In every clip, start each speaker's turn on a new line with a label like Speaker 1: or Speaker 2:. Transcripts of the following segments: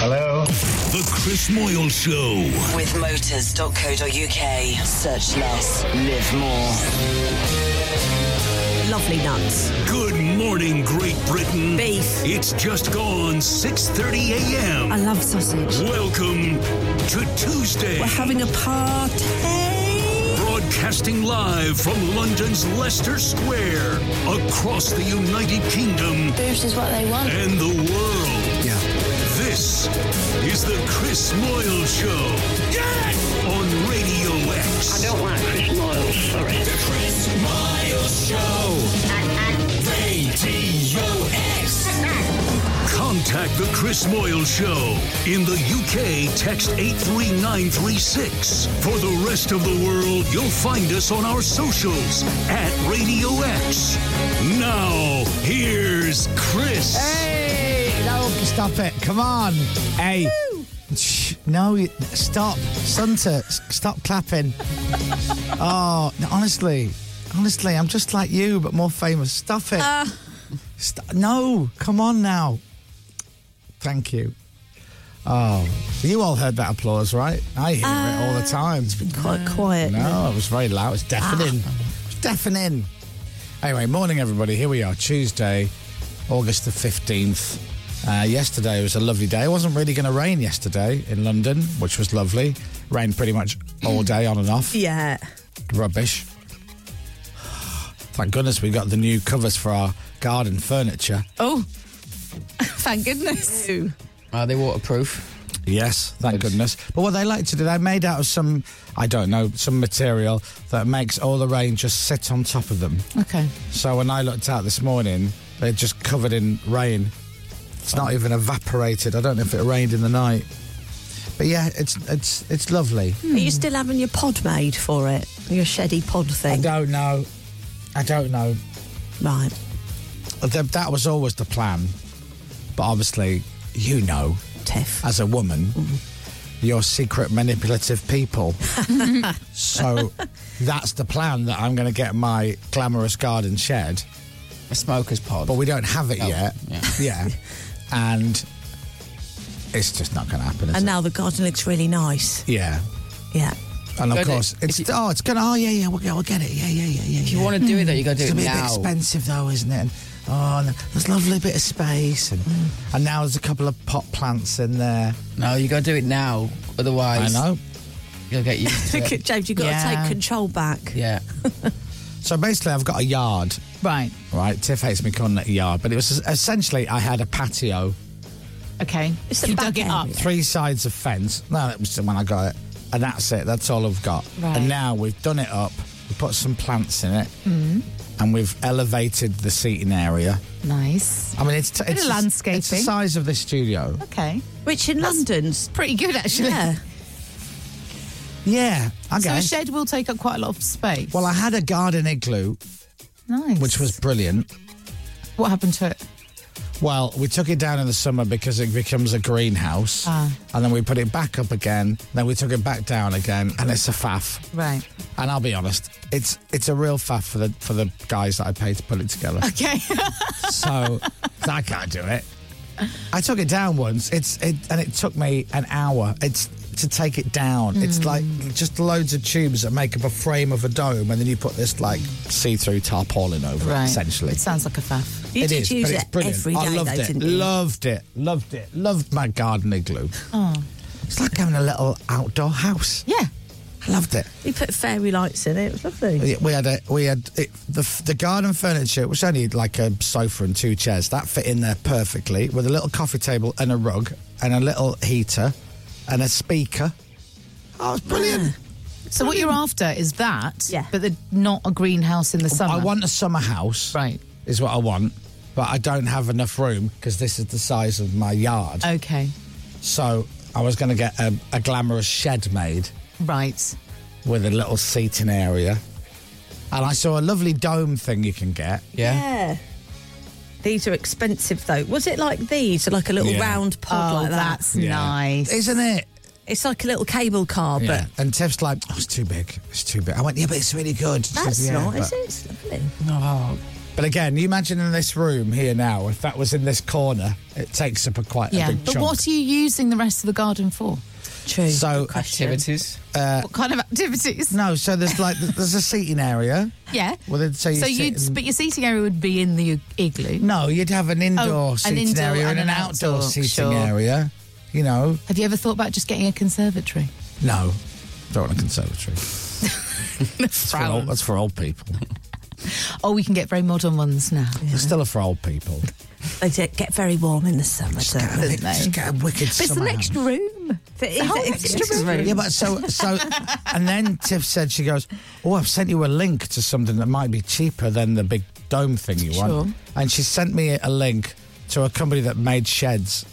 Speaker 1: Hello.
Speaker 2: The Chris Moyle Show.
Speaker 3: With motors.co.uk. Search less, live more.
Speaker 4: Lovely nuts.
Speaker 2: Good morning, Great Britain.
Speaker 4: Beef.
Speaker 2: It's just gone 6.30 a.m.
Speaker 4: I love sausage.
Speaker 2: Welcome to Tuesday.
Speaker 4: We're having a party.
Speaker 2: Broadcasting live from London's Leicester Square, across the United Kingdom.
Speaker 5: Boost is what they want.
Speaker 2: And the world.
Speaker 6: Yeah.
Speaker 2: This is the Chris Moyle Show. Yes! On Radio X.
Speaker 7: I don't like Chris Moyle, sorry.
Speaker 2: The Chris Moyle Show. Radio X. Contact the Chris Moyle Show. In the UK, text 83936. For the rest of the world, you'll find us on our socials at Radio X. Now, here's Chris.
Speaker 6: Hey! No, stop it. Come on. Hey. Shh, no, you- stop. Sunter, s- stop clapping. oh, no, honestly. Honestly, I'm just like you, but more famous. Stop it.
Speaker 8: Ah.
Speaker 6: St- no, come on now. Thank you. Oh, you all heard that applause, right? I hear it all the time. It's been
Speaker 4: quite quiet.
Speaker 6: No, it was very loud. It's deafening. It's deafening. Anyway, morning, everybody. Here we are, Tuesday, August the 15th. Uh, yesterday was a lovely day. It wasn't really going to rain yesterday in London, which was lovely. Rained pretty much all day on and off.
Speaker 4: Yeah.
Speaker 6: Rubbish. Thank goodness we got the new covers for our garden furniture.
Speaker 8: Oh, thank goodness.
Speaker 6: Are they waterproof? Yes, thank goodness. But what they like to do, they're made out of some, I don't know, some material that makes all the rain just sit on top of them.
Speaker 8: Okay.
Speaker 6: So when I looked out this morning, they're just covered in rain. It's not even evaporated. I don't know if it rained in the night. But yeah, it's it's it's lovely.
Speaker 4: Are you still having your pod made for it? Your sheddy pod thing?
Speaker 6: I don't know. I don't know.
Speaker 4: Right.
Speaker 6: Th- That was always the plan. But obviously, you know,
Speaker 4: Tiff, Mm-hmm.
Speaker 6: as a woman, you're secret manipulative people. so that's the plan that I'm going to get my glamorous garden shed. A smoker's pod. But we don't have it yet. Yeah. And it's just not going to happen. is
Speaker 4: And
Speaker 6: it?
Speaker 4: now the garden looks really nice.
Speaker 6: Yeah.
Speaker 4: Yeah.
Speaker 6: And of
Speaker 4: Good.
Speaker 6: course, it's oh, it's gonna oh yeah yeah we'll, get- we'll get it yeah yeah yeah yeah. If
Speaker 9: you wanna do it, though, you gotta do
Speaker 6: it's
Speaker 9: it
Speaker 6: gonna be a
Speaker 9: now.
Speaker 6: bit expensive though, isn't it? And, oh, and there's a lovely bit of space, and, and now there's a couple of pot plants in there. Mm. No, you gotta do it now, otherwise I know you'll get used
Speaker 4: James, you've got to
Speaker 6: Yeah.
Speaker 4: take control back.
Speaker 6: Yeah. so basically, I've got a yard.
Speaker 8: Right.
Speaker 6: Right. Tiff hates me calling it a yard, but it was essentially I had a patio.
Speaker 8: Okay.
Speaker 4: you dug it up.
Speaker 6: Three sides of fence. No, that was when I got it. And that's it. That's all I've got.
Speaker 8: Right.
Speaker 6: And now we've done it up. We put some plants in it.
Speaker 4: Hmm.
Speaker 8: Mm.
Speaker 6: And we've elevated the seating area.
Speaker 8: Nice.
Speaker 6: I mean, it's t-
Speaker 8: Bit
Speaker 6: it's
Speaker 8: of
Speaker 6: the s-
Speaker 8: landscaping.
Speaker 6: It's the size of this studio.
Speaker 8: Okay.
Speaker 4: Which in London's
Speaker 8: pretty good actually.
Speaker 4: Yeah.
Speaker 6: Yeah. Okay.
Speaker 8: So a shed will take up quite a lot of space.
Speaker 6: well, I had a garden igloo,
Speaker 8: nice.
Speaker 6: which was brilliant.
Speaker 8: What happened to it?
Speaker 6: Well, we took it down in the summer because it becomes a greenhouse.
Speaker 8: Ah.
Speaker 6: And then we put it back up again. Then we took it back down again, and it's a faff.
Speaker 8: Right.
Speaker 6: And I'll be honest, it's it's a real faff for the for the guys that I paid to put it together.
Speaker 8: Okay.
Speaker 6: so I can't do it. I took it down once. It's it and it took me an hour. It's to take it down.
Speaker 8: Hmm.
Speaker 6: It's like just loads of tubes that make up a frame of a dome, and then you put this like see-through tarpaulin over
Speaker 8: Right.
Speaker 6: it. Essentially,
Speaker 8: It sounds like a faff.
Speaker 6: It is, but it's brilliant. I loved it. Loved it. Loved it. Loved my garden igloo.
Speaker 8: Oh.
Speaker 6: It's like having a little outdoor house.
Speaker 8: Yeah.
Speaker 6: I loved it.
Speaker 4: You put fairy lights in it. It was lovely.
Speaker 6: We we had a, we had it, the f- the garden furniture, which only had like a sofa and two chairs, that fit in there perfectly with a little coffee table and a rug and a little heater and a speaker. Oh, it's brilliant.
Speaker 8: So what you're after is that, yeah. but the, not a greenhouse in the summer.
Speaker 6: Oh, I want a summer house. Right. Is what I want, but I don't have enough room because this is the size of my yard.
Speaker 8: Okay.
Speaker 6: So I was going to get a, a glamorous shed made.
Speaker 8: Right.
Speaker 6: With a little seating area. And I saw a lovely dome thing you can get.
Speaker 4: Yeah. These are expensive though. Was it like these? Like a little
Speaker 6: Yeah.
Speaker 4: round pod
Speaker 8: Oh,
Speaker 4: like that?
Speaker 8: that's Yeah. nice.
Speaker 6: Isn't it?
Speaker 4: It's like a little cable car,
Speaker 6: Yeah.
Speaker 4: but
Speaker 6: And Tiff's like, oh, it's too big. It's too big. I went, yeah, but it's really good. She said,
Speaker 4: that's
Speaker 6: "Yeah,
Speaker 4: not,
Speaker 6: but-"
Speaker 4: is it? It's lovely.
Speaker 6: Oh. But again, you imagine in this room here now, if that was in this corner, it takes up a quite
Speaker 8: Yeah.
Speaker 6: a big
Speaker 8: But
Speaker 6: chunk.
Speaker 8: what are you using the rest of the garden for?
Speaker 4: True.
Speaker 6: so
Speaker 1: Activities.
Speaker 6: Uh,
Speaker 8: What kind of activities?
Speaker 6: no, so there's like there's a seating area.
Speaker 8: Yeah.
Speaker 6: Well, then so you
Speaker 8: so
Speaker 6: sit
Speaker 8: you'd,
Speaker 6: in-
Speaker 8: but your seating area would be in the igloo.
Speaker 6: No, you'd have an indoor
Speaker 8: Oh, an
Speaker 6: seating
Speaker 8: indoor
Speaker 6: area and
Speaker 8: and
Speaker 6: an
Speaker 8: an
Speaker 6: outdoor,
Speaker 8: outdoor,
Speaker 6: seating
Speaker 8: sure.
Speaker 6: area. You know,
Speaker 8: Have you ever thought about just getting a conservatory?
Speaker 6: no, don't want a conservatory. that's, for old, that's for old people.
Speaker 8: Oh, we can get very modern ones now.
Speaker 6: It's still for old people.
Speaker 4: They do get very warm in the summer, don't they?
Speaker 8: No.
Speaker 6: Just get a wicked
Speaker 4: But it's the
Speaker 6: summer
Speaker 4: next
Speaker 6: house.
Speaker 4: room. It's
Speaker 8: whole next room.
Speaker 6: Yeah, but so so, and then Tiff said she goes, "Oh, I've sent you a link to something that might be cheaper than the big dome thing you
Speaker 8: Sure.
Speaker 6: want." And she sent me a link to a company that made sheds,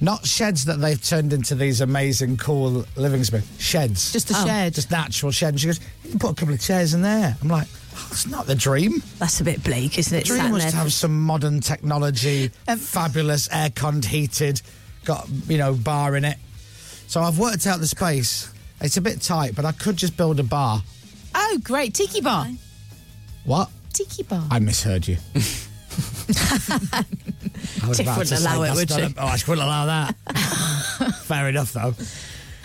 Speaker 6: not sheds that they've turned into these amazing, cool living spaces. Sheds, Oh.
Speaker 8: Just a shed.
Speaker 6: just natural shed. And she goes, "You can put a couple of chairs in there." I'm like, oh, "It's not the dream."
Speaker 4: That's a bit bleak, isn't it?
Speaker 6: dream
Speaker 4: Sat
Speaker 6: was
Speaker 4: there Um,
Speaker 6: to have some modern technology, fabulous air conned heated, got you know bar in it. So I've worked out the space. It's a bit tight, but I could just build a bar.
Speaker 8: Oh, great. Tiki bar.
Speaker 6: What?
Speaker 8: Tiki bar.
Speaker 6: I misheard you. I was
Speaker 4: Tiff
Speaker 6: about
Speaker 4: wouldn't
Speaker 6: to say,
Speaker 4: allow it,
Speaker 6: that's
Speaker 4: would
Speaker 6: not
Speaker 4: she?
Speaker 6: a- oh, I wouldn't allow that. Fair enough, though.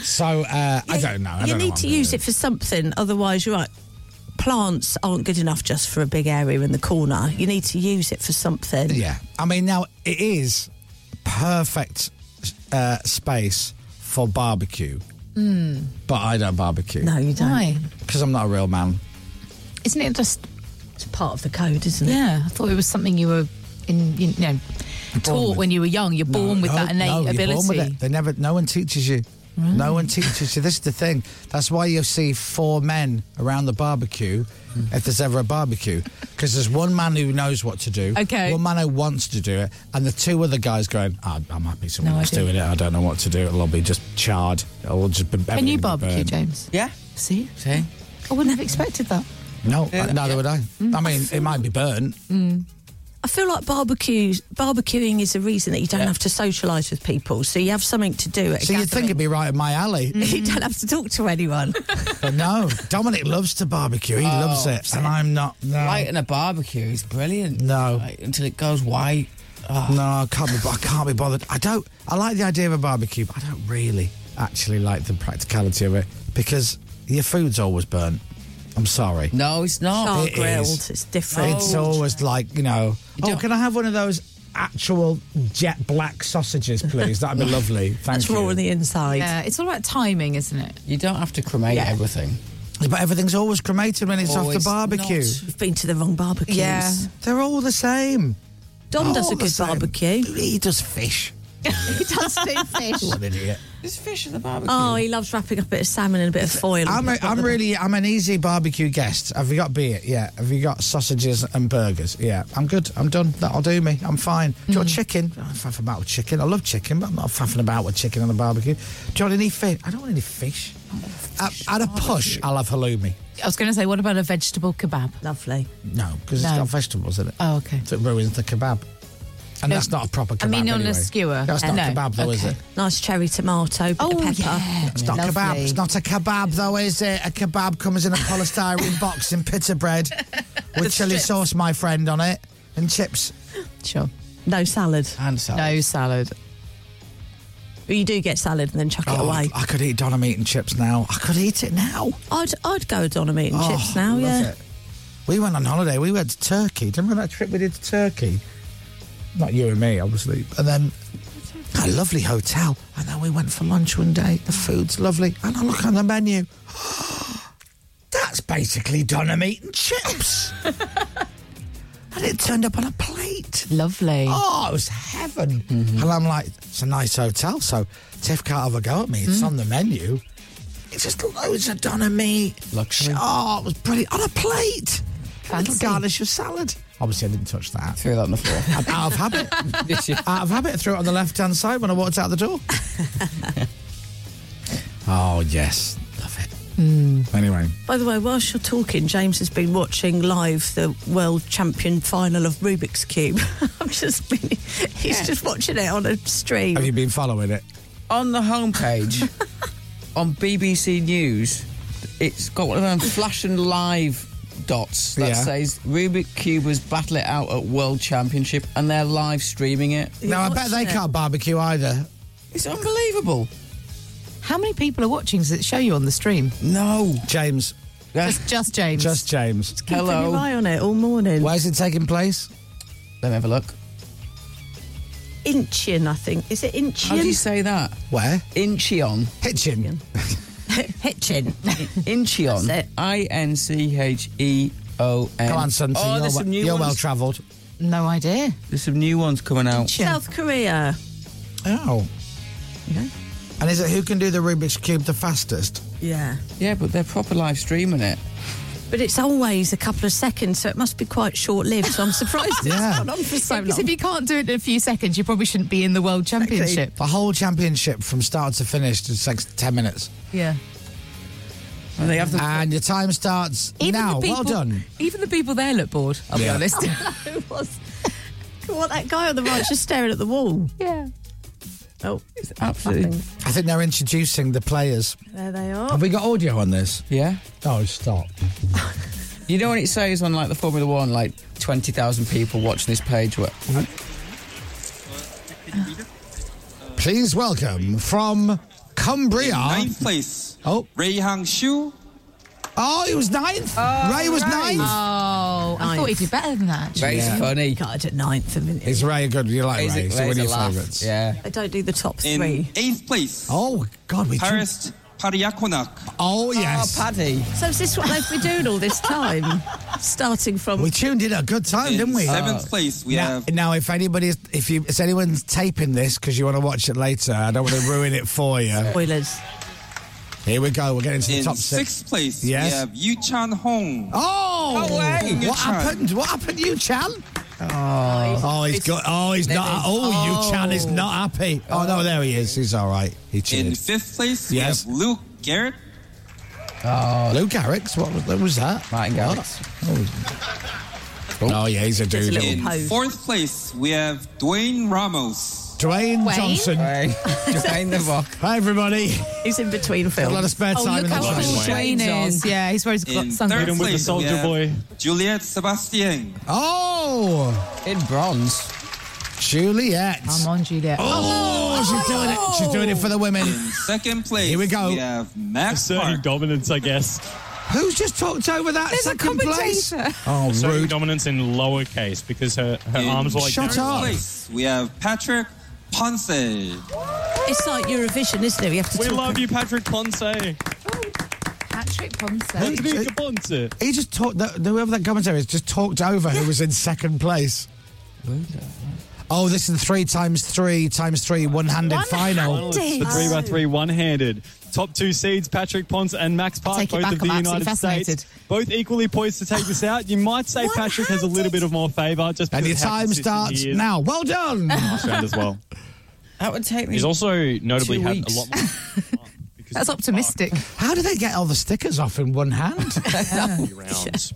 Speaker 6: So uh, I don't know. I
Speaker 4: you
Speaker 6: don't know
Speaker 4: need
Speaker 6: what
Speaker 4: to
Speaker 6: I'm gonna
Speaker 4: use
Speaker 6: do.
Speaker 4: it for something, otherwise you're right. Plants aren't good enough just for a big area in the corner. You need to use it for something.
Speaker 6: Yeah. I mean, now it is perfect uh, space for barbecue.
Speaker 4: Hmm.
Speaker 6: But I don't barbecue
Speaker 4: No, you don't.
Speaker 8: Why?
Speaker 6: because I'm not a real man.
Speaker 8: Isn't it just?
Speaker 4: It's part of the code, isn't it?
Speaker 8: Yeah, I thought it was something you were in. You know, taught
Speaker 6: with.
Speaker 8: when you were young. You're born with
Speaker 6: No,
Speaker 8: that innate
Speaker 6: no,
Speaker 8: ability.
Speaker 6: You're born with it. They never. No one teaches you. No one teaches you. This is the thing. That's why you see four men around the barbecue if there's ever a barbecue, because there's one man who knows what to do.
Speaker 8: Okay.
Speaker 6: One man who wants to do it, and the two other guys going, "Ah, "I'm happy someone
Speaker 8: No
Speaker 6: else
Speaker 8: idea.
Speaker 6: doing it. I don't know what to do. It'll all be just charred. It'll just be."
Speaker 8: Can
Speaker 6: everything
Speaker 8: you
Speaker 6: will
Speaker 8: barbecue,
Speaker 6: burn."
Speaker 8: James?
Speaker 1: Yeah.
Speaker 8: See,
Speaker 1: See?
Speaker 8: I wouldn't have expected that.
Speaker 6: No, I- neither would I.
Speaker 1: Mm.
Speaker 6: I mean, it might be burnt.
Speaker 4: I feel like barbecues, barbecuing is a reason that you don't have to socialise with people, so you have something to do. At a
Speaker 6: So you'd think
Speaker 4: gathering.
Speaker 6: it'd be right in my alley.
Speaker 4: you don't have to talk to anyone.
Speaker 6: But no, Dominic loves to barbecue.
Speaker 1: Oh,
Speaker 6: He loves it, and I'm not. No.
Speaker 1: Light in a barbecue is brilliant.
Speaker 6: No.
Speaker 1: Like, until it goes white. Ah.
Speaker 6: No, I can't. Be, I can't be bothered. I don't. I like the idea of a barbecue, but I don't really actually like the practicality of it because your food's always burnt. I'm sorry.
Speaker 1: No, it's not.
Speaker 4: Char
Speaker 6: it
Speaker 4: grilled,
Speaker 6: is.
Speaker 4: it's different.
Speaker 6: It's always like you know. oh,
Speaker 1: don't-
Speaker 6: can I have one of those actual jet black sausages, please? That'd be lovely. Thank
Speaker 4: It's
Speaker 6: you.
Speaker 4: raw on the inside.
Speaker 8: Yeah, it's all about timing, isn't it?
Speaker 1: You don't have to cremate
Speaker 4: Yeah.
Speaker 1: everything.
Speaker 6: but everything's always cremated when it's
Speaker 1: Oh,
Speaker 6: off the
Speaker 1: it's
Speaker 6: barbecue.
Speaker 1: not.
Speaker 4: You've been to the wrong barbecues.
Speaker 8: Yeah.
Speaker 6: They're all the same.
Speaker 4: Dom does
Speaker 6: All
Speaker 4: a
Speaker 6: the
Speaker 4: good
Speaker 6: same.
Speaker 4: barbecue.
Speaker 6: He does fish.
Speaker 8: It does do fish.
Speaker 6: What an idiot.
Speaker 1: There's fish in the barbecue.
Speaker 4: Oh, he loves wrapping up a bit of salmon and a bit of foil.
Speaker 6: I'm, a, I'm really I'm an easy barbecue guest. Have you got beer? Yeah. Have you got sausages and burgers? Yeah. I'm good. I'm done. That'll do me. I'm fine. Do you
Speaker 8: Mm.
Speaker 6: want chicken? I'm not faffing about with chicken. I love chicken, but I'm not faffing about with chicken on a barbecue. Do you want any fish? I don't want any fish. I, at a push, I'll have halloumi.
Speaker 8: I was going to say, what about a vegetable kebab?
Speaker 4: lovely.
Speaker 6: No, because it's
Speaker 8: No.
Speaker 6: got vegetables in it.
Speaker 8: Oh, okay.
Speaker 6: So it ruins the kebab. And that's not a proper kebab.
Speaker 8: I mean, on a
Speaker 6: anyway.
Speaker 8: skewer. Uh,
Speaker 6: That's not
Speaker 8: No.
Speaker 6: kebab, though, is
Speaker 8: Okay.
Speaker 6: it?
Speaker 4: Nice cherry tomato, bit
Speaker 8: Oh,
Speaker 4: of pepper.
Speaker 8: yeah.
Speaker 6: It's not kebab. It's not a kebab, though, is it? A kebab comes in a polystyrene box in pita bread with chili sauce, my friend, on it, and chips.
Speaker 8: Sure.
Speaker 4: No salad.
Speaker 1: And salad.
Speaker 8: No salad.
Speaker 4: But you do get salad and then chuck it away.
Speaker 6: Oh, I could eat Donham meat and chips now. I could eat it now.
Speaker 4: I'd, I'd go with Donna meat and
Speaker 6: Oh,
Speaker 4: chips now,
Speaker 6: love
Speaker 4: yeah.
Speaker 6: it. We went on holiday. We went to Turkey. Do you remember that trip we did to Turkey? Not you and me, obviously. And then a lovely hotel. And then we went for lunch one day. The food's lovely. And I look on the menu. That's basically doner meat and chips. and it turned up on a plate.
Speaker 8: Lovely.
Speaker 6: Oh, it was heaven. And I'm like, it's a nice hotel, so Tiff can't have a go at me. It's on the menu. It's just loads of doner meat.
Speaker 1: Luxury.
Speaker 6: Oh, it was brilliant. On a plate. A little
Speaker 8: Fancy.
Speaker 6: garnish of salad. Obviously, I didn't touch that.
Speaker 1: Threw that on the floor.
Speaker 6: I'm out of habit.
Speaker 1: Did you?
Speaker 6: out of habit. I threw it on the left hand side when I walked out the door. oh, yes. Love it.
Speaker 8: Hmm.
Speaker 6: Anyway.
Speaker 4: By the way, whilst you're talking, James has been watching live the world champion final of Rubik's Cube. I've just been, he's just watching it on a stream.
Speaker 6: Have you been following it?
Speaker 1: on the homepage on BBC News, it's got one of them flashing live dots that
Speaker 6: Yeah.
Speaker 1: says Rubik Cubers battle it out at World Championship, and they're live streaming it.
Speaker 6: No, I bet they can't barbecue either.
Speaker 1: It's unbelievable.
Speaker 8: How many people are watching? Does it show you on the stream?
Speaker 1: No.
Speaker 6: James.
Speaker 8: Just, just James.
Speaker 6: Just James.
Speaker 4: Keeping your eye on it all morning.
Speaker 6: Where's it taking place?
Speaker 1: Let me have a look.
Speaker 4: Incheon, I think. Is it Incheon?
Speaker 1: How do you say that?
Speaker 6: Where?
Speaker 1: Incheon.
Speaker 6: Hitchin.
Speaker 4: Hitchin.
Speaker 1: Incheon.
Speaker 4: That's it.
Speaker 1: I N C H E O N.
Speaker 6: Come on, Sunty.
Speaker 1: Oh,
Speaker 6: you're
Speaker 1: there's some new ones.
Speaker 6: well travelled.
Speaker 8: No idea.
Speaker 1: there's some new ones coming out.
Speaker 4: South Korea.
Speaker 6: Oh. And is it who can do the Rubik's Cube the fastest?
Speaker 4: Yeah.
Speaker 1: Yeah, but they're proper live streaming it.
Speaker 4: But it's always a couple of seconds, so it must be quite short lived. So I'm surprised
Speaker 6: Yeah.
Speaker 4: it's gone on for so long.
Speaker 8: Because if you can't do it in a few seconds, you probably shouldn't be in the world championship.
Speaker 6: The whole championship from start to finish is like 10 minutes.
Speaker 8: Yeah.
Speaker 1: And they have the
Speaker 6: And your time starts now. well done.
Speaker 8: Even the people there look bored. I'll
Speaker 6: Yeah.
Speaker 8: be honest.
Speaker 4: Who was? What that guy on the right's just staring at the wall.
Speaker 8: yeah.
Speaker 4: Oh,
Speaker 1: absolutely.
Speaker 4: nothing.
Speaker 6: I think they're introducing the players.
Speaker 4: There they are.
Speaker 6: Have we got audio on this?
Speaker 1: Yeah.
Speaker 6: Oh, stop.
Speaker 1: You know when it says on like the Formula One, like twenty thousand people watching this page. What?
Speaker 6: Hmm? Please welcome from Cumbria.
Speaker 5: Ninth place.
Speaker 6: Oh.
Speaker 5: Ray Hang Shu.
Speaker 6: Oh, he was ninth. Ray was ninth.
Speaker 8: Oh, I thought he'd do better than that. actually.
Speaker 1: Very funny.
Speaker 4: God, at ninth, haven't you?
Speaker 6: Is Ray good? You like
Speaker 1: Raise
Speaker 6: Ray?
Speaker 1: it-
Speaker 6: so
Speaker 1: raise
Speaker 6: one of
Speaker 1: a
Speaker 6: your
Speaker 1: laugh.
Speaker 6: favourites.
Speaker 1: Yeah.
Speaker 4: I don't do the top
Speaker 5: In
Speaker 4: three.
Speaker 5: eighth place.
Speaker 6: Oh God, we.
Speaker 5: Paris Pariakonak.
Speaker 6: Oh yes.
Speaker 1: Oh, Paddy.
Speaker 4: So is this what they've been doing all this time? Starting from
Speaker 6: we tuned in at a good time, didn't we?
Speaker 5: Seventh place. We
Speaker 6: Now,
Speaker 5: have
Speaker 6: now, if anybody's, if you, if anyone's taping this because you want to watch it later, I don't want to ruin it for you.
Speaker 4: spoilers.
Speaker 6: Here we go. We're getting to the
Speaker 5: in
Speaker 6: top six.
Speaker 5: sixth place.
Speaker 6: Yes.
Speaker 5: We have Yu Chan Hong.
Speaker 6: Oh,
Speaker 5: No way. You,
Speaker 6: what
Speaker 5: Chan.
Speaker 6: happened? What happened, you Chan? Oh, he's got. Oh, he's not.
Speaker 1: is-
Speaker 6: Oh, you Chan is not happy. Oh no, there he is. He's all right. He
Speaker 5: In
Speaker 6: cheered.
Speaker 5: fifth place,
Speaker 6: Yes.
Speaker 5: we have Luke Garrett.
Speaker 1: Oh.
Speaker 6: Lou Garrix. What was, what was that?
Speaker 1: Martin
Speaker 6: What?
Speaker 1: Garrix.
Speaker 6: Oh. oh yeah, he's a
Speaker 4: a
Speaker 6: dude.
Speaker 4: little-
Speaker 5: In
Speaker 4: Pose.
Speaker 5: fourth place, we have Dwayne Ramos.
Speaker 6: Dwayne
Speaker 8: Wayne?
Speaker 6: Johnson.
Speaker 1: Hey, Dwayne the Rock.
Speaker 6: Hi everybody.
Speaker 4: He's in between
Speaker 6: Got
Speaker 4: films.
Speaker 6: a lot of spare
Speaker 8: Oh,
Speaker 6: time
Speaker 8: look
Speaker 6: in the
Speaker 8: how
Speaker 6: time.
Speaker 8: cool
Speaker 1: Shane.
Speaker 8: Shane is. Yeah, he's always got
Speaker 5: In
Speaker 8: sunglasses.
Speaker 5: third
Speaker 9: with the
Speaker 5: place, we
Speaker 9: Soldier
Speaker 5: have
Speaker 9: Boy.
Speaker 5: Juliet Sebastian.
Speaker 6: Oh,
Speaker 1: In bronze.
Speaker 6: Juliet.
Speaker 8: Come on, Juliet.
Speaker 6: Oh, she's doing it. She's doing it for the women.
Speaker 5: In second place,
Speaker 6: Here we go.
Speaker 5: have Max
Speaker 9: Certain
Speaker 5: Park.
Speaker 9: dominance, I guess.
Speaker 6: Who's just talked over that
Speaker 8: There's a
Speaker 6: second place?
Speaker 8: commentator.
Speaker 6: Oh,
Speaker 9: Certain
Speaker 6: rude.
Speaker 9: dominance in lowercase because her, her
Speaker 5: In
Speaker 9: arms were like.
Speaker 6: Shut
Speaker 5: third
Speaker 9: very
Speaker 6: up.
Speaker 9: wide.
Speaker 5: place, we have Patrick Ponce.
Speaker 4: It's like Eurovision, isn't it? We have to
Speaker 9: We
Speaker 4: talk
Speaker 9: love you, Patrick Ponce.
Speaker 8: Patrick Ponce.
Speaker 9: Patrick Ponce.
Speaker 6: He just talked. that- Whoever that commentator is just talked over who was in second place. Oh, this is the three times three times three one-handed final.
Speaker 9: Finalists for three by three, one-handed. Top two seeds, Patrick Ponce and Max Park,
Speaker 8: Take it
Speaker 9: both
Speaker 8: back,
Speaker 9: of the
Speaker 8: I'm absolutely
Speaker 9: United
Speaker 8: fascinated.
Speaker 9: States. Both equally poised to take this out. You might say Patrick has a little bit of more favour, just
Speaker 6: And
Speaker 9: because
Speaker 6: your
Speaker 9: of how
Speaker 6: time
Speaker 9: consistent
Speaker 6: starts
Speaker 9: he is.
Speaker 6: now. Well done.
Speaker 9: Sound as well.
Speaker 1: That would take me.
Speaker 9: He's also notably
Speaker 1: Two
Speaker 9: had
Speaker 1: weeks.
Speaker 9: a lot. More because
Speaker 8: That's optimistic.
Speaker 6: How do they get all the stickers off in one hand?
Speaker 9: rounds.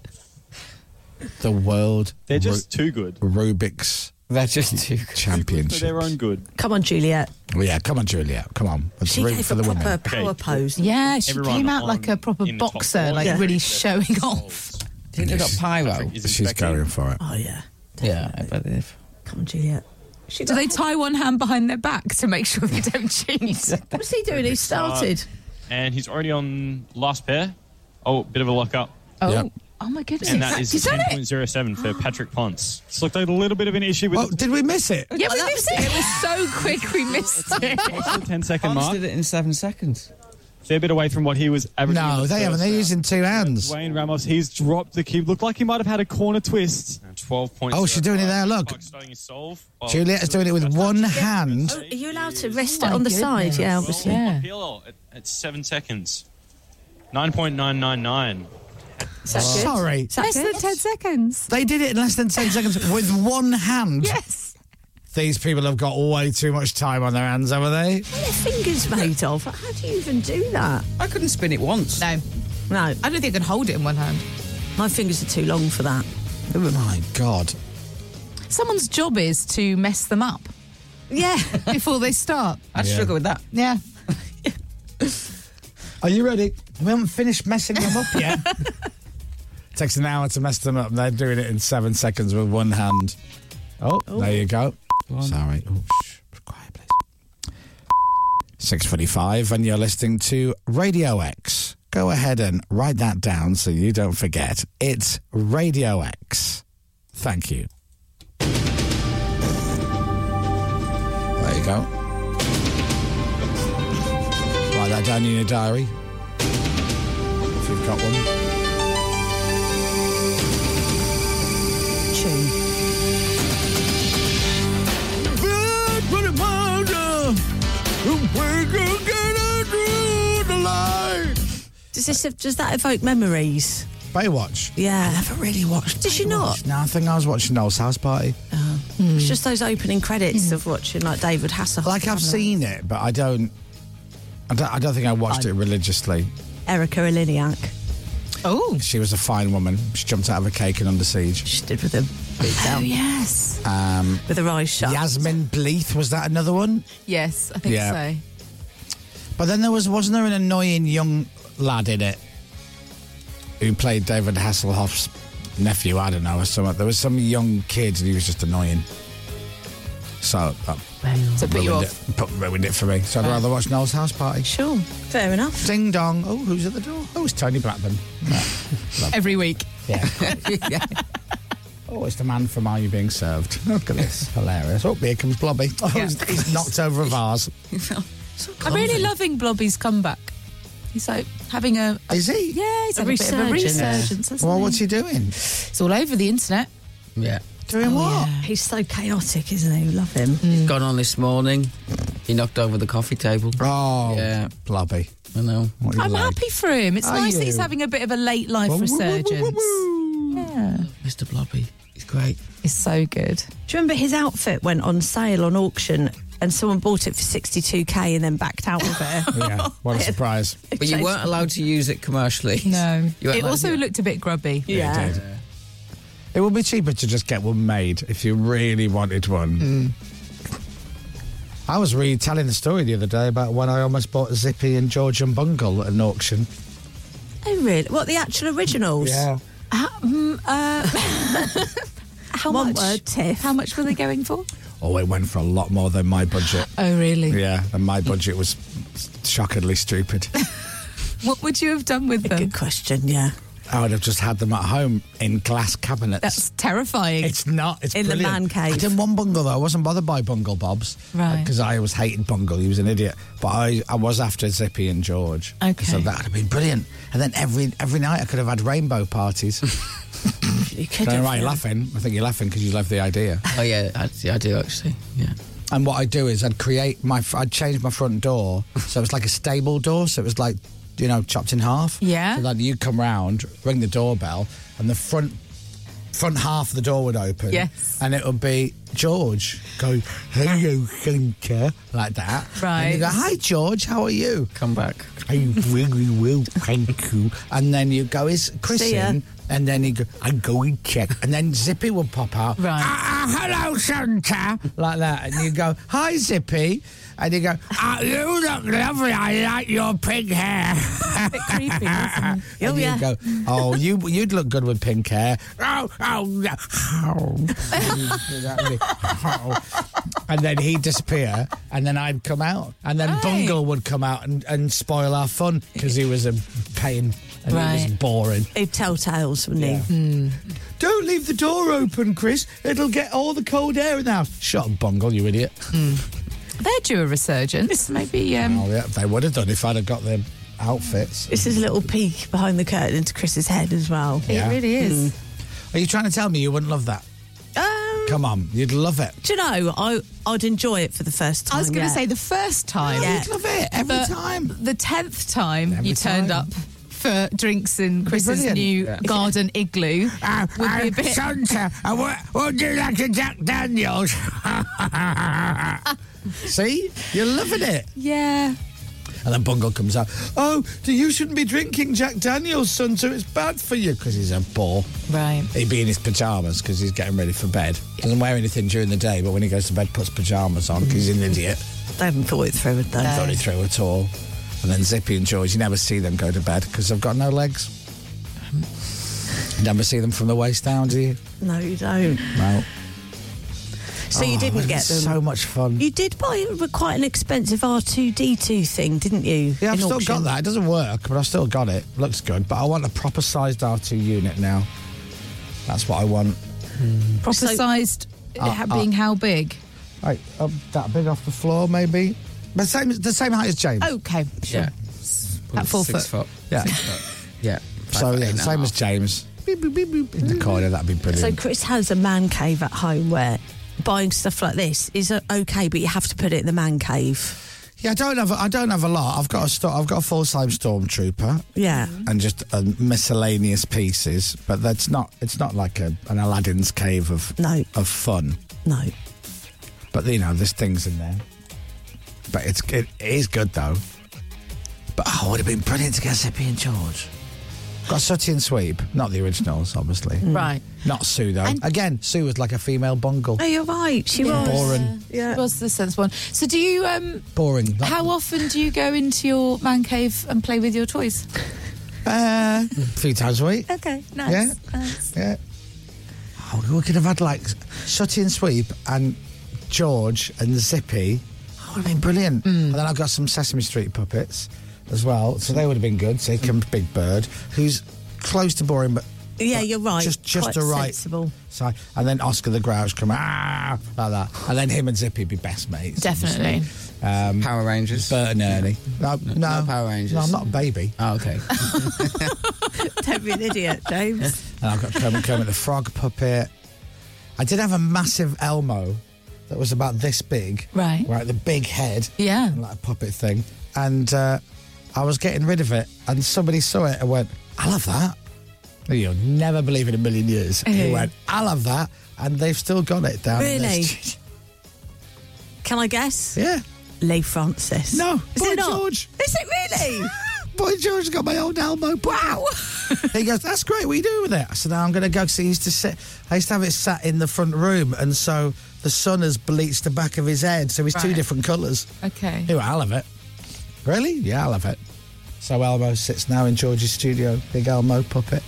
Speaker 6: the world.
Speaker 9: They're just too good.
Speaker 6: Ru- Rubik's
Speaker 1: They're just too good.
Speaker 9: For
Speaker 6: Championship.
Speaker 9: their own good.
Speaker 4: Come on, Juliet.
Speaker 6: Well, yeah, come on, Julia. Come on. Let's
Speaker 4: She
Speaker 6: root
Speaker 4: gave
Speaker 6: for
Speaker 4: a
Speaker 6: the
Speaker 4: proper
Speaker 6: women.
Speaker 4: power
Speaker 9: Okay.
Speaker 4: pose.
Speaker 8: Yeah, she
Speaker 9: Everyone
Speaker 8: came out
Speaker 9: on-
Speaker 8: like a proper
Speaker 9: in the top
Speaker 8: boxer,
Speaker 9: four.
Speaker 8: like
Speaker 9: Yeah.
Speaker 8: really showing off.
Speaker 1: Didn't they got pyro?
Speaker 9: Is
Speaker 6: She's
Speaker 9: expecting-
Speaker 6: going for it.
Speaker 4: Oh, yeah.
Speaker 1: Yeah, I bet they've.
Speaker 4: Come on, Juliet. She
Speaker 8: Do they tie one hand behind their back to make sure they don't cheat?
Speaker 4: What's he doing? He started.
Speaker 9: and he's already on last pair. Oh, bit of a lock up.
Speaker 8: Oh,
Speaker 6: Yep.
Speaker 8: oh my goodness!
Speaker 9: And that is
Speaker 8: Is that it?
Speaker 9: 10.07 for Patrick Ponce. It's looked like a little bit of an issue with
Speaker 6: Oh, did we miss it?
Speaker 8: Yeah, we missed it. It was so quick, we missed it.
Speaker 9: the 10 second
Speaker 1: Ponce
Speaker 9: mark.
Speaker 1: did it in seven seconds.
Speaker 9: Fair bit away from what he was averaging. in
Speaker 6: No,
Speaker 9: the
Speaker 6: they haven't.
Speaker 9: first
Speaker 6: They're
Speaker 9: round.
Speaker 6: using two hands.
Speaker 9: Wayne Ramos, he's dropped the cube. Looked like he might have had a corner twist. 12 points.
Speaker 6: Oh, she's doing it there, look. Juliet's doing it with one hand.
Speaker 4: Oh, Are you allowed to rest
Speaker 8: Oh
Speaker 4: it
Speaker 8: my
Speaker 4: on the side?
Speaker 8: goodness.
Speaker 4: Yeah,
Speaker 8: Well,
Speaker 4: obviously.
Speaker 8: Yeah.
Speaker 9: At, at seven seconds. 9.999.
Speaker 4: Is that good?
Speaker 6: Sorry.
Speaker 4: Is that
Speaker 8: Less than
Speaker 4: good?
Speaker 8: ten seconds.
Speaker 6: They did it in less than 10 seconds with one hand.
Speaker 8: Yes.
Speaker 6: These people have got way too much time on their hands, haven't they?
Speaker 4: What are their fingers made of? How do you even do that?
Speaker 1: I couldn't spin it once.
Speaker 8: No,
Speaker 4: No,
Speaker 8: I don't think I could hold it in one hand.
Speaker 4: my fingers are too long for that.
Speaker 6: My God.
Speaker 8: Someone's job is to mess them up. Yeah. Before they start.
Speaker 6: I'd Yeah. struggle with that.
Speaker 8: Yeah.
Speaker 6: Are you ready? We haven't finished messing them up yet. Takes an hour to mess them up. They're doing it in seven seconds with one hand. Oh, there you go. Sorry. Oh, shh. Quiet, please. 6.45 and you're listening to Radio X. Go ahead and write that down so you don't forget. It's Radio X. Thank you. There you go. Write that down in your diary. If you've got one.
Speaker 10: Bed for the powder. We can get it through the light.
Speaker 4: Does this does that evoke memories?
Speaker 6: Baywatch.
Speaker 4: Yeah, I haven't really watched. Oh. Did you not?
Speaker 6: No, I think I was watching Noel's house party.
Speaker 4: It's just those opening credits of watching like David Hasselhoff.
Speaker 6: Hmm. Like I've seen it, but I don't. I don't, I don't think I watched it religiously.
Speaker 4: Erica Eliniak.
Speaker 8: Oh,
Speaker 6: she was a fine woman. She jumped out of a cake in Under Siege. She
Speaker 4: did with him.
Speaker 8: Oh, yes.
Speaker 6: Um,
Speaker 4: with her eyes shut.
Speaker 6: Yasmin Bleeth was that another one?
Speaker 8: Yes, I think
Speaker 6: Yeah.
Speaker 8: so.
Speaker 6: But then there was wasn't there an annoying young lad in it who played David Hasselhoff's nephew? I don't know or something. There was some young kid and he was just annoying. So that
Speaker 8: So put you
Speaker 6: ruined
Speaker 8: off.
Speaker 6: it. Put, ruined it for me. So I'd rather watch Noel's house party.
Speaker 4: Sure, fair enough.
Speaker 6: Ding dong. Oh, who's at the door? Oh, it's Tony Blackburn.
Speaker 8: Every week.
Speaker 6: Yeah. Oh, it's the man from Are You Being Served? Look at this. Hilarious. Oh, here comes Blobby. Oh,
Speaker 8: Yeah.
Speaker 6: he's, he's knocked over a vase.
Speaker 8: I'm really loving Blobby's comeback. He's like having a. a-
Speaker 6: Is he?
Speaker 8: Yeah, he's
Speaker 6: A
Speaker 8: a, bit of a
Speaker 6: resurgence.
Speaker 8: resurgence.
Speaker 6: Yeah.
Speaker 8: hasn't
Speaker 6: Well,
Speaker 8: he?
Speaker 6: what's he doing?
Speaker 8: It's all over the internet.
Speaker 1: Yeah.
Speaker 6: Doing what?
Speaker 4: Oh, He's so chaotic, isn't he? Love him. Hmm.
Speaker 1: Gone on this morning. He knocked over the coffee table.
Speaker 6: Oh.
Speaker 1: Yeah.
Speaker 6: Blobby.
Speaker 1: I know.
Speaker 8: I'm happy for him. It's
Speaker 1: Are
Speaker 8: nice that he's
Speaker 1: you?
Speaker 8: having a bit of a late life resurgence. Yeah.
Speaker 1: Mr. Blobby. He's great.
Speaker 8: It's so good.
Speaker 4: Do you remember his outfit went on sale on auction and someone bought it for 62k and then backed out of it?
Speaker 6: yeah, what a surprise.
Speaker 1: But you weren't allowed to use it commercially.
Speaker 8: No.
Speaker 1: You weren't
Speaker 8: It
Speaker 1: allowed
Speaker 8: also
Speaker 1: to-
Speaker 8: looked a bit grubby.
Speaker 6: Yeah. It, did. It would be cheaper to just get one made if you really wanted one. I was retelling the story the other day about when I almost bought Zippy and George and Bungle at an auction.
Speaker 4: Oh, really? What, the actual originals?
Speaker 6: Yeah.
Speaker 8: How, mm, uh, how
Speaker 4: One
Speaker 8: much?
Speaker 4: word, Tiff.
Speaker 8: How much were they going for?
Speaker 6: Oh, it went for a lot more than my budget.
Speaker 8: Oh, really?
Speaker 6: Yeah, and my budget was shockingly stupid.
Speaker 8: What would you have done with them? Good
Speaker 4: question. Yeah.
Speaker 6: I would have just had them at home in glass cabinets.
Speaker 8: That's terrifying.
Speaker 6: It's not. It's
Speaker 8: In the
Speaker 6: brilliant.
Speaker 8: man cave.
Speaker 6: I did one bungle though. I wasn't bothered by bungle bobs,
Speaker 8: Right.
Speaker 6: Because I always hated bungle. He was an idiot. But I, I was after Zippy and George.
Speaker 8: Okay.
Speaker 6: So that'd have been brilliant. And then every every night I could have had rainbow parties.
Speaker 4: you
Speaker 6: I
Speaker 1: could
Speaker 6: don't know
Speaker 1: have,
Speaker 6: why you're
Speaker 1: yeah.
Speaker 6: laughing. I think you're laughing because you love the idea.
Speaker 1: Oh, yeah. That's the idea, actually. Yeah.
Speaker 6: And what I'd do is I'd create my fr- I'd change my front door so it was like a stable door, so it was like you know chopped in half.
Speaker 8: Yeah.
Speaker 6: So like you come round, ring the doorbell, and the front front half of the door would open.
Speaker 8: Yes.
Speaker 6: And it would be George going, "Hello, Clinker," like that. And
Speaker 8: Right.
Speaker 6: you go, "Hi, George, how are you?"
Speaker 1: Come back.
Speaker 6: I really will, thank you. And then you go, "Is Chris
Speaker 10: See ya.
Speaker 6: in?" And then you go, "I go and check," and then Zippy would pop out. Ah,
Speaker 10: Right.
Speaker 6: hello, Santa. like that, and you go, "Hi, Zippy," and you go, "Ah, you look lovely. I like your pink hair."
Speaker 10: creepy,
Speaker 6: and
Speaker 10: it? Oh,
Speaker 6: you
Speaker 10: yeah.
Speaker 6: go, "Oh, you you'd look good with pink hair." Oh, oh, no. oh. That'd be, oh. And then he'd disappear, and then I'd come out, and then Bungle would come out and, and spoil our fun because he was a pain and he was
Speaker 4: Right.
Speaker 6: boring.
Speaker 4: He'd tell tales, wouldn't
Speaker 6: Yeah.
Speaker 4: he? Hmm.
Speaker 6: Don't leave the door open, Chris. It'll get all the cold air in the house. Shut up, Bungle, you idiot.
Speaker 4: Hmm.
Speaker 8: They're due a resurgence. Maybe. Um,
Speaker 6: Oh, yeah, they would have done if I'd have got their outfits.
Speaker 4: This is a little peek behind the curtain into Chris's head as well. Mm.
Speaker 6: Yeah. Are you trying to tell me you wouldn't love that? Come on, you'd love it.
Speaker 4: Um, Do you know, I, I'd enjoy it for the first time.
Speaker 8: I was going to
Speaker 4: yeah.
Speaker 8: say the first time.
Speaker 4: No, you'd love it every
Speaker 8: But
Speaker 4: time.
Speaker 8: The tenth time you turned
Speaker 4: time.
Speaker 8: up for drinks in Chris's
Speaker 6: brilliant. Ah,
Speaker 8: new
Speaker 6: Yeah.
Speaker 8: garden igloo would be a bit.
Speaker 6: I would, would you like a Jack Daniels? See? You're loving it.
Speaker 8: Yeah.
Speaker 6: And then Bungle comes out. Oh, you shouldn't be drinking Jack Daniels, son. So it's bad for you because he's a bore.
Speaker 8: Right.
Speaker 6: He'd be in his pajamas because he's getting ready for bed. Doesn't wear anything during the day, but when he goes to bed, puts pajamas on because he's an idiot.
Speaker 4: They haven't thought it through, they?
Speaker 6: Thought it through at all. And then Zippy and George, you never see them go to bed because they've got no legs. You never see them from the waist down, do you?
Speaker 4: No, you don't.
Speaker 6: No.
Speaker 4: So you
Speaker 6: Oh,
Speaker 4: didn't
Speaker 6: it
Speaker 4: get
Speaker 6: was
Speaker 4: them.
Speaker 6: So much fun.
Speaker 4: You did buy a- quite an expensive R2D2 thing, didn't you?
Speaker 6: Yeah, I've
Speaker 4: in
Speaker 6: still
Speaker 4: auction?
Speaker 6: got that. It doesn't work, but I've still got it. Looks good, but I want a proper sized R2 unit now. That's what I want.
Speaker 8: Proper sized,
Speaker 6: Uh,
Speaker 8: ha-
Speaker 6: uh.
Speaker 8: being how big?
Speaker 6: Right, up that big off the floor, maybe. The same, the same height as James.
Speaker 8: Okay, sure.
Speaker 6: Yeah.
Speaker 8: At four Six foot. foot.
Speaker 6: Yeah.
Speaker 1: yeah.
Speaker 6: So yeah, the same as James. Beep, beep, beep, beep. In the corner, that'd be brilliant.
Speaker 4: So Chris has a man cave at home where buying stuff like this is uh, okay, but you have to put it in the man cave.
Speaker 6: Yeah, I don't have I don't have a lot. I've got a sto- I've got a full time stormtrooper.
Speaker 4: Yeah.
Speaker 6: and just uh, miscellaneous pieces, but that's not it's not like a, an Aladdin's cave of
Speaker 4: no
Speaker 6: of fun.
Speaker 4: No,
Speaker 6: but you know there's things in there. But it's it is good though. But oh, it would have been brilliant to get Zippy and George. Got Sooty and Sweep, not the originals, obviously.
Speaker 4: Mm.
Speaker 8: Right.
Speaker 6: Not Sue though. Again, Sue was like a female bungle.
Speaker 4: Oh, you're right. She
Speaker 8: was.
Speaker 6: boring,
Speaker 8: Yeah. She was the sense one. So do you um
Speaker 6: boring. Not-
Speaker 8: how often do you go into your man cave and play with your toys?
Speaker 6: Uh, a few times a week.
Speaker 8: Okay, nice.
Speaker 6: Yeah. Yeah. Oh, we could have had like Sooty and Sweep and George and Zippy. That would have been brilliant.
Speaker 4: Mm.
Speaker 6: And then I've got some Sesame Street puppets as well, so they would have been good. So here comes Big Bird, who's close to boring, but
Speaker 4: Yeah, you're right.
Speaker 6: Just, just
Speaker 4: Quite
Speaker 6: the right
Speaker 4: sensible.
Speaker 6: side. And then Oscar the Grouch come ah like that, and then him and Zippy be best mates.
Speaker 8: Definitely.
Speaker 6: obviously. Um, Power Rangers. Bert and Ernie. No, no, Power Rangers. No, I'm not a baby. Oh, okay.
Speaker 4: Don't be an idiot, James.
Speaker 6: And I've got Kermit, Kermit the Frog puppet. I did have a massive Elmo that was about this big.
Speaker 8: Right.
Speaker 6: Right, the big head.
Speaker 8: Yeah.
Speaker 6: and like a puppet thing. And uh, I was getting rid of it, and somebody saw it and went, I love that. And You'll never believe in a million years. And
Speaker 4: Hey.
Speaker 6: he went, I love that. And they've still got it down. in
Speaker 4: Really?
Speaker 6: this-
Speaker 4: Can I guess?
Speaker 6: Yeah.
Speaker 4: Lee Francis.
Speaker 6: No,
Speaker 4: Is
Speaker 6: Boy
Speaker 4: it not?
Speaker 6: George.
Speaker 4: Is it really?
Speaker 6: Boy George got my old Elmo. Wow. he goes, that's great. What are you doing with it? I said, "Oh, I'm going to go. Cause he used to sit. I used to have it sat in the front room, and so the sun has bleached the back of his head, so he's two
Speaker 8: Right.
Speaker 6: different colours.
Speaker 8: Okay.
Speaker 6: Anyway, I love it. Really? Yeah, I love it. So Elmo sits now in George's studio. Big Elmo puppet.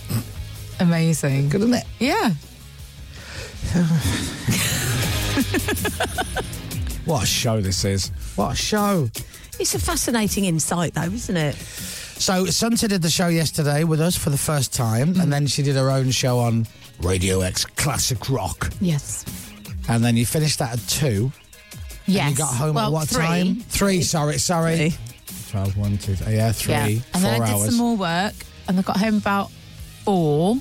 Speaker 8: Amazing.
Speaker 6: Good, isn't it?
Speaker 8: Yeah.
Speaker 6: What a show this is. What a show.
Speaker 4: It's a fascinating insight, though, isn't it?
Speaker 6: So Sunta did the show yesterday with us for the first time, and then she did her own show on Radio X Classic Rock.
Speaker 8: Yes.
Speaker 6: And then you finished that at two.
Speaker 8: Yes.
Speaker 6: And you got home
Speaker 8: Well,
Speaker 6: at what
Speaker 8: three.
Speaker 6: time? Three, sorry, sorry. 12, 1, 2, three. Yeah, three,
Speaker 8: yeah. And
Speaker 6: four
Speaker 8: then I did
Speaker 6: hours.
Speaker 8: some more work and I got home about four.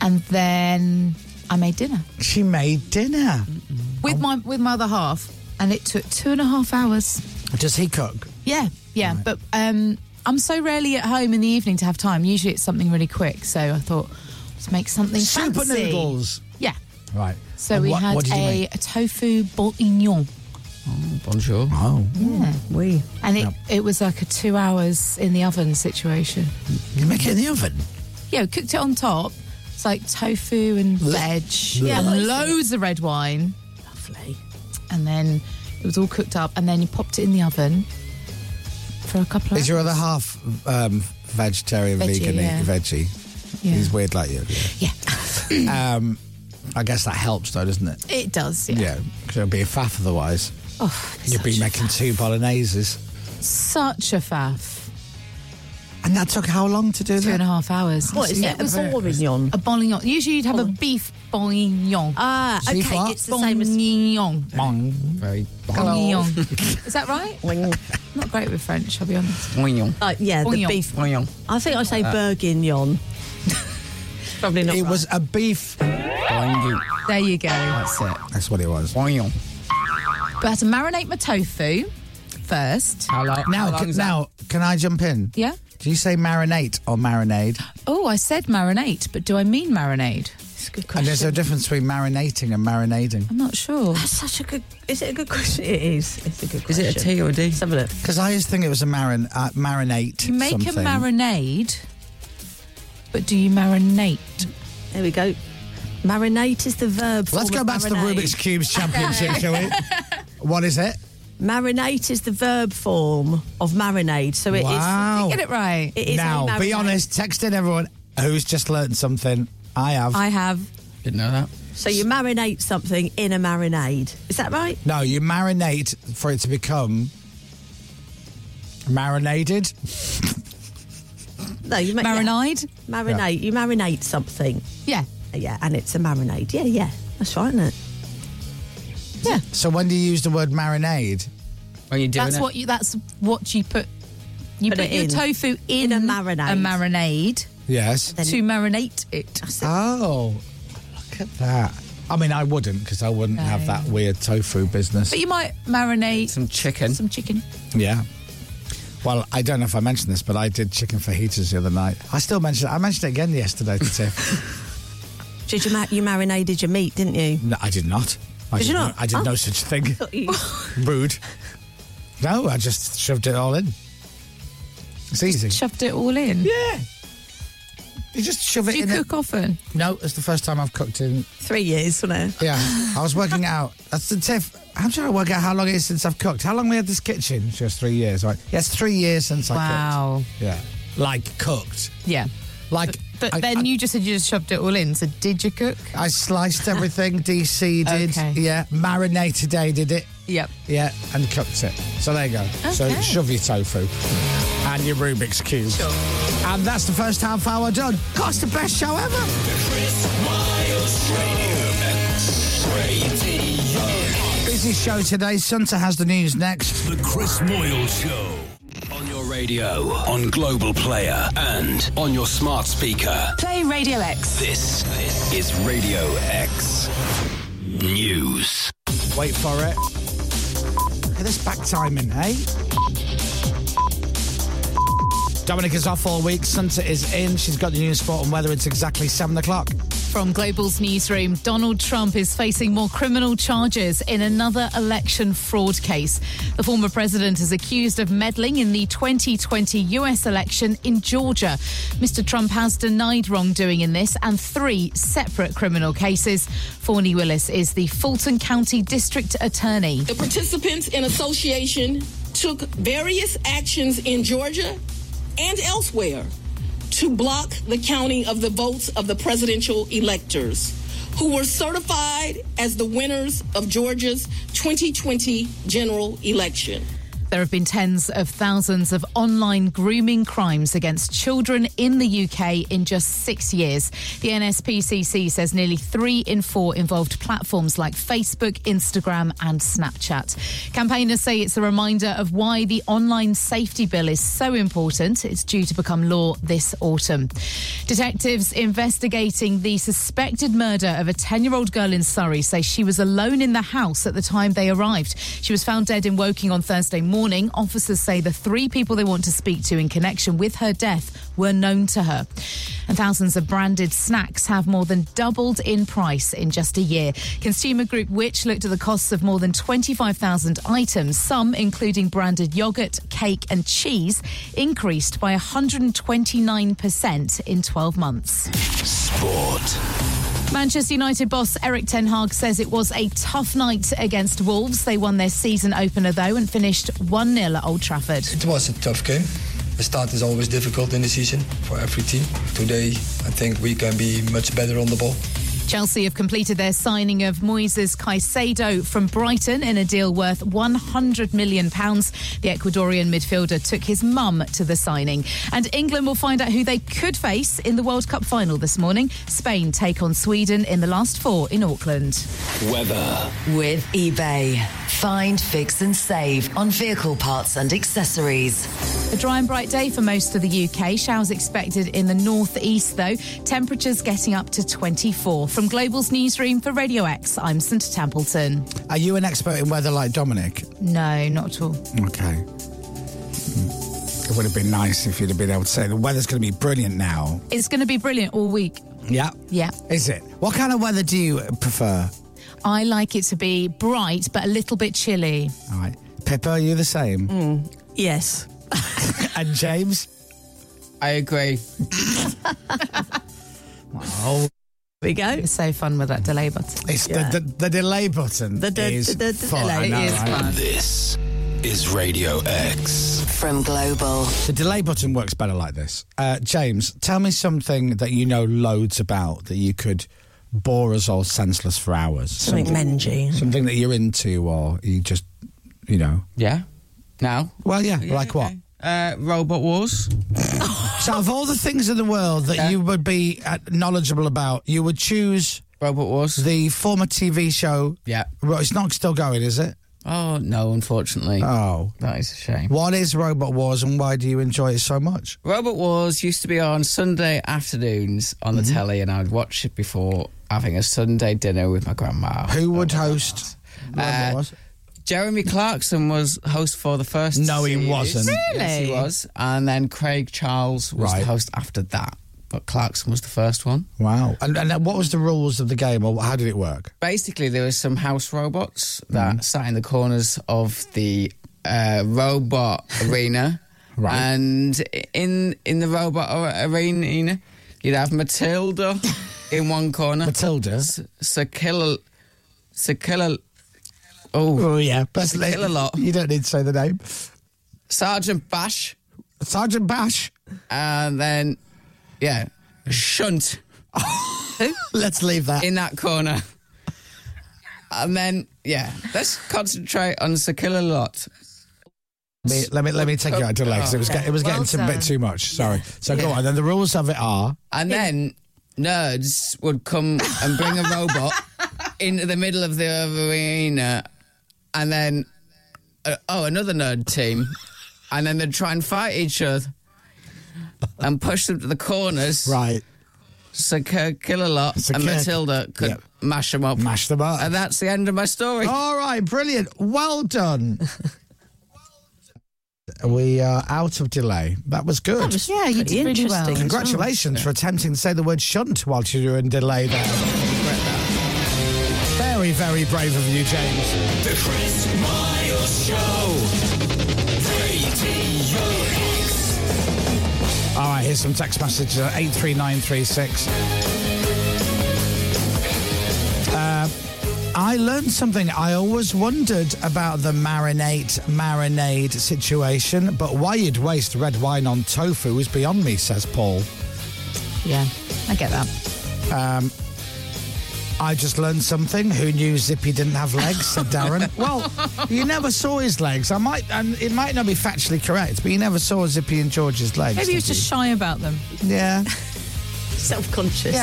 Speaker 8: And then I made dinner.
Speaker 6: She made dinner. Oh.
Speaker 8: With my with my other half. And it took two and a half hours.
Speaker 6: Does he cook?
Speaker 8: Yeah, yeah. But um, I'm so rarely at home in the evening to have time. Usually it's something really quick. So I thought, let's make something
Speaker 6: Soup and
Speaker 8: fancy.
Speaker 6: noodles.
Speaker 8: Yeah.
Speaker 6: Right.
Speaker 8: So
Speaker 6: And
Speaker 8: we
Speaker 6: what,
Speaker 8: had
Speaker 6: what did you
Speaker 8: a,
Speaker 6: make?
Speaker 8: a tofu bourguignon.
Speaker 1: Bonjour.
Speaker 6: Oh.
Speaker 8: Yeah.
Speaker 4: We.
Speaker 8: And it, it was like a two hours in the oven situation.
Speaker 6: You make it in the oven?
Speaker 8: Yeah, we cooked it on top. It's like tofu and veg. Yeah,
Speaker 4: Lovely.
Speaker 8: loads of red wine.
Speaker 4: Lovely.
Speaker 8: And then it was all cooked up. And then you popped it in the oven for a couple of
Speaker 6: Is your other half um, vegetarian,
Speaker 8: Veggie,
Speaker 6: vegan,
Speaker 8: yeah.
Speaker 6: veggie?
Speaker 8: Yeah.
Speaker 6: He's weird like you. Yeah. um, I guess that helps though, doesn't it?
Speaker 8: It does, yeah.
Speaker 6: Yeah, 'cause it'd be a faff otherwise.
Speaker 8: Oh, it's
Speaker 6: You'd be
Speaker 8: such a
Speaker 6: making two bologneses.
Speaker 8: Such a faff.
Speaker 6: And that took how long to do
Speaker 8: Two and a half hours.
Speaker 4: What is
Speaker 8: Yeah,
Speaker 4: it? The
Speaker 8: but-
Speaker 4: bourguignon.
Speaker 8: A bourguignon. Usually you'd have a beef bourguignon.
Speaker 4: Ah,
Speaker 6: Oh. Beef
Speaker 4: okay.
Speaker 6: what?
Speaker 4: It's the same as.
Speaker 8: Bourguignon.
Speaker 6: Bong. Very
Speaker 8: Bourguignon. Is that right? Not great with French, I'll be honest.
Speaker 1: Boignon.
Speaker 4: Uh, yeah, the
Speaker 8: Bourguignon.
Speaker 4: beef.
Speaker 1: Boignon.
Speaker 4: I think I say
Speaker 1: Uh,
Speaker 4: bourguignon. Probably not.
Speaker 6: It
Speaker 4: right.
Speaker 6: was a beef.
Speaker 1: Boignon.
Speaker 8: There you go.
Speaker 1: That's it.
Speaker 6: That's what it was.
Speaker 1: Boignon.
Speaker 8: But I had to marinate my tofu first.
Speaker 1: How long? how
Speaker 6: Now,
Speaker 1: long
Speaker 6: can,
Speaker 1: is that?
Speaker 6: now, can I jump in?
Speaker 8: Yeah.
Speaker 6: Do you say marinate or marinade?
Speaker 8: Oh, I said marinate, but do I mean marinade?
Speaker 4: It's a good
Speaker 6: And
Speaker 4: question.
Speaker 6: there's a difference between marinating and marinading.
Speaker 4: I'm not sure. That's such a good. Is it a good question? It is. It's a good
Speaker 6: Is
Speaker 4: question.
Speaker 6: it a tea
Speaker 1: or a D?
Speaker 4: have a look.
Speaker 6: Because I used to think it was a marin uh, marinate.
Speaker 8: You make
Speaker 6: something.
Speaker 8: a marinade, but do you marinate?
Speaker 4: There we go. Marinate is the verb.
Speaker 6: Let's go back to the Rubik's Cubes Championship, shall we? What is it?
Speaker 4: Marinate is the verb form of marinade. So it is.
Speaker 6: Wow.
Speaker 8: Get it right.
Speaker 4: It is
Speaker 6: now,
Speaker 4: a
Speaker 6: be
Speaker 4: marinade.
Speaker 6: honest. Text in everyone who's just learned something. I have.
Speaker 8: I have.
Speaker 1: Didn't know that.
Speaker 4: So you marinate something in a marinade. Is that right?
Speaker 6: No, you marinate for it to become marinated.
Speaker 4: No, you make,
Speaker 8: Marinade?
Speaker 4: Marinate. You marinate something.
Speaker 8: Yeah.
Speaker 4: Yeah, and it's a marinade. Yeah, yeah. That's right, isn't it?
Speaker 8: Yeah.
Speaker 6: So when do you use the word marinade?
Speaker 1: When you
Speaker 8: That's what you. That's what you put. You
Speaker 4: Put
Speaker 8: put,
Speaker 4: it
Speaker 8: your
Speaker 4: in.
Speaker 8: tofu in, a marinade. A marinade
Speaker 6: Yes.
Speaker 8: to marinate it.
Speaker 6: Oh, look at that. I mean, I wouldn't because I wouldn't have
Speaker 8: No.
Speaker 6: that weird tofu business.
Speaker 8: But you might marinate
Speaker 1: some chicken.
Speaker 8: Some chicken.
Speaker 6: Yeah. Well, I don't know if I mentioned this, but I did chicken fajitas the other night. I still mentioned it. I mentioned it again yesterday to Tiff.
Speaker 4: Did you, ma- you marinated your meat, didn't you?
Speaker 6: no, I did not. I
Speaker 4: Did you not?
Speaker 6: I did
Speaker 4: Oh.
Speaker 6: not know such a thing.
Speaker 4: you-
Speaker 6: Rude. No, I just shoved it all in. It's easy.
Speaker 8: Shoved it all in.
Speaker 6: Yeah. You just shove it
Speaker 8: Do you
Speaker 6: in.
Speaker 8: cook often?
Speaker 6: No, it's the first time I've cooked in.
Speaker 4: Three years, wasn't it?
Speaker 6: Yeah, I was working out. That's the Tiff. I'm trying to work out how long it is since I've cooked. How long we had this kitchen? She was three years. Right? Yeah, it's three years since I
Speaker 8: Wow.
Speaker 6: cooked. Yeah, like cooked.
Speaker 8: Yeah.
Speaker 6: Like,
Speaker 8: But
Speaker 6: I-
Speaker 8: then
Speaker 6: I-
Speaker 8: you just said you just shoved it all in. So did you cook?
Speaker 6: I sliced everything, de-seeded,
Speaker 8: Okay.
Speaker 6: yeah, marinated, did it,
Speaker 8: Yep.
Speaker 6: yeah, and cooked it. So there you go. So
Speaker 8: Okay.
Speaker 6: shove your tofu and your Rubik's cube, and that's the first half hour done. God, it's the best show ever. Busy show today. Sunta has the news next.
Speaker 2: The Chris Moyle Show.
Speaker 11: On your radio, on Global Player, and on your smart speaker.
Speaker 12: Play Radio X.
Speaker 11: This is Radio X News.
Speaker 6: Wait for it. Look at this back timing, eh? Dominic is off all week. Sunta is in. She's got the news, sport, and weather. It's exactly seven o'clock.
Speaker 8: From Global's newsroom, Donald Trump is facing more criminal charges in another election fraud case. The former president is accused of meddling in the 2020 US election in Georgia. Mr. Trump has denied wrongdoing in this and three separate criminal cases. Forney Willis is the Fulton County District Attorney.
Speaker 13: The participants in association took various actions in Georgia and elsewhere to block the counting of the votes of the presidential electors who were certified as the winners of Georgia's 2020 general election.
Speaker 8: There have been tens of thousands of online grooming crimes against children in the UK in just six years. The NSPCC says nearly three in four involved platforms like Facebook, Instagram, and Snapchat. Campaigners say it's a reminder of why the online safety bill is so important. It's due to become law this autumn. Detectives investigating the suspected murder of a 10 year old girl in Surrey say she was alone in the house at the time they arrived. She was found dead in Woking on Thursday morning. Officers say the three people they want to speak to in connection with her death were known to her. And thousands of branded snacks have more than doubled in price in just a year. Consumer group Which looked at the costs of more than 25,000 items, some including branded yogurt, cake, and cheese, increased by 129% in 12 months.
Speaker 11: Sport.
Speaker 8: Manchester United boss Eric Ten Hag says it was a tough night against Wolves. They won their season opener though and finished 1 0 at Old Trafford.
Speaker 14: It was a tough game. The start is always difficult in the season for every team. Today, I think we can be much better on the ball.
Speaker 8: Chelsea have completed their signing of Moises Caicedo from Brighton in a deal worth £100 million. The Ecuadorian midfielder took his mum to the signing. And England will find out who they could face in the World Cup final this morning. Spain take on Sweden in the last four in Auckland.
Speaker 11: Weather.
Speaker 3: With eBay. Find, fix, and save on vehicle parts and accessories.
Speaker 8: A dry and bright day for most of the UK. Showers expected in the northeast, though. Temperatures getting up to 24. From Global's newsroom for Radio X, I'm Santa Templeton.
Speaker 6: Are you an expert in weather like Dominic?
Speaker 8: No, not at all.
Speaker 6: Okay. It would have been nice if you'd have been able to say the weather's going to be brilliant now.
Speaker 8: It's going to be brilliant all week.
Speaker 6: Yeah.
Speaker 8: Yeah.
Speaker 6: Is it? What kind of weather do you prefer?
Speaker 8: I like it to be bright but a little bit chilly.
Speaker 6: All right. Pippa, are you the same?
Speaker 8: Yes.
Speaker 6: and James?
Speaker 1: I agree.
Speaker 6: Wow.
Speaker 4: we go.
Speaker 8: It's so fun with that delay button.
Speaker 6: It's the, the, the delay button.
Speaker 8: The de-
Speaker 6: is
Speaker 8: the- the
Speaker 6: fun,
Speaker 8: delay
Speaker 6: I know,
Speaker 8: is
Speaker 6: right?
Speaker 8: fun.
Speaker 11: This is Radio X.
Speaker 3: From Global.
Speaker 6: The delay button works better like this. Uh, James, tell me something that you know loads about that you could bore us all senseless for hours.
Speaker 4: Something Menji.
Speaker 6: Something that you're into or you just, you know.
Speaker 1: Yeah. Now?
Speaker 6: Well, yeah. like what?
Speaker 1: Uh, Robot Wars.
Speaker 6: so, of all the things in the world that you would be uh, knowledgeable about, you would choose
Speaker 1: Robot Wars,
Speaker 6: the former TV show.
Speaker 1: Yeah.
Speaker 6: Well, it's not still going, is it?
Speaker 1: Oh no, unfortunately.
Speaker 6: Oh,
Speaker 1: that is a shame.
Speaker 6: What is Robot Wars, and why do you enjoy it so much?
Speaker 1: Robot Wars used to be on Sunday afternoons on
Speaker 6: Mm-hmm.
Speaker 1: the telly, and I'd watch it before having a Sunday dinner with my grandma.
Speaker 6: Who would host?
Speaker 1: Uh, Jeremy Clarkson was host for the first.
Speaker 6: No, he
Speaker 1: series.
Speaker 6: wasn't.
Speaker 1: Yes, he
Speaker 6: Really?
Speaker 1: was. And then Craig Charles was
Speaker 6: Right.
Speaker 1: the host after that. But Clarkson was the first one.
Speaker 6: Wow. And, and what was the rules of the game, or how did it work? Mm-hmm.
Speaker 1: Basically, there were some house robots that sat in the corners of the uh, robot arena, and in in the robot a- arena, you'd have Matilda in one corner.
Speaker 6: Matilda,
Speaker 1: Sir Killer, Sir Killer. Oh,
Speaker 6: Oh yeah,
Speaker 1: that's Sir Killer Lot.
Speaker 6: You don't need to say the name.
Speaker 1: Sergeant Bash.
Speaker 6: Sergeant Bash.
Speaker 1: And then, yeah, Shunt.
Speaker 6: Let's leave that.
Speaker 1: In that corner. And then, yeah, let's concentrate on Sir Killer Lot.
Speaker 6: Let me let me, let me take you out to legs. It was get, it was getting
Speaker 1: Oh. Well
Speaker 6: some bit
Speaker 1: done.
Speaker 6: too much. Sorry. So go
Speaker 1: Yeah.
Speaker 6: on. Then the rules of it are.
Speaker 1: And then nerds would come and bring a robot into the middle of the arena. And then, uh, oh, another nerd team. And then they'd try and fight each other and push them to the corners.
Speaker 6: Right.
Speaker 1: So K- Killer Lot
Speaker 6: So
Speaker 1: and
Speaker 6: Kirk-
Speaker 1: Matilda could mash them up.
Speaker 6: Mash them up.
Speaker 1: And that's the end of my story.
Speaker 6: All right, brilliant. Well done. We are out of delay. That was good.
Speaker 4: That was Yeah, you pretty did really interesting well. as
Speaker 6: Congratulations for attempting to say the word shunt whilst you were in delay there. Very, very brave of you, James.
Speaker 10: The Chris Miles Show. Radio X.
Speaker 6: All right, here's some text messages at 83936. Uh, I learned something. I always wondered about the marinate marinade situation, but why you'd waste red wine on tofu is beyond me, says Paul.
Speaker 8: Yeah, I get that.
Speaker 6: Um, I just learned something. Who knew Zippy didn't have legs? said Darren. well, you never saw his legs. I might, and it might not be factually correct, but you never saw Zippy and George's legs.
Speaker 8: Maybe he was
Speaker 6: did you?
Speaker 8: just shy about them.
Speaker 6: Yeah.
Speaker 4: Self conscious.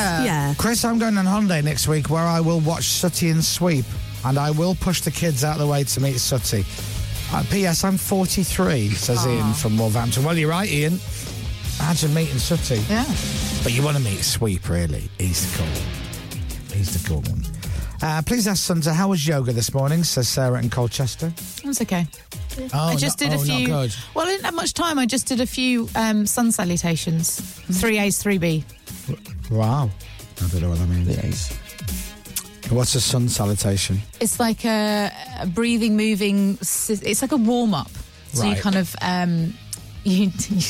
Speaker 6: Chris, I'm going on holiday next week where I will watch Sooty and Sweep, and I will push the kids out of the way to meet Sooty. Uh, P.S. I'm 43, says Ian from Wolverhampton. Well, you're right, Ian. Imagine meeting Sooty. Yeah. But you want to meet Sweep, really. He's the cool one. He's the cool one. Uh, please ask Sunza, how was yoga this morning, says Sarah in Colchester.
Speaker 8: It's okay.
Speaker 6: Oh,
Speaker 8: I just
Speaker 6: no-
Speaker 8: did a
Speaker 6: oh, not
Speaker 8: few.
Speaker 6: good.
Speaker 8: Well, I didn't have much time. I just did a few um, sun salutations. Three A's, three B.
Speaker 6: Wow. I don't know what that means. What's a sun salutation?
Speaker 8: It's like a, a breathing, moving. s- It's like a warm up. So you
Speaker 6: Right.
Speaker 8: kind of um, you. you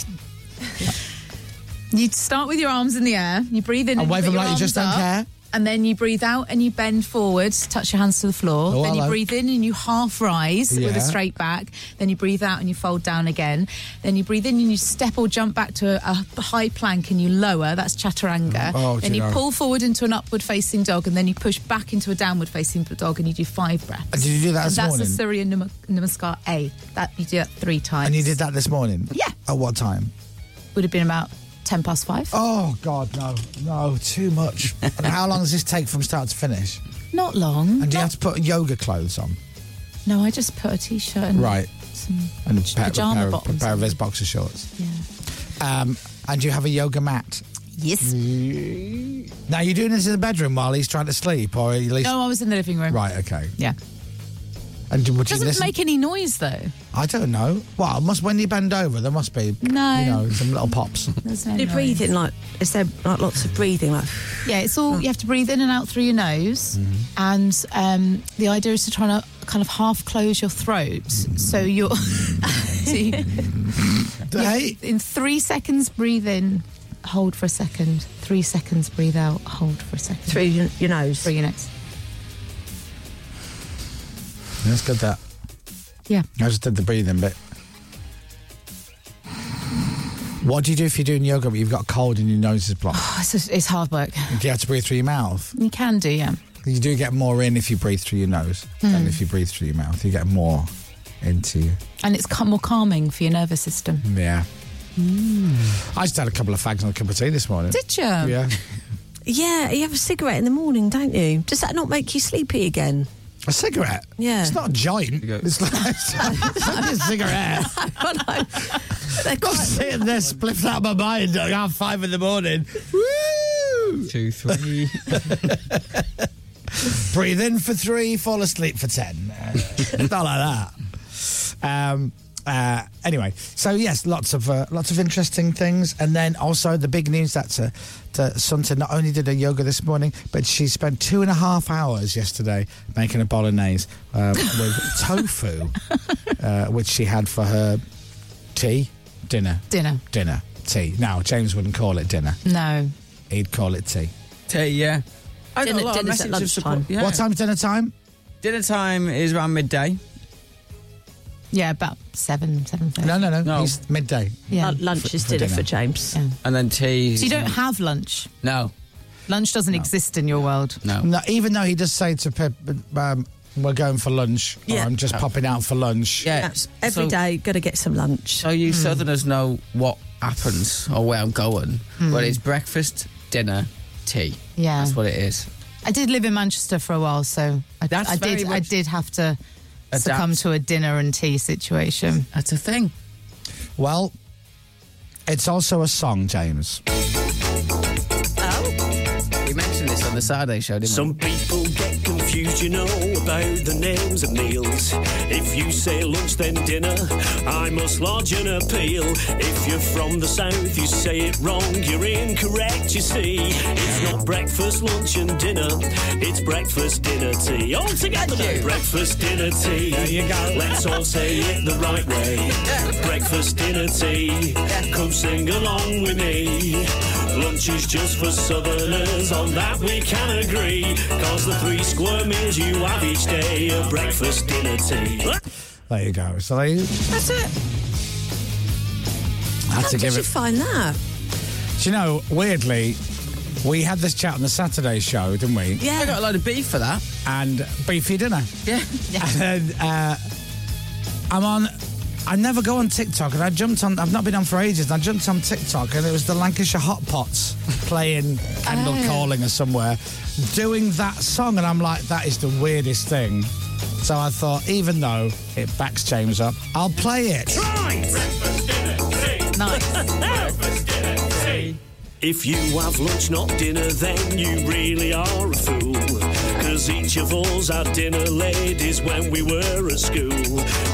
Speaker 8: you start with your arms in the air. You breathe in
Speaker 6: And
Speaker 8: and
Speaker 6: wave
Speaker 8: put
Speaker 6: them
Speaker 8: your
Speaker 6: like you just
Speaker 8: arms
Speaker 6: don't
Speaker 8: up,
Speaker 6: care.
Speaker 8: And then you breathe out and you bend forwards, touch your hands to the floor.
Speaker 6: Oh,
Speaker 8: then you
Speaker 6: hello.
Speaker 8: breathe in and you half rise with
Speaker 6: Yeah.
Speaker 8: a straight back. Then you breathe out and you fold down again. Then you breathe in and you step or jump back to a, a high plank and you lower. That's chaturanga.
Speaker 6: Oh,
Speaker 8: then
Speaker 6: do you
Speaker 8: you
Speaker 6: know.
Speaker 8: pull forward into an upward facing dog and then you push back into a downward facing dog and you do five breaths.
Speaker 6: And did you do that
Speaker 8: And
Speaker 6: this
Speaker 8: that's
Speaker 6: morning?
Speaker 8: a Surya Nam- Namaskar A. That you do that three times.
Speaker 6: And you did that this morning?
Speaker 8: Yeah.
Speaker 6: At what time?
Speaker 8: Would have been about ten past five.
Speaker 6: Oh God, no, no, too much. and how long does this take from start to finish?
Speaker 8: Not long.
Speaker 6: And do you have to put yoga clothes on?
Speaker 8: No, I just put a t-shirt and
Speaker 6: Right.
Speaker 8: some
Speaker 6: And a pair, a
Speaker 8: Pyjama
Speaker 6: pair, of,
Speaker 8: bottoms,
Speaker 6: pair of those boxer shorts.
Speaker 8: Yeah.
Speaker 6: Um, and do you have a yoga mat?
Speaker 8: Yes.
Speaker 6: Now you're doing this in the bedroom while he's trying to sleep, or at least
Speaker 8: No, I was in the living room.
Speaker 6: right. Okay.
Speaker 8: Yeah.
Speaker 6: And would you
Speaker 8: Doesn't
Speaker 6: listen?
Speaker 8: make any noise though.
Speaker 6: I don't know. Well, must when you bend over, there must be
Speaker 8: No.
Speaker 6: you know, some little pops.
Speaker 8: There's no
Speaker 4: Do
Speaker 8: noise.
Speaker 4: breathing like is there like lots of breathing like
Speaker 8: Yeah, it's
Speaker 6: Hmm.
Speaker 8: all you have to breathe in and out through your nose,
Speaker 6: Mm-hmm.
Speaker 8: and um, the idea is to try to kind of half close your throat so
Speaker 6: Mm-hmm.
Speaker 8: you're. so you-
Speaker 6: Hey.
Speaker 8: In three seconds, breathe in, hold for a second. Three seconds, breathe out, hold for a second. Through
Speaker 4: your, your nose.
Speaker 8: Through your nose.
Speaker 6: Let's get that.
Speaker 8: Yeah.
Speaker 6: I just did the breathing bit. What do you do if you're doing yoga but you've got a cold and your nose is blocked?
Speaker 8: Oh, it's, just- it's hard work.
Speaker 6: do you have to breathe through your mouth?
Speaker 8: You can do, yeah.
Speaker 6: You do get more in if you breathe through your nose than
Speaker 8: Hmm.
Speaker 6: if you breathe through your mouth. You get more into you.
Speaker 8: And it's ca- more calming for your nervous system.
Speaker 6: Yeah. I just had a couple of fags and a cup of tea this morning.
Speaker 8: Did you?
Speaker 6: Yeah.
Speaker 4: Yeah, you have a cigarette in the morning, don't you? Does that not make you sleepy again?
Speaker 6: A cigarette?
Speaker 4: Yeah.
Speaker 6: It's not a giant. It's like, it's like a cigarette.
Speaker 4: They're
Speaker 6: Got sitting there spliffed out my mind at half five in the morning. Woo!
Speaker 1: Two, three.
Speaker 6: Breathe in for three, fall asleep for ten. Uh, not like that. Um, uh, anyway, so yes, lots of uh, lots of interesting things, and then also the big news that uh, that Sunta not only did her yoga this morning, but she spent two and a half hours yesterday making a bolognese uh, with tofu, uh, which she had for her tea, dinner,
Speaker 8: Dinner.
Speaker 6: dinner, tea. Now James wouldn't call it dinner;
Speaker 8: No.
Speaker 6: he'd call it tea.
Speaker 1: Tea, yeah. I got
Speaker 6: Dinner-
Speaker 1: a lot of
Speaker 6: dinner's at
Speaker 1: messages of support.
Speaker 6: lunchtime. What time's dinner time?
Speaker 1: Dinner time is around midday.
Speaker 8: Yeah, about seven, seven thirty.
Speaker 6: No, no, no. He's midday.
Speaker 8: Yeah.
Speaker 4: Lu- lunch is dinner for James.
Speaker 1: And then tea.
Speaker 8: So you don't have lunch.
Speaker 1: No.
Speaker 8: Lunch doesn't exist in your world.
Speaker 6: No, even though he does say to Pip, um, we're going for lunch, or
Speaker 4: Yeah.
Speaker 6: I'm just
Speaker 1: Oh.
Speaker 6: popping out for lunch.
Speaker 1: Yeah.
Speaker 4: Every
Speaker 1: So-
Speaker 4: day, got to get some lunch.
Speaker 1: So Oh, you
Speaker 8: Hmm.
Speaker 1: southerners know what happens or where I'm going.
Speaker 8: Mm.
Speaker 1: But it's breakfast, dinner, tea.
Speaker 8: Yeah.
Speaker 1: That's what it is.
Speaker 8: I did live in Manchester for a while, so I, I
Speaker 1: very
Speaker 8: did. I
Speaker 1: much-
Speaker 8: did have to
Speaker 1: Adapt.
Speaker 8: succumb to a dinner and tea situation.
Speaker 1: That's a thing.
Speaker 6: Well, it's also a song, James.
Speaker 1: We mentioned this on the Saturday show, didn't
Speaker 12: Some people get confused, you know, about the names of meals. If you say lunch, then dinner, I must lodge an appeal. If you're from the south, you say it wrong, you're incorrect, you see. It's not breakfast, lunch, and dinner, it's breakfast, dinner, tea. All together, now. breakfast, dinner, tea. There you go. Let's all say it the right way. Breakfast, dinner, tea. Come sing along with me. Lunch is just for southerners, on that we can agree. Cause the three square meals you have each day are breakfast, dinner, tea.
Speaker 6: There you go. So they
Speaker 4: That's it.
Speaker 6: had
Speaker 4: How
Speaker 6: to
Speaker 4: did
Speaker 6: give
Speaker 4: you
Speaker 6: it.
Speaker 4: find that?
Speaker 6: Do you know, weirdly, we had this chat on the Saturday show, didn't we?
Speaker 1: Yeah. I got a load of beef for that.
Speaker 6: And beef for your dinner.
Speaker 1: Yeah.
Speaker 6: And uh, I'm on. I never go on TikTok, and I jumped on. I've not been on for ages. And I jumped on TikTok, and it was the Lancashire Hot Pots playing Kendall
Speaker 10: Oh.
Speaker 6: Calling or somewhere, doing that song, and I'm like, that is the weirdest thing. So I thought, even though it backs James up, I'll play it.
Speaker 12: Breakfast, dinner, tea. Breakfast, dinner, tea. If you have lunch, not dinner, then you really are a fool. Cause each of us had dinner, ladies, when we were at school.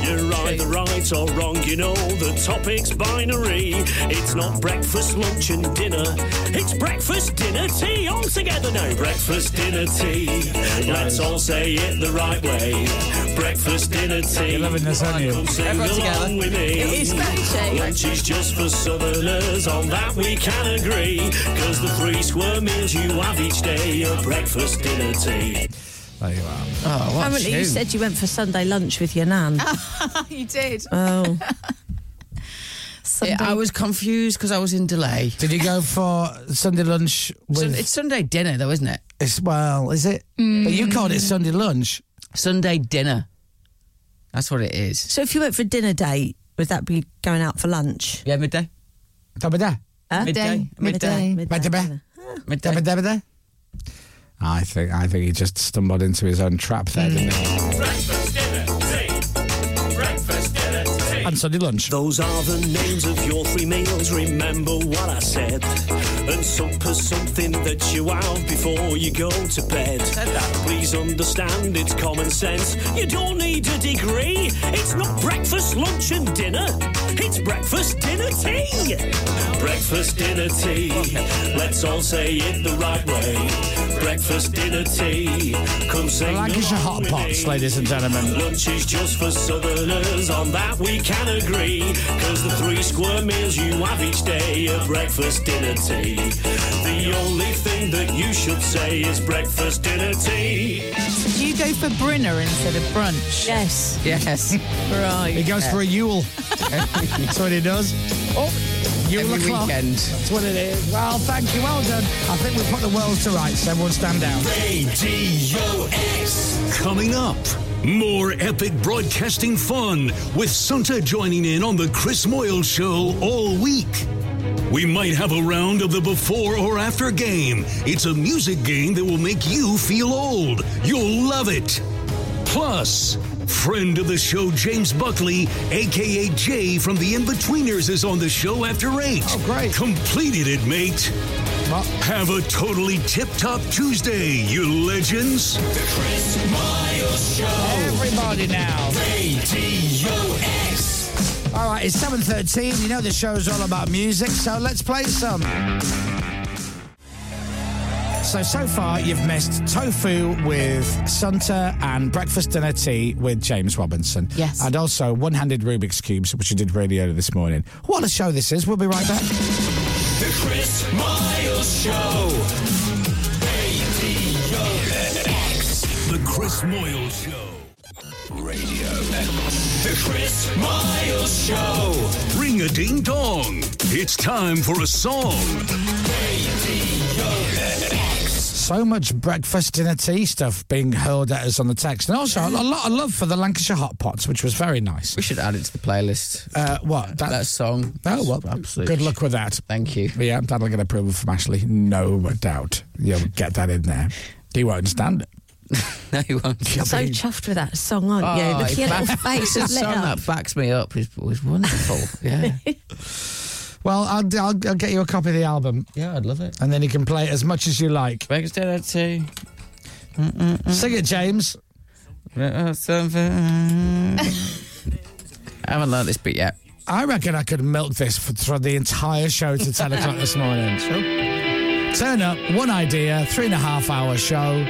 Speaker 12: You're either right or wrong, you know the topic's binary. It's not breakfast, lunch, and dinner. It's breakfast, dinner, tea, all together now. Breakfast, dinner, tea. Let's all say it the right way. Breakfast, dinner, tea. You're loving this, aren't you?
Speaker 10: Everyone together.
Speaker 12: With me.
Speaker 10: It is catchy.
Speaker 12: Lunch is just for southerners, on that we can agree. Cause the three square meals you have each day are breakfast, dinner, tea.
Speaker 6: There you are.
Speaker 1: Oh,
Speaker 4: Apparently, you said you went for Sunday lunch with your nan.
Speaker 8: you did.
Speaker 4: oh.
Speaker 1: Yeah, I was confused because I was in delay.
Speaker 6: Did you go for Sunday lunch? With...
Speaker 1: Sun- it's Sunday dinner, though, isn't it?
Speaker 6: It's well, is it?
Speaker 1: Mm.
Speaker 6: But you called it Sunday lunch.
Speaker 1: Sunday dinner. That's what it is.
Speaker 4: So, if you went for a dinner date, would that be going out for lunch?
Speaker 1: Yeah, midday.
Speaker 6: Dabada.
Speaker 4: Huh?
Speaker 1: Midday.
Speaker 4: Midday.
Speaker 1: Midday.
Speaker 6: Dabba dabba da. I think I think he just stumbled into his own trap there, didn't he?
Speaker 12: Breakfast, dinner, tea. Breakfast, dinner, tea.
Speaker 6: and Sunday lunch.
Speaker 12: Those are the names of your three meals. Remember what I said. And supper's something that you have before you go to bed. Please understand it's common sense. You don't need a degree. It's not breakfast, lunch, and dinner. It's breakfast, dinner, tea. Breakfast, dinner, tea. Let's all say it the right way. Breakfast, dinner, tea. Come sing
Speaker 6: Lancashire
Speaker 12: along
Speaker 6: hot
Speaker 12: with
Speaker 6: pots,
Speaker 12: me.
Speaker 6: ladies and gentlemen.
Speaker 12: Lunch is just for southerners, on that we can agree. Cause the three square meals you have each day are breakfast, dinner, tea. The only thing that you should say is breakfast, dinner, tea.
Speaker 8: Do you go for brinner instead of brunch?
Speaker 4: Yes.
Speaker 1: Yes.
Speaker 4: Right.
Speaker 6: He goes for a Yule. That's what he does. Oh, Yule
Speaker 1: Every
Speaker 6: o'clock.
Speaker 1: weekend.
Speaker 6: That's what it is. Well, thank you. Well done. I think we've put the world to rights. Everyone stand down.
Speaker 2: Radio X. Coming up, more epic broadcasting fun with Sunta joining in on the Chris Moyle Show all week. We might have a round of the before or after game. It's a music game that will make you feel old. You'll love it. Plus, friend of the show James Buckley, aka Jay from the Inbetweeners, is on the show after eight. Oh, great! Completed it, mate. Have a totally tip-top Tuesday, you legends.
Speaker 6: Everybody now. All right, it's 7.13. You know the show's all about music, so let's play some. So, so far, you've missed Tofu with Sunta and Breakfast Dinner Tea with James Robinson. Yes. And also One Handed Rubik's Cubes, which you did really early this morning. What a show this is. We'll be right back.
Speaker 12: The Chris Miles Show.
Speaker 2: The Chris Moyle Show. Radio X. The Chris Moyle Show. Ring a ding dong. It's time for a song.
Speaker 6: So much breakfast, dinner, tea stuff being hurled at us on the text. And also, a lot of love for the Lancashire Hot Pots, which was very nice.
Speaker 1: We should add it to the playlist.
Speaker 6: Uh, what? That,
Speaker 1: song.
Speaker 6: Oh, well,
Speaker 1: absolutely.
Speaker 6: good luck with that.
Speaker 1: Thank you.
Speaker 6: Yeah, that'll get approval from Ashley, no doubt. You'll get that in there. He won't stand it.
Speaker 1: no, he won't.
Speaker 4: So chuffed with that song, aren't
Speaker 1: Oh,
Speaker 4: you? Look at your little face.
Speaker 1: The
Speaker 4: just lit
Speaker 1: song
Speaker 4: up.
Speaker 1: that backs me up is, was wonderful. yeah.
Speaker 6: Well, I'll, I'll, I'll get you a copy of the album.
Speaker 1: Yeah, I'd love it.
Speaker 6: And then you can play it as much as you like. Sing it, James.
Speaker 1: I haven't learnt this bit yet.
Speaker 6: I reckon I could milk this for, for the entire show to 10 o'clock this morning. Turn up, one idea, three and a half hour show.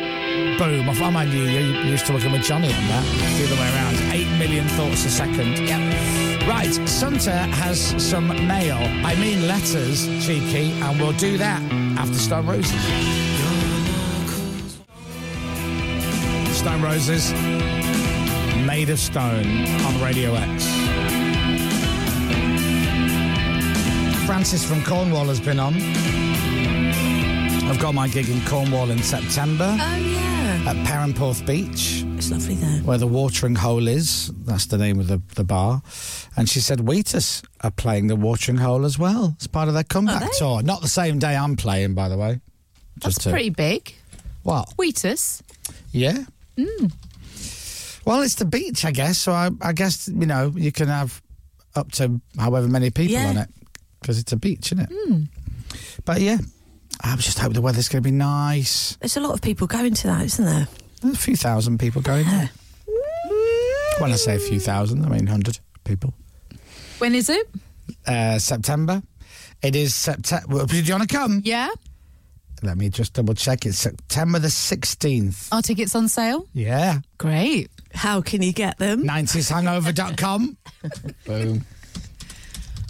Speaker 6: Boom. I find you, you you used to working with Johnny on that. It's The other way around. Eight million thoughts a second. Yep. Right, Santa has some mail. I mean letters, cheeky, and we'll do that after Stone Roses. Stone Roses, Made of Stone on Radio X. Francis from Cornwall has been on. I've got my gig in Cornwall in September.
Speaker 4: Oh, yeah.
Speaker 6: At Perranporth Beach.
Speaker 4: It's lovely there.
Speaker 6: Where the watering hole is. That's the name of the, the bar. And she said Wheatus are playing the watering hole as well. It's part of their comeback tour. Not the same day I'm playing, by the way. Just
Speaker 8: It's
Speaker 6: to-
Speaker 8: pretty big.
Speaker 6: What?
Speaker 8: Wheatus.
Speaker 6: Yeah. Well, it's the beach, I guess. So I, I guess, you know, you can have up to however many people
Speaker 8: Yeah.
Speaker 6: on it because it's a beach, isn't it?
Speaker 4: Hmm.
Speaker 6: But yeah, I just hope the weather's going to be nice.
Speaker 4: There's a lot of people going to that, isn't there?
Speaker 6: A few thousand people going there. When I say a few thousand, I mean 100 people.
Speaker 8: When is it?
Speaker 6: Uh, September. It is September. Do you want to come?
Speaker 8: Yeah.
Speaker 6: Let me just double check. It's September the 16th.
Speaker 8: Are tickets on sale?
Speaker 6: Yeah.
Speaker 8: Great.
Speaker 4: How can you get them?
Speaker 6: 90shangover.com. Boom.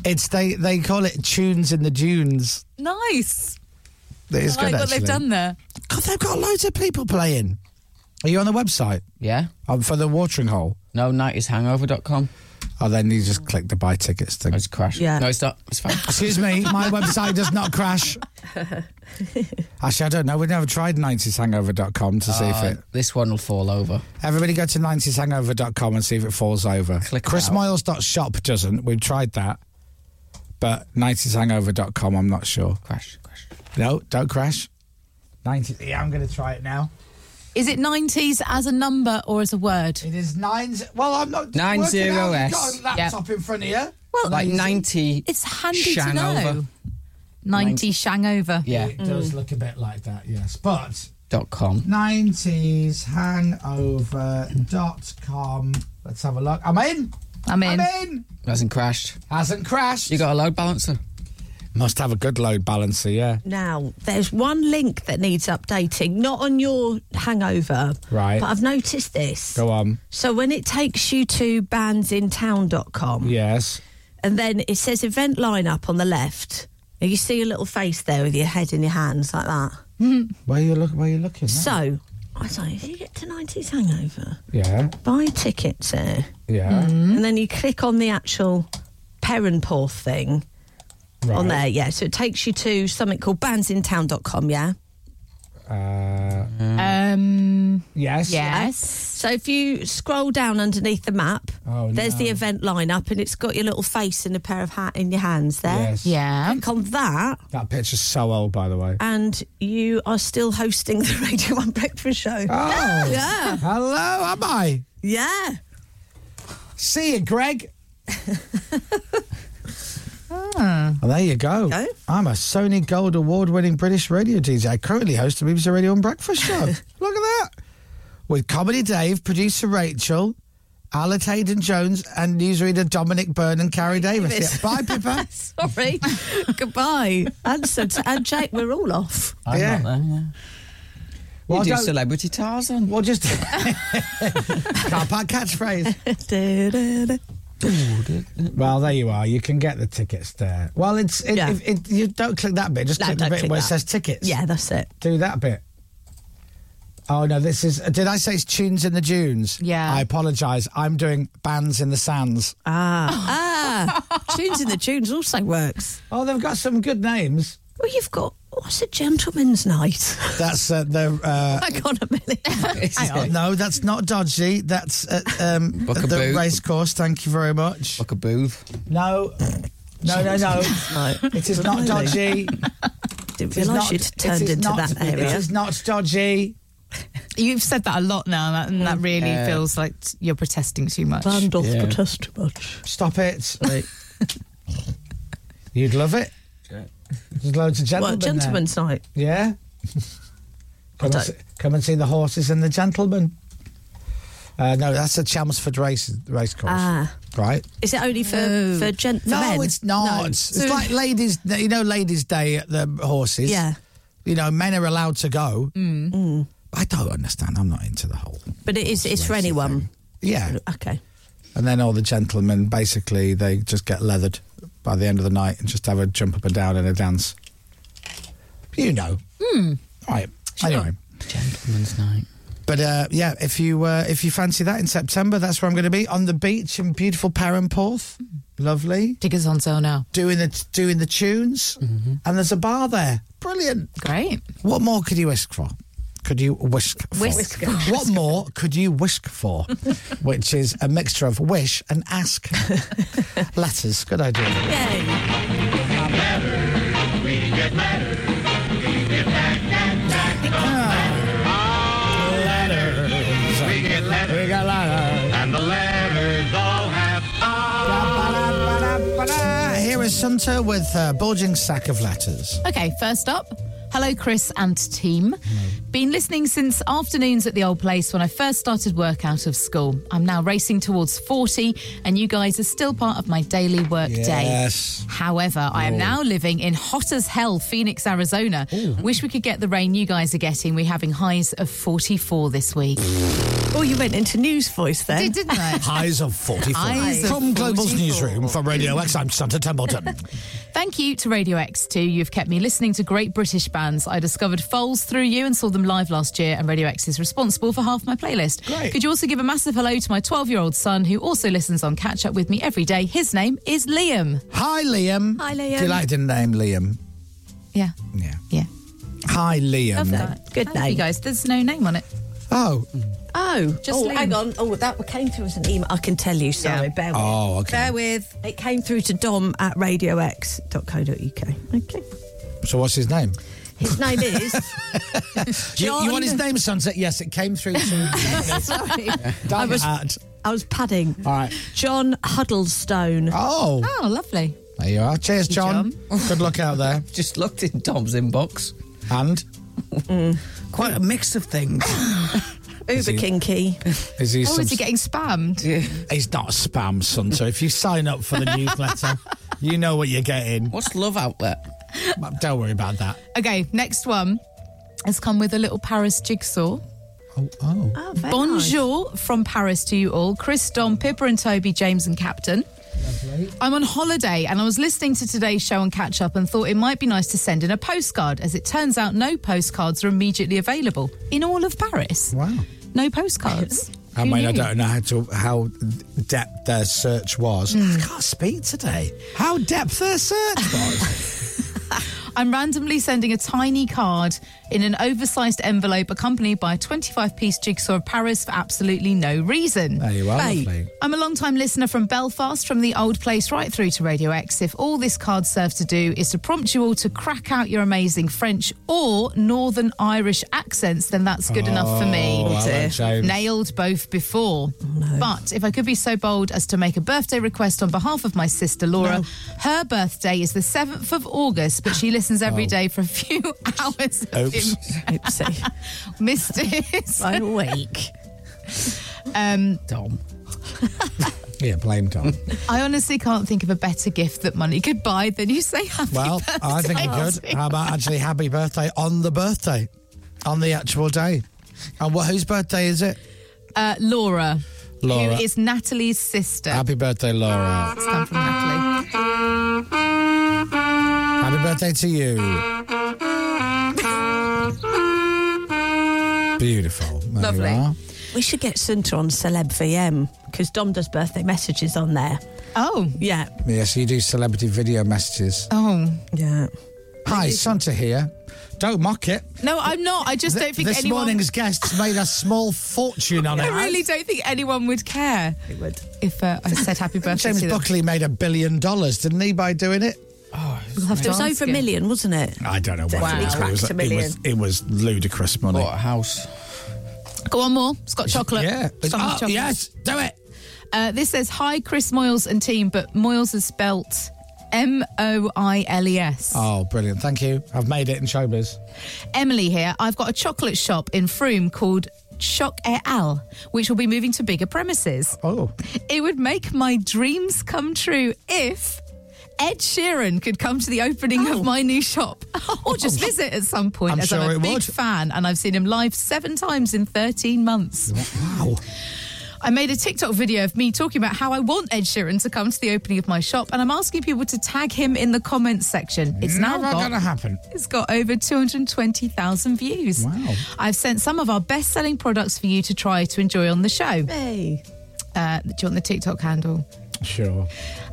Speaker 6: It's they they call it tunes in the dunes.
Speaker 8: Nice.
Speaker 6: It's
Speaker 8: I like
Speaker 6: good,
Speaker 8: what they've
Speaker 6: actually.
Speaker 8: done there.
Speaker 6: God, they've got loads of people playing. Are you on the website?
Speaker 1: Yeah.
Speaker 6: Um, for the watering hole?
Speaker 1: No, 90shangover.com.
Speaker 6: Oh, then you just click the buy tickets thing.
Speaker 1: It's crashed.
Speaker 6: Yeah.
Speaker 1: No, it's not. It's fine.
Speaker 6: Excuse me, my website does not crash. Actually, I don't know. We've never tried 90shangover.com to see if
Speaker 1: Uh,
Speaker 6: it.
Speaker 1: This one will fall over.
Speaker 6: Everybody go to 90shangover.com and see if it falls over.
Speaker 1: Click out.
Speaker 6: ChrisMiles.shop doesn't. We've tried that. But 90shangover.com, I'm not sure.
Speaker 1: Crash, crash.
Speaker 6: No, don't crash. 90. Yeah, I'm going to try it now.
Speaker 8: Is it 90s as a number or as a word? It is nine. Well, I'm not.
Speaker 1: Nine
Speaker 6: Working
Speaker 1: zero
Speaker 6: out, you've got
Speaker 1: S.
Speaker 6: a laptop in front of you.
Speaker 1: Well, like ninety.
Speaker 8: It's handy to
Speaker 1: shang
Speaker 8: know.
Speaker 1: over
Speaker 8: 90 shang over.
Speaker 1: Yeah.
Speaker 6: It does look a bit like that, Uh, yes. But
Speaker 1: Mm. dot com.
Speaker 6: 90s hangover.com. Let's have a look. I'm in.
Speaker 8: I'm in.
Speaker 6: I'm in.
Speaker 1: Hasn't crashed.
Speaker 6: Hasn't crashed.
Speaker 1: You got a load balancer.
Speaker 6: Must have a good load balancer, yeah.
Speaker 4: Now, there's one link that needs updating, not on your hangover.
Speaker 6: Right.
Speaker 4: But I've noticed this.
Speaker 6: Go on.
Speaker 4: So when it takes you to bandsintown.com,
Speaker 6: Yes.
Speaker 4: and then it says event lineup on the left, and you see a little face there with your head in your hands like that.
Speaker 6: Where you look? Where you looking? now?
Speaker 4: So, I don't know, if you get to 90s hangover,
Speaker 6: Yeah.
Speaker 4: buy tickets there.
Speaker 6: Yeah.
Speaker 4: And then you click on the actual Perrenporth thing on there, yeah. So it takes you to something called bandsintown.com, yeah?
Speaker 6: Uh,
Speaker 8: Um.
Speaker 6: Yes.
Speaker 4: Yes. So if you scroll down underneath the map,
Speaker 6: Oh,
Speaker 4: there's the
Speaker 6: no.
Speaker 4: event lineup, and it's got your little face and a pair of hat in your hands there.
Speaker 6: Yes.
Speaker 8: Yeah.
Speaker 4: Click on that,
Speaker 6: That picture's so old, by the way.
Speaker 4: and you are still hosting the Radio One Breakfast Show.
Speaker 6: Oh.
Speaker 4: yeah.
Speaker 6: Hello, am I?
Speaker 4: Yeah.
Speaker 6: See you, Greg. Well, Hmm. there you go. I'm a Sony Gold Award winning British radio DJ. I currently host the BBC Radio and Breakfast Show. Look at that. With Comedy Dave, producer Rachel, Alet Hayden Jones, and newsreader Dominic Byrne and Carrie Davis.
Speaker 4: Davis.
Speaker 6: Yeah, Bye, Pippa.
Speaker 4: Sorry. Goodbye. And, so t- and Jake, we're all off.
Speaker 1: I'm
Speaker 6: Yeah.
Speaker 1: not there. Yeah.
Speaker 6: Well,
Speaker 1: you do
Speaker 6: don't-
Speaker 1: celebrity Tarzan.
Speaker 6: Well, just car park
Speaker 4: catchphrase.
Speaker 6: well, there you are. You can get the tickets there. Well, it's it,
Speaker 4: Yeah.
Speaker 6: if it, you don't click that bit. Just
Speaker 4: No,
Speaker 6: click the
Speaker 4: don't
Speaker 6: bit
Speaker 4: click
Speaker 6: where it
Speaker 4: that.
Speaker 6: says tickets.
Speaker 4: Yeah, that's it.
Speaker 6: Do that bit. Oh no, this is. Did I say it's tunes in the dunes?
Speaker 8: Yeah.
Speaker 6: I apologise. I'm doing bands in the sands.
Speaker 4: Ah. ah. Tunes in the Tunes also works.
Speaker 6: Oh, they've got some good names.
Speaker 4: Well, you've got what's a gentleman's night?
Speaker 6: That's uh, the. Uh,
Speaker 4: I got a minute.
Speaker 6: hang on, no, that's not dodgy. That's at, um, at the
Speaker 1: Buckaboo.
Speaker 6: race course. Thank you very much.
Speaker 1: Like a booth.
Speaker 6: No, no, no, no. It is not dodgy. It is
Speaker 4: Didn't realise
Speaker 6: not-
Speaker 4: you'd
Speaker 6: it
Speaker 4: turned
Speaker 6: is
Speaker 4: into
Speaker 6: not-
Speaker 4: that area.
Speaker 6: It is not dodgy.
Speaker 8: You've said that a lot now, that- and that really
Speaker 6: Yeah.
Speaker 8: feels like you're protesting too much.
Speaker 4: Band off
Speaker 6: Yeah.
Speaker 4: protest too much.
Speaker 6: Stop it. You'd love it. There's loads of
Speaker 4: Well,
Speaker 6: gentlemen. there.
Speaker 4: gentleman's night.
Speaker 6: Yeah. come, and
Speaker 4: don't-
Speaker 6: see, come and see the horses and the gentlemen. Uh, no, that's a Chelmsford race race course,
Speaker 4: Ah.
Speaker 6: right?
Speaker 4: Is it only for for, gent- for
Speaker 6: no,
Speaker 4: men?
Speaker 6: it's not.
Speaker 4: No.
Speaker 6: Oh, It's
Speaker 4: So-
Speaker 6: like ladies, you know, ladies' day at the horses.
Speaker 4: Yeah. Mm.
Speaker 6: You know, men are allowed to go. Mm. I don't understand. I'm not into the whole.
Speaker 4: but it is. It's for anyone.
Speaker 6: Yeah.
Speaker 4: Okay.
Speaker 6: And then all the gentlemen, basically, they just get leathered by the end of the night and just have a jump up and down and a dance. You know. Right. Anyway.
Speaker 1: Gentleman's night.
Speaker 6: But uh, yeah, if you uh, if you fancy that in September, that's where I'm going to be on the beach in beautiful Perranporth. Lovely.
Speaker 8: Tickets on sale now. Mm-hmm.
Speaker 6: Doing the doing the tunes, and there's a bar there. Brilliant.
Speaker 8: Great.
Speaker 6: What more could you whisk for? Could you whisk for?
Speaker 8: Whisk.
Speaker 6: What more could you whisk for? Which is a mixture of wish and ask. Letters. Good idea.
Speaker 10: We get letters. We got letters. And the letters all have
Speaker 6: Uh, here is Sunter with uh, bulging sack of letters.
Speaker 8: Okay, first up. Hello, Chris and team.
Speaker 6: Mm.
Speaker 8: Been listening since afternoons at the old place when I first started work out of school. I'm now racing towards 40, and you guys are still part of my daily work day.
Speaker 6: Yes.
Speaker 8: However, I am
Speaker 6: Oh.
Speaker 8: now living in hot as hell Phoenix, Arizona. Wish we could get the rain you guys are getting. We're having highs of 44 this week.
Speaker 4: Oh, you went into news voice then.
Speaker 8: Did, didn't I?
Speaker 6: Highs of 44.
Speaker 8: Highs of
Speaker 6: From Global's
Speaker 8: 44.
Speaker 6: newsroom for Radio X, I'm Sunter Templeton.
Speaker 8: Thank you to Radio X2. You've kept me listening to great British bands. I discovered Foals through you and saw them live last year, and Radio X is responsible for half my playlist.
Speaker 6: Great.
Speaker 8: Could you also give a massive hello to my 12 year old son who also listens on Catch Up with me every day? His name is Liam.
Speaker 6: Hi, Liam.
Speaker 8: Hi, Liam.
Speaker 6: Do you like the name Liam?
Speaker 8: Yeah.
Speaker 6: Yeah.
Speaker 8: Yeah.
Speaker 6: Hi,
Speaker 8: Love
Speaker 6: Liam.
Speaker 8: that.
Speaker 4: Good
Speaker 8: I love
Speaker 4: name.
Speaker 8: You guys, there's no name on it.
Speaker 6: Oh.
Speaker 4: Oh,
Speaker 8: Just
Speaker 4: oh,
Speaker 8: leave.
Speaker 4: hang on. Oh, that came through as an email. I can tell you. Sorry, bear with.
Speaker 6: Oh, okay.
Speaker 4: Bear with. It came through to dom at radiox.co.uk. Okay.
Speaker 6: So what's his name?
Speaker 4: His name is.
Speaker 6: Do you, you want his name, Sunset? Yes, it came through to.
Speaker 4: Sorry.
Speaker 6: Damn
Speaker 4: I was,
Speaker 6: it.
Speaker 4: I was padding.
Speaker 6: All right.
Speaker 4: John Huddlestone.
Speaker 6: Oh.
Speaker 8: Oh, lovely.
Speaker 6: There you are. Cheers,
Speaker 4: Hey,
Speaker 6: John. Good luck out there.
Speaker 1: Just looked in Tom's inbox.
Speaker 6: And?
Speaker 1: Mm. Quite a mix of things.
Speaker 6: Is
Speaker 4: Uber
Speaker 6: he-
Speaker 4: kinky.
Speaker 6: Is he
Speaker 8: oh,
Speaker 6: some-
Speaker 8: is he getting spammed?
Speaker 6: He's not spam, son. So if you sign up for the newsletter, you know what you're getting.
Speaker 1: What's Love Outlet?
Speaker 6: Don't worry about that.
Speaker 8: Okay, next one has come with a little Paris jigsaw.
Speaker 6: Oh, oh.
Speaker 8: Bonjour from Paris to you all. Chris, Dom, Pippa, and Toby, James, and Captain. I'm on holiday and I was listening to today's show on Catch Up and thought it might be nice to send in a postcard. As it turns out, no postcards are immediately available in all of Paris.
Speaker 6: Wow.
Speaker 8: No postcards.
Speaker 6: I
Speaker 8: Who
Speaker 6: mean, I
Speaker 8: knew?
Speaker 6: don't know how to how depth their search was.
Speaker 8: Hmm.
Speaker 6: I can't speak today. How depth their search was.
Speaker 8: I'm randomly sending a tiny card in an oversized envelope accompanied by a 25 piece jigsaw of Paris for absolutely no reason.
Speaker 6: There you are,
Speaker 8: Babe,
Speaker 6: lovely.
Speaker 8: I'm a long time listener from Belfast, from the old place right through to Radio X. If all this card serves to do is to prompt you all to crack out your amazing French or Northern Irish accents, then that's good enough for me.
Speaker 4: Oh, well done, James.
Speaker 8: Nailed both before.
Speaker 6: Oh,
Speaker 8: But if I could be so bold as to make a birthday request on behalf of my sister Laura, her birthday is the 7th of August, but she listens every
Speaker 4: Oh.
Speaker 8: day for a few hours.
Speaker 4: Oops.
Speaker 8: of him- Missed it.
Speaker 4: By a week.
Speaker 8: Um,
Speaker 1: Tom.
Speaker 6: yeah, blame Tom.
Speaker 8: I honestly can't think of a better gift that money could buy than you say happy
Speaker 6: Well,
Speaker 8: birthday.
Speaker 6: I think it could. How about actually happy birthday on the birthday, on the actual day? And what, whose birthday is it?
Speaker 8: Uh, Laura,
Speaker 6: Laura.
Speaker 8: who is Natalie's sister.
Speaker 6: Happy birthday, Laura.
Speaker 8: It's come from Natalie.
Speaker 6: Happy birthday to you. Beautiful. There you are.
Speaker 4: We should get Sunta on Celeb VM because Dom does birthday messages on there.
Speaker 8: Oh.
Speaker 4: Yeah.
Speaker 6: Yes, you do celebrity video messages.
Speaker 8: Oh.
Speaker 4: Yeah.
Speaker 6: Hi, Santa here. Don't mock it.
Speaker 8: No, I'm not. I just
Speaker 6: Th-
Speaker 8: don't think
Speaker 6: this
Speaker 8: anyone.
Speaker 6: morning's guests made a small fortune on it.
Speaker 8: I really don't think anyone would care. It would. If uh, I said happy birthday
Speaker 6: James
Speaker 8: to them.
Speaker 6: Buckley made a billion dollars, didn't he, by doing it?
Speaker 4: We'll have
Speaker 8: It
Speaker 4: to
Speaker 8: was
Speaker 4: ask
Speaker 8: over a
Speaker 4: him.
Speaker 8: million,
Speaker 4: wasn't it?
Speaker 6: I don't know what
Speaker 4: Definitely
Speaker 6: it was. but It was,
Speaker 4: cracked a
Speaker 6: it, was, it was ludicrous money. What
Speaker 1: a house.
Speaker 8: Go on more. It's got chocolate.
Speaker 6: Yeah.
Speaker 8: It's got
Speaker 6: Oh,
Speaker 8: chocolate.
Speaker 6: yes, do it.
Speaker 8: Uh, this says, Hi, Chris Moyles and team, but Moyles is spelt M O I L E S.
Speaker 6: Oh, brilliant. Thank you. I've made it in showbiz.
Speaker 8: Emily here. I've got a chocolate shop in Froome called Choc et Al, which will be moving to bigger premises.
Speaker 6: Oh.
Speaker 8: It would make my dreams come true if Ed Sheeran could come to the opening of my new shop or just visit at some point,
Speaker 6: Oh. I'm
Speaker 8: as
Speaker 6: sure
Speaker 8: I'm a
Speaker 6: it
Speaker 8: big
Speaker 6: would.
Speaker 8: fan and I've seen him live seven times in 13 months.
Speaker 6: Wow.
Speaker 8: I made a TikTok video of me talking about how I want Ed Sheeran to come to the opening of my shop, and I'm asking people to tag him in the comments section. It's
Speaker 6: Never
Speaker 8: now got,
Speaker 6: gonna happen.
Speaker 8: It's got over 220,000 views. Wow! I've sent some of our best-selling products for you to try to enjoy on the show.
Speaker 4: Hey,
Speaker 8: uh, do you want the TikTok handle?
Speaker 6: Sure.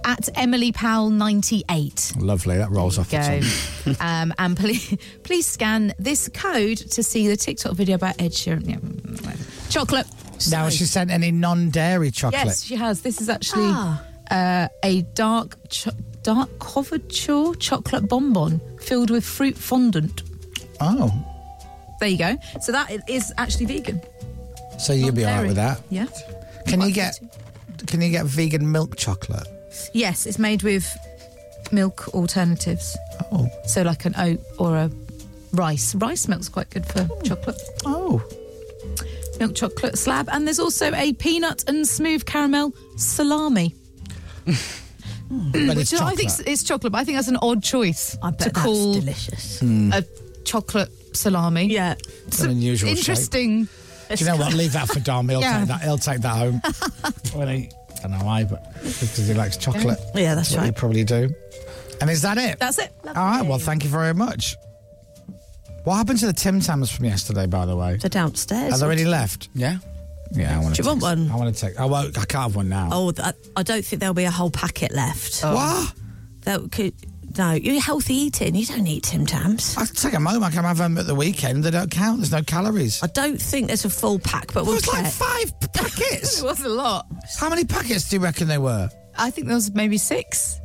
Speaker 8: At Emily Powell 98.
Speaker 6: Lovely. That rolls off
Speaker 8: Go.
Speaker 6: the tongue.
Speaker 8: um, and please, please scan this code to see the TikTok video about Ed Sheeran. Yeah, mm, Chocolate.
Speaker 6: Now, has she sent any non dairy chocolate?
Speaker 8: Yes, she has. This is actually uh, a dark cho- dark coverture chocolate bonbon filled with fruit fondant.
Speaker 6: Oh.
Speaker 8: There you go. So that i- is actually vegan.
Speaker 6: So you'll be all right
Speaker 8: Non-dairy.
Speaker 6: with that.
Speaker 8: Yeah.
Speaker 6: Can you get can you get vegan milk chocolate?
Speaker 8: Yes, it's made with milk alternatives.
Speaker 6: Oh.
Speaker 8: So like an oat or a rice. Rice milk's quite good for chocolate.
Speaker 6: Oh.
Speaker 8: Milk chocolate slab. And there's also a peanut and smooth caramel salami.
Speaker 6: Mm. But
Speaker 8: Which
Speaker 6: it's
Speaker 8: Mm, I
Speaker 6: chocolate.
Speaker 8: think s- it's chocolate, but I think that's an odd choice I
Speaker 4: bet
Speaker 8: to
Speaker 4: that's
Speaker 8: call
Speaker 4: delicious.
Speaker 8: a chocolate salami.
Speaker 4: Yeah,
Speaker 6: It's an unusual shape.
Speaker 8: interesting.
Speaker 6: Do you know what? Leave that for Dom. He'll
Speaker 8: Yeah.
Speaker 6: take that. He'll take that home. well, he, I don't know why, but because he likes chocolate.
Speaker 4: Yeah, that's
Speaker 6: what He
Speaker 4: right.
Speaker 6: probably do. And is that it?
Speaker 8: That's it.
Speaker 6: All right. Well, thank you very much. What happened to the Tim Tams from yesterday, by the way?
Speaker 4: they're downstairs.
Speaker 6: Are there any left?
Speaker 1: Yeah.
Speaker 6: Yeah, I want to.
Speaker 4: Do you want one?
Speaker 6: I want to take. I won't. I can't have one now.
Speaker 4: Oh, th- I don't think there'll be a whole packet left.
Speaker 6: Oh. What?
Speaker 4: That could, no, you're healthy eating. You don't eat Tim Tams.
Speaker 6: I can take them home. I can have them at the weekend. They don't count. There's no calories.
Speaker 4: I don't think there's a full pack, but we'll
Speaker 6: It was like
Speaker 4: check.
Speaker 6: five packets.
Speaker 8: It was a lot.
Speaker 6: How many packets do you reckon they were?
Speaker 8: I think there was maybe six.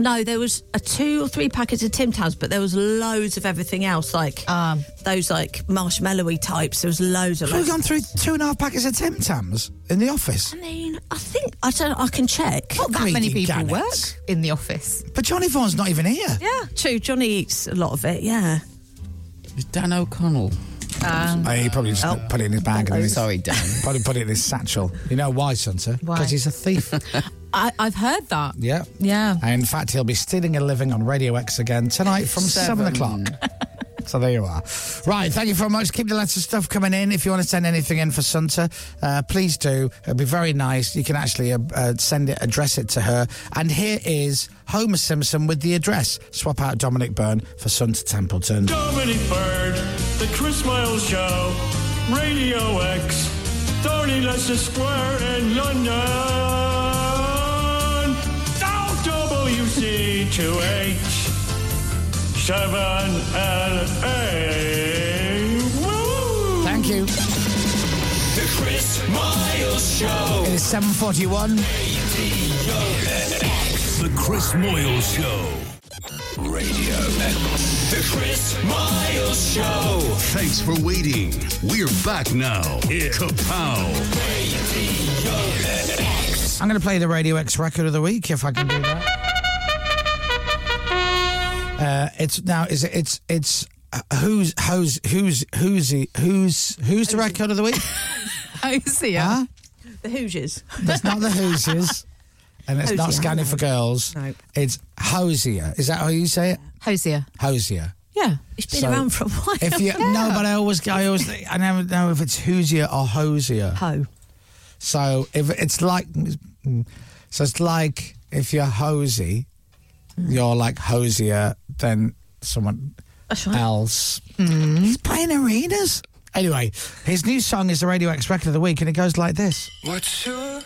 Speaker 4: No, there was a two or three packets of Tim Tams, but there was loads of everything else, like
Speaker 6: Um.
Speaker 4: those like marshmallowy types. There was loads of.
Speaker 6: So we've
Speaker 4: loads.
Speaker 6: gone through two and a half packets of Tim Tams in the office.
Speaker 4: I mean, I think I don't. I can check.
Speaker 6: Not that many Greedy people Gannets. work
Speaker 8: in the office.
Speaker 6: But Johnny Vaughan's not even here.
Speaker 4: Yeah, true. Johnny eats a lot of it. Yeah.
Speaker 1: Dan O'Connell.
Speaker 4: Um,
Speaker 6: Oh, he probably just put it in his bag. And in his,
Speaker 1: Sorry, Dan.
Speaker 6: Probably put it in his satchel. You know why, Sunter?
Speaker 8: Why?
Speaker 6: Because he's a thief.
Speaker 8: I, I've heard that.
Speaker 6: yeah.
Speaker 8: Yeah.
Speaker 6: And in fact, he'll be stealing a living on Radio X again tonight from seven,
Speaker 8: Seven.
Speaker 6: o'clock. So there you are. Right, thank you very much. Keep the letters stuff coming in. If you want to send anything in for Sunta, uh, please do. It'd be very nice. You can actually uh, uh, send it, address it to her. And here is Homer Simpson with the address. Swap out Dominic Byrne for Sunta Templeton.
Speaker 15: Dominic Bird, The Chris Miles Show, Radio X, 30 Leicester Square in London. WC2H, 7LA. Woo!
Speaker 6: Thank you.
Speaker 15: The Chris Miles
Speaker 6: It is 7.41.
Speaker 2: The Chris Moyle Show. Radio X. The Chris Miles Show. Thanks for waiting. We're back now. Kapow.
Speaker 6: I'm going to play the Radio X record of the week if I can do that. Uh, it's now is it, it's it's uh, who's who's who's who's who's who's the record of the week? oh,
Speaker 8: Hosier.
Speaker 6: Huh?
Speaker 4: The Hoosiers.
Speaker 6: It's not the Hoosiers, and it's not
Speaker 4: Hosier,
Speaker 6: Scanning
Speaker 4: no.
Speaker 6: for Girls.
Speaker 4: No.
Speaker 6: It's Hosier. Is that how you say it?
Speaker 8: Hosier.
Speaker 6: Hosier.
Speaker 8: Yeah.
Speaker 4: It's been
Speaker 6: So,
Speaker 4: around for a while.
Speaker 6: If you no, but uh, I always I always I never know if it's Hoosier or Hosier.
Speaker 4: Ho.
Speaker 6: So if it's like so it's like if you're hosy,
Speaker 4: Mm.
Speaker 6: you're like hosier than someone else.
Speaker 4: Mm-hmm.
Speaker 6: He's playing arenas. Anyway, his new song is the Radio X record of the week, and it goes like this.
Speaker 15: What's your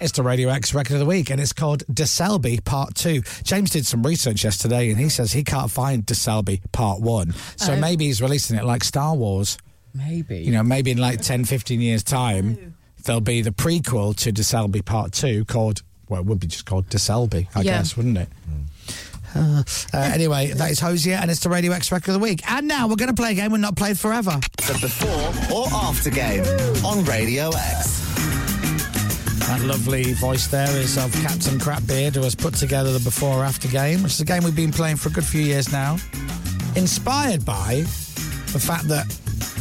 Speaker 6: It's the Radio X record of the week, and it's called DeSelby Part 2. James did some research yesterday, and he says he can't find DeSelby Part 1. So
Speaker 1: Oh.
Speaker 6: maybe he's releasing it like Star Wars.
Speaker 1: Maybe.
Speaker 6: You know, maybe in like 10, 15 years' time, there'll be the prequel to DeSelby Part 2 called, well, it would be just called DeSelby, I
Speaker 10: Yeah.
Speaker 6: guess, wouldn't it? Uh, uh, anyway, that is Hosier, and it's the Radio X record of the week. And now we're going to play a game we've not played forever.
Speaker 16: The before or after game on Radio X.
Speaker 6: That lovely voice there is of Captain Crapbeard, who has put together the before or after game, which is a game we've been playing for a good few years now. Inspired by the fact that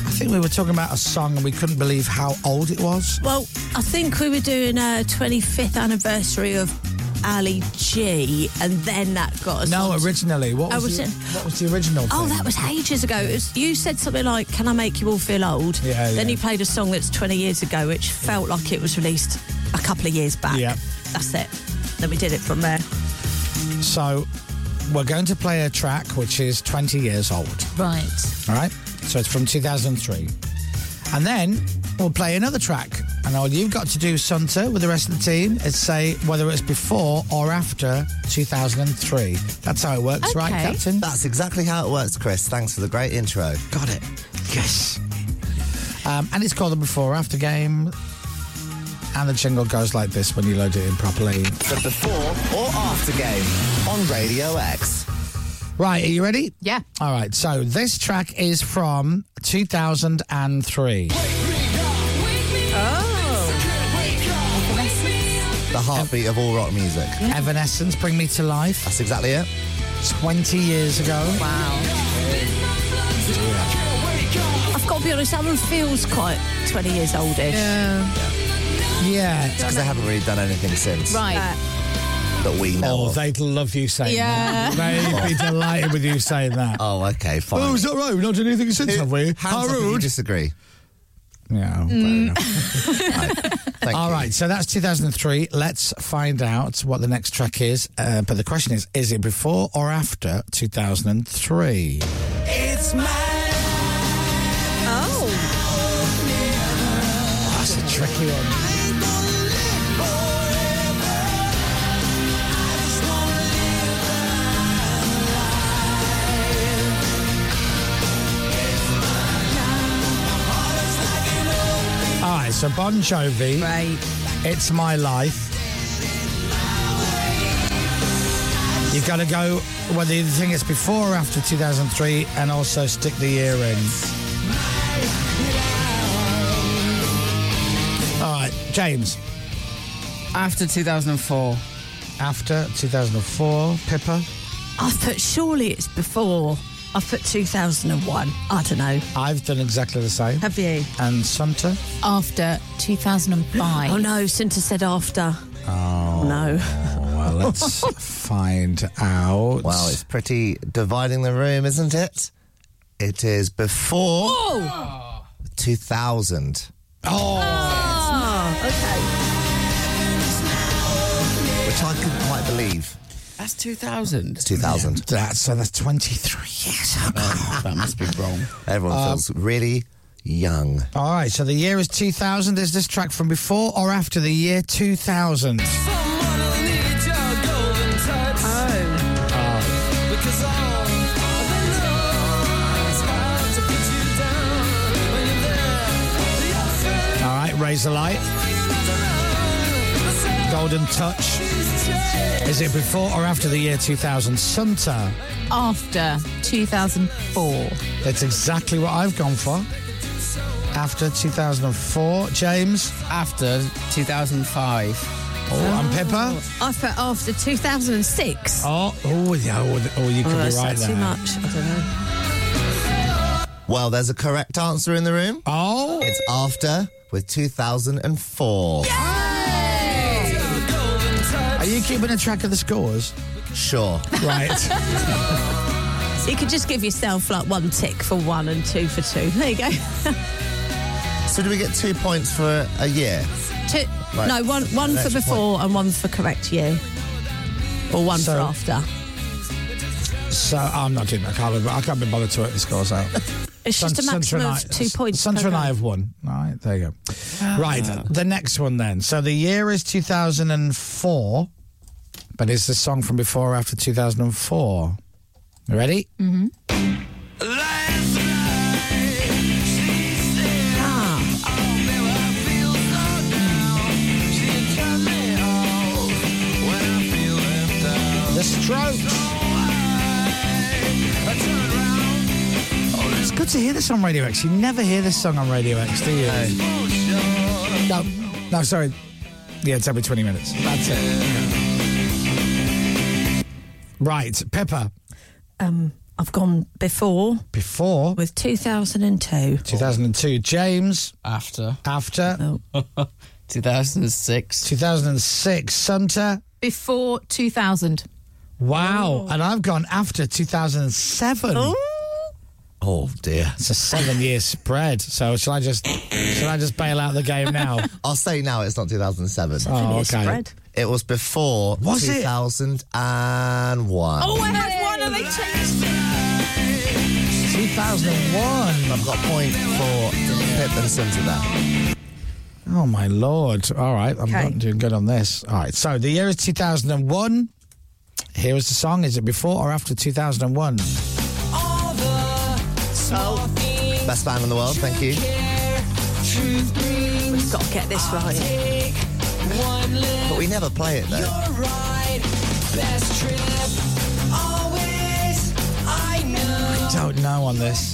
Speaker 6: I think we were talking about a song and we couldn't believe how old it was.
Speaker 4: Well, I think we were doing a 25th anniversary of Ali G, and then that got us.
Speaker 6: No,
Speaker 4: onto-
Speaker 6: originally, what
Speaker 4: Oh,
Speaker 6: was,
Speaker 4: was
Speaker 6: the,
Speaker 4: it-
Speaker 6: what was the original?
Speaker 4: Oh,
Speaker 6: thing?
Speaker 4: that was ages ago. It was, you said something like, "Can I make you all feel old?"
Speaker 6: Yeah,
Speaker 4: Then
Speaker 6: yeah.
Speaker 4: you played a song that's 20 years ago, which felt like it was released a couple of years back.
Speaker 6: Yeah.
Speaker 4: That's it. Then we did it from there.
Speaker 6: So we're going to play a track which is 20 years old.
Speaker 8: Right.
Speaker 6: All right. So it's from 2003. And then we'll play another track. And all you've got to do, Sunter, with the rest of the team, is say whether it's before or after 2003. That's how it works, right, Captain?
Speaker 16: That's exactly how it works, Chris. Thanks for the great intro.
Speaker 6: Got it. Yes. Um, and it's called the before or after game. And the jingle goes like this when you load it in properly.
Speaker 16: The before or after game on Radio X.
Speaker 6: Right, are you ready?
Speaker 8: Yeah.
Speaker 6: All right, so this track is from 2003.
Speaker 8: Oh.
Speaker 16: The heartbeat of all rock music.
Speaker 6: Evanescence, Bring Me to Life.
Speaker 16: That's exactly it.
Speaker 6: 20 years ago.
Speaker 4: Wow. I've got to be honest. That one feels quite 20 years oldish.
Speaker 8: Yeah.
Speaker 6: Yeah.
Speaker 16: It's because I haven't really done anything since.
Speaker 8: Right.
Speaker 16: That we know.
Speaker 6: Oh, they'd love you saying
Speaker 8: Yeah.
Speaker 6: that. They'd be delighted with you saying that.
Speaker 16: Oh, okay, fine.
Speaker 6: Oh, is that right? We've not done anything since, have we?
Speaker 16: Hands up if you disagree.
Speaker 6: Yeah.
Speaker 8: Mm.
Speaker 16: All
Speaker 6: right, so that's 2003. Let's find out what the next track is. Uh, but the question is is it before or after 2003?
Speaker 15: It's my Oh.
Speaker 6: That's a tricky one. All right, so Bon Jovi. It's My Life. You've got to go whether the thing is before or after 2003 and also stick the year in. All right, James.
Speaker 1: After 2004.
Speaker 6: After 2004, Pippa.
Speaker 4: I've put surely it's before. I've put 2001. I don't know.
Speaker 6: I've done exactly the same.
Speaker 4: Have you?
Speaker 6: And Sumter.
Speaker 4: After 2005. Oh no, Cinta said after.
Speaker 6: Oh.
Speaker 4: No.
Speaker 6: Well, let's find out.
Speaker 16: Well, it's pretty dividing the room, isn't it? It is before
Speaker 4: Oh!
Speaker 16: 2000.
Speaker 15: Oh.
Speaker 16: Which I couldn't quite believe.
Speaker 1: That's 2000.
Speaker 16: It's 2000.
Speaker 6: That's, so that's 23 years ago.
Speaker 16: Oh, that must be wrong. Everyone
Speaker 6: Um,
Speaker 16: feels really young.
Speaker 6: All right, so the year is 2000. Is this track from before or after the year 2000?
Speaker 15: Oh. Ah.
Speaker 6: All right, Raise the Light. Golden Touch. Is it before or after the year 2000? Sumter.
Speaker 8: After 2004.
Speaker 6: That's exactly what I've gone for. After 2004, James.
Speaker 1: After 2005.
Speaker 6: Oh, and Pippa.
Speaker 4: I've put after 2006.
Speaker 6: Oh, oh, yeah, oh, oh, you could
Speaker 4: Oh,
Speaker 6: be
Speaker 4: that's
Speaker 6: right
Speaker 4: not
Speaker 6: there.
Speaker 4: too much. I don't know.
Speaker 16: Well, there's a correct answer in the room.
Speaker 6: Oh.
Speaker 16: It's after with 2004.
Speaker 6: Are you keeping a track of the scores?
Speaker 16: Sure.
Speaker 6: Right.
Speaker 4: So you could just give yourself like one tick for one and two for two. There you go.
Speaker 16: So do we get two points for a year?
Speaker 4: two,
Speaker 16: Right.
Speaker 4: No, one one for
Speaker 16: Next
Speaker 4: before and one for correct year, or one for
Speaker 6: So-
Speaker 4: after.
Speaker 6: So I'm not doing that. I can't be, I can't be bothered to work the scores out.
Speaker 4: It's just a maximum of two points per
Speaker 6: Sandra and I
Speaker 4: round.
Speaker 6: have won. All right, there you go. Right, the next one then. So the year is 2004, but it's the song from before or after 2004. Ready? Mm-hmm. The Strokes. Oh, It's good to hear this on Radio X. You never hear this song on Radio X, do you? No, no, sorry. Yeah, it's every 20 minutes. That's it. Right, Pepper.
Speaker 4: Um, I've gone before
Speaker 6: Before?
Speaker 4: with 2002.
Speaker 6: 2002. James.
Speaker 1: After.
Speaker 6: After.
Speaker 1: 2006.
Speaker 6: 2006. Sumter.
Speaker 8: Before 2000.
Speaker 6: Wow. And I've gone after 2007.
Speaker 16: Oh dear.
Speaker 6: It's a seven year spread. So shall I just shall I just bail out the game now?
Speaker 16: I'll say now it's not 2007.
Speaker 6: Oh, okay. Spread.
Speaker 16: It was before
Speaker 6: Was it?
Speaker 16: 2001.
Speaker 4: Oh, I had one and they changed it.
Speaker 6: 2001.
Speaker 16: I've got a point for Pip and Simpson there.
Speaker 6: Oh my lord! All right, I'm
Speaker 16: Okay.
Speaker 6: not doing good on this. All right, so the year is 2001. Here is the song. Is it before or after 2001?
Speaker 16: Best band in the world, thank you.
Speaker 4: We've got to get this right.
Speaker 16: But we never play it though.
Speaker 6: I don't know on this.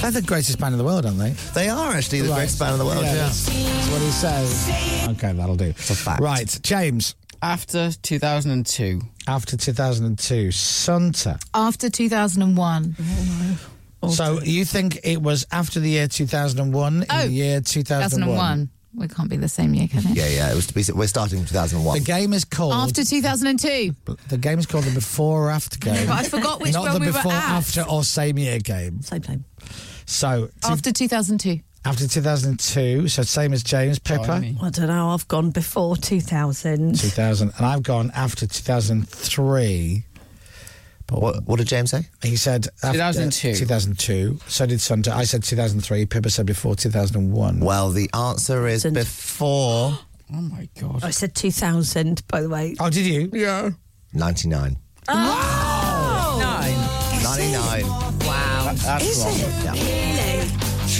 Speaker 6: They're the greatest band in the world, aren't they?
Speaker 16: They are actually the
Speaker 6: Right.
Speaker 16: greatest band in the world,
Speaker 6: Yeah,
Speaker 16: yeah.
Speaker 6: that's- that's what he says. Okay, that'll do. It's a fact. Right, James.
Speaker 1: After 2002.
Speaker 6: After 2002, Santa.
Speaker 8: After 2001.
Speaker 4: Oh,
Speaker 6: So you think it was after the year 2001
Speaker 8: Oh,
Speaker 6: in the year 2001?
Speaker 8: 2001. We can't be the same year, can it?
Speaker 16: Yeah, yeah, it was to be, we're starting in 2001.
Speaker 6: The game is called.
Speaker 8: After 2002.
Speaker 6: The game is called the before or after game.
Speaker 8: But I forgot which
Speaker 6: Not
Speaker 8: one
Speaker 6: the
Speaker 8: we were
Speaker 6: before,
Speaker 8: at.
Speaker 6: after, or same year game.
Speaker 4: Same time.
Speaker 6: So t-
Speaker 8: After 2002.
Speaker 6: after 2002, so same as James Pepper.
Speaker 4: I don't know. I've gone before 2000.
Speaker 6: 2000, and I've gone after 2003.
Speaker 16: But what, what did James say?
Speaker 6: He said after
Speaker 1: 2002.
Speaker 6: 2002. So did Sunday. I said 2003. Pippa said before 2001.
Speaker 16: Well, the answer is before
Speaker 1: Oh my god.
Speaker 4: I said 2000, by the way.
Speaker 6: Oh, did you?
Speaker 4: Yeah.
Speaker 16: 99.
Speaker 1: Nine.
Speaker 16: 99. Wow.
Speaker 1: That's wrong.
Speaker 16: Yeah.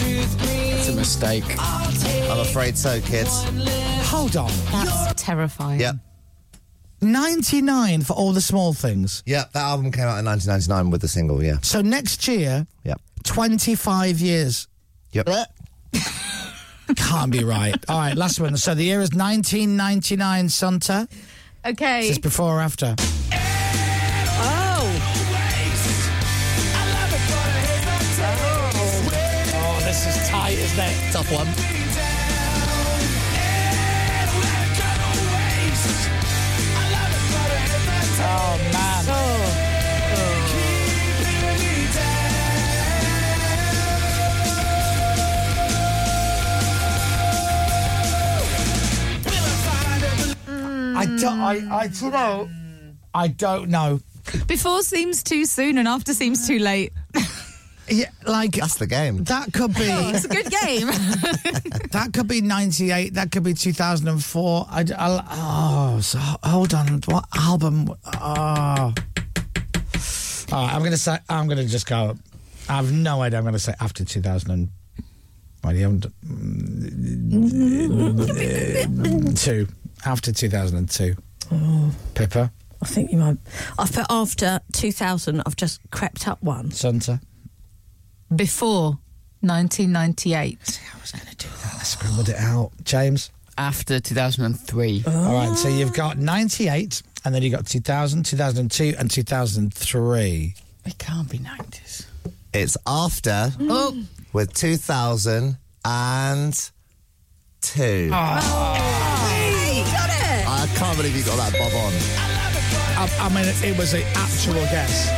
Speaker 1: It's a mistake.
Speaker 16: I'm afraid so, kids.
Speaker 6: Hold on.
Speaker 8: That's terrifying.
Speaker 16: Yep.
Speaker 6: 99 for all the small things.
Speaker 16: Yeah, that album came out in 1999 with the single, yeah.
Speaker 6: So next year,
Speaker 16: Yep.
Speaker 6: 25 years.
Speaker 16: Yep.
Speaker 6: Can't be right. All right, last one. So the year is 1999, Santa. Is
Speaker 8: Okay.
Speaker 6: this before or after?
Speaker 10: Oh,
Speaker 6: this is tight, isn't it?
Speaker 10: Tough one.
Speaker 6: Oh, man. I don't. I. I do you know. I don't know.
Speaker 8: Before seems too soon and after seems too late.
Speaker 6: Yeah, like
Speaker 16: that's the game.
Speaker 6: That could be.
Speaker 8: Oh, it's a good game.
Speaker 6: that could be '98. That could be 2004. I. d- I'll- oh, so hold on. What album? Oh. All right. I'm gonna say. I'm gonna just go. I have no idea. I'm gonna say after 2000. And, well, you haven't. mm, Two after 2002.
Speaker 4: Oh,
Speaker 6: Pippa.
Speaker 4: I think you might. I've put after 2000, I've just crept up one.
Speaker 6: Santa.
Speaker 8: Before 1998.
Speaker 6: I scribbled it out. James?
Speaker 1: After 2003.
Speaker 6: All right, so you've got 98, and then you've got 2000, 2002, and 2003.
Speaker 1: It can't be 90s.
Speaker 16: It's after
Speaker 6: Mm.
Speaker 1: Oh.
Speaker 16: with 2002.
Speaker 6: Oh.
Speaker 16: I can't believe you got that bob on.
Speaker 6: I, I mean, it was an actual guess.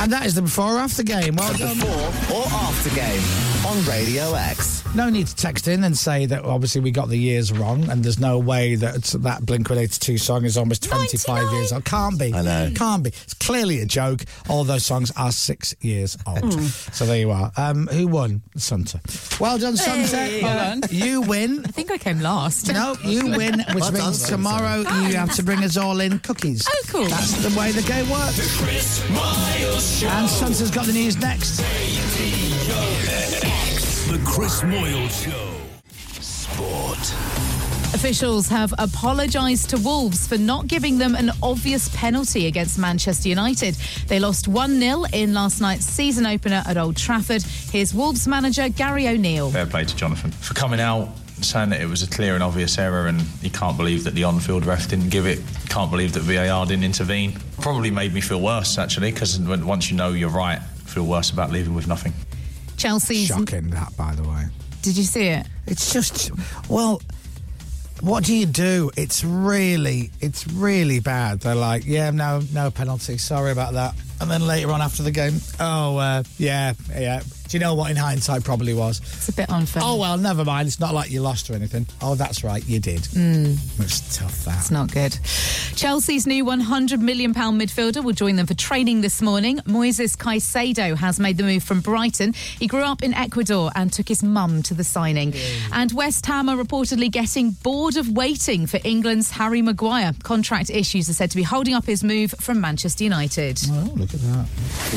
Speaker 6: And that is the before or after game. Well done.
Speaker 16: Before or after game on Radio X.
Speaker 6: No need to text in and say that obviously we got the years wrong, and there's no way that that Blink 182 song is almost 25 years old. Can't be. I know. Can't be. It's clearly a joke. All those songs are six years old.
Speaker 10: Mm.
Speaker 6: so there you are. Um, who won? Santa. Well done, Santa.
Speaker 10: Hey.
Speaker 6: Well
Speaker 10: Well
Speaker 6: done. You win. I
Speaker 8: think I came last.
Speaker 6: No, you win, which
Speaker 10: Well done,
Speaker 6: means
Speaker 10: Santa.
Speaker 6: tomorrow you have to bring us all in cookies. Oh,
Speaker 8: cool.
Speaker 6: That's the way the game works. The
Speaker 10: Chris
Speaker 6: Miles
Speaker 10: Show.
Speaker 6: And Santa's got the news next.
Speaker 2: The Chris Moyle Show. Sport.
Speaker 8: Officials have apologised to Wolves for not giving them an obvious penalty against Manchester United. They lost 1 0 in last night's season opener at Old Trafford. Here's Wolves manager Gary O'Neill.
Speaker 17: Fair play to Jonathan for coming out saying that it was a clear and obvious error, and he can't believe that the on-field ref didn't give it. Can't believe that VAR didn't intervene. Probably made me feel worse actually, because once you know you're right, feel worse about leaving with nothing.
Speaker 8: Chelsea's.
Speaker 6: Shocking, that, by the way.
Speaker 8: Did you see it?
Speaker 6: It's just, well, what do you do? It's really, it's really bad. They're like, yeah, no, no penalty. Sorry about that. And then later on after the game, oh, uh, yeah, yeah. Do you know what? In hindsight, probably was. It's
Speaker 8: a bit unfair.
Speaker 6: Oh well, never mind. It's not like you lost or anything. Oh, that's right, you did.
Speaker 8: Mm.
Speaker 6: It's tough that.
Speaker 8: It's not good. Chelsea's new £100 million midfielder will join them for training this morning. Moises Caicedo has made the move from Brighton. He grew up in Ecuador and took his mum to the signing. And West Ham are reportedly getting bored of waiting for England's Harry Maguire. Contract issues are said to be holding up his move from Manchester United.
Speaker 6: Look at that.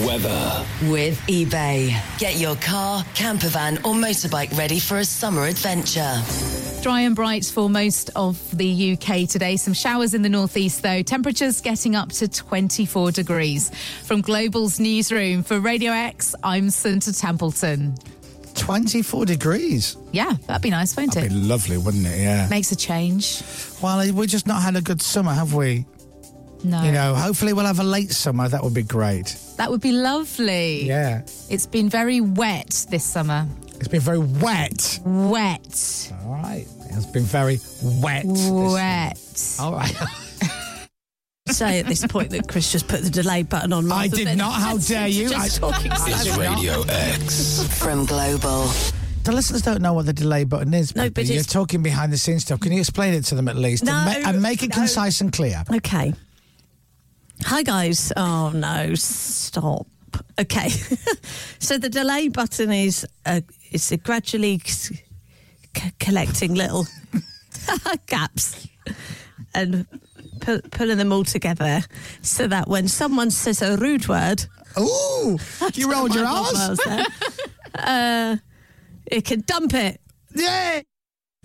Speaker 11: Weather.
Speaker 3: With eBay. Get your car, camper van, or motorbike ready for a summer adventure.
Speaker 8: Dry and bright for most of the UK today. Some showers in the northeast, though. Temperatures getting up to 24 degrees. From Global's newsroom for Radio X, I'm Santa Templeton.
Speaker 6: 24 degrees.
Speaker 8: Yeah, that'd be nice, won't
Speaker 6: That'd
Speaker 8: it?
Speaker 6: be lovely, wouldn't it? Yeah.
Speaker 8: Makes a change.
Speaker 6: Well, we've just not had a good summer, have we?
Speaker 8: No.
Speaker 6: You know, hopefully we'll have a late summer. That would be great.
Speaker 8: That would be lovely.
Speaker 6: Yeah.
Speaker 8: It's been very wet this summer.
Speaker 6: It's been very wet.
Speaker 8: Wet.
Speaker 6: All right. It's been very wet. this
Speaker 8: Wet.
Speaker 6: year. All right.
Speaker 4: Say at this point that Chris just put the delay button on.
Speaker 6: I did not. How dare you?
Speaker 4: Just
Speaker 6: I-
Speaker 4: talking
Speaker 6: I
Speaker 4: so
Speaker 6: did
Speaker 4: fast.
Speaker 6: not.
Speaker 11: Radio X.
Speaker 3: From Global.
Speaker 6: The listeners don't know what the delay button is.
Speaker 4: No,
Speaker 6: Pippa.
Speaker 4: but
Speaker 6: you're
Speaker 4: it's-
Speaker 6: talking behind the scenes stuff. Can you explain it to them at least and,
Speaker 4: No,
Speaker 6: ma- and make it
Speaker 4: no.
Speaker 6: concise and clear?
Speaker 4: Okay. Hi, guys. Oh, no, stop. Okay. so the delay button is a, it's a gradually c- c- collecting little gaps and pu- pulling them all together so that when someone says a rude word.
Speaker 6: Ooh,
Speaker 10: you rolled your arse.
Speaker 4: uh, it can dump it.
Speaker 6: Yeah.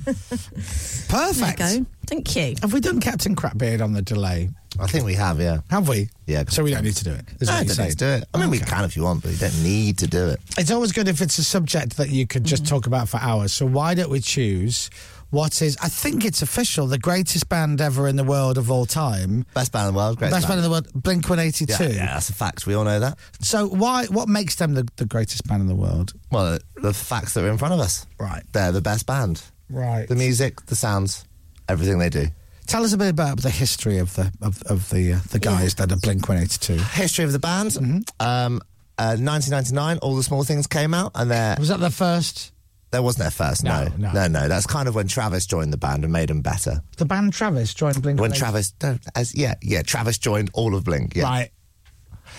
Speaker 6: Perfect.
Speaker 4: go. Thank you.
Speaker 6: Have we done Captain Crapbeard on the delay?
Speaker 16: I think we have, yeah.
Speaker 6: Have we?
Speaker 16: Yeah.
Speaker 6: So we don't need to do it. is
Speaker 16: No,
Speaker 6: what
Speaker 16: I
Speaker 6: you're
Speaker 16: don't
Speaker 6: saying.
Speaker 16: need to do it. I mean, we can if you want, but you don't need to do it.
Speaker 6: It's always good if it's a subject that you could
Speaker 4: Mm-hmm.
Speaker 6: just talk about for hours. So why don't we choose what is? I think it's official. The greatest band ever in the world of all time.
Speaker 16: Best band in the world. Great
Speaker 6: Best band in the world. Blink One Eighty Two.
Speaker 16: Yeah, yeah, that's a fact. We all know that.
Speaker 6: So why? What makes them the, the greatest band in the world?
Speaker 16: Well, the facts that are in front of us.
Speaker 6: Right.
Speaker 16: They're the best band.
Speaker 6: Right.
Speaker 16: The music, the sounds, everything they do.
Speaker 6: Tell us a bit about the history of the of, of the uh, the guys that are Blink One Eighty Two.
Speaker 16: History of the band.
Speaker 6: Mm-hmm.
Speaker 16: Um, uh, 1999, All the Small Things came out, and there
Speaker 6: was that their first.
Speaker 16: That wasn't their first. No,
Speaker 6: No, no.
Speaker 16: no, no, That's kind of when Travis joined the band and made them better.
Speaker 6: The band Travis joined Blink.
Speaker 16: When Travis, no, as yeah, yeah, Travis joined all of Blink. Yeah.
Speaker 6: Right.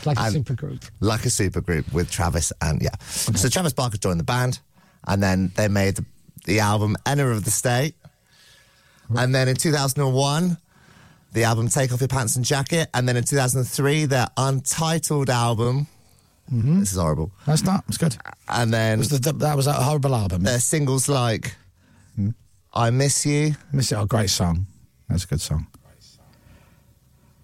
Speaker 6: Like a
Speaker 16: And-
Speaker 6: supergroup.
Speaker 16: like a supergroup with Travis and yeah. So Travis Barker joined the band, and then they made the, the album Enema of the State, and then in 2001, the album Take Off Your Pants and Jacket, and then in 2003, their untitled album. This is horrible.
Speaker 6: Mm-hmm. That's not. Oh, It's good.
Speaker 16: And then
Speaker 6: Was the- that was a horrible album.
Speaker 16: Their singles like "I Miss You,"
Speaker 6: "Miss It," a great song. That's a good song.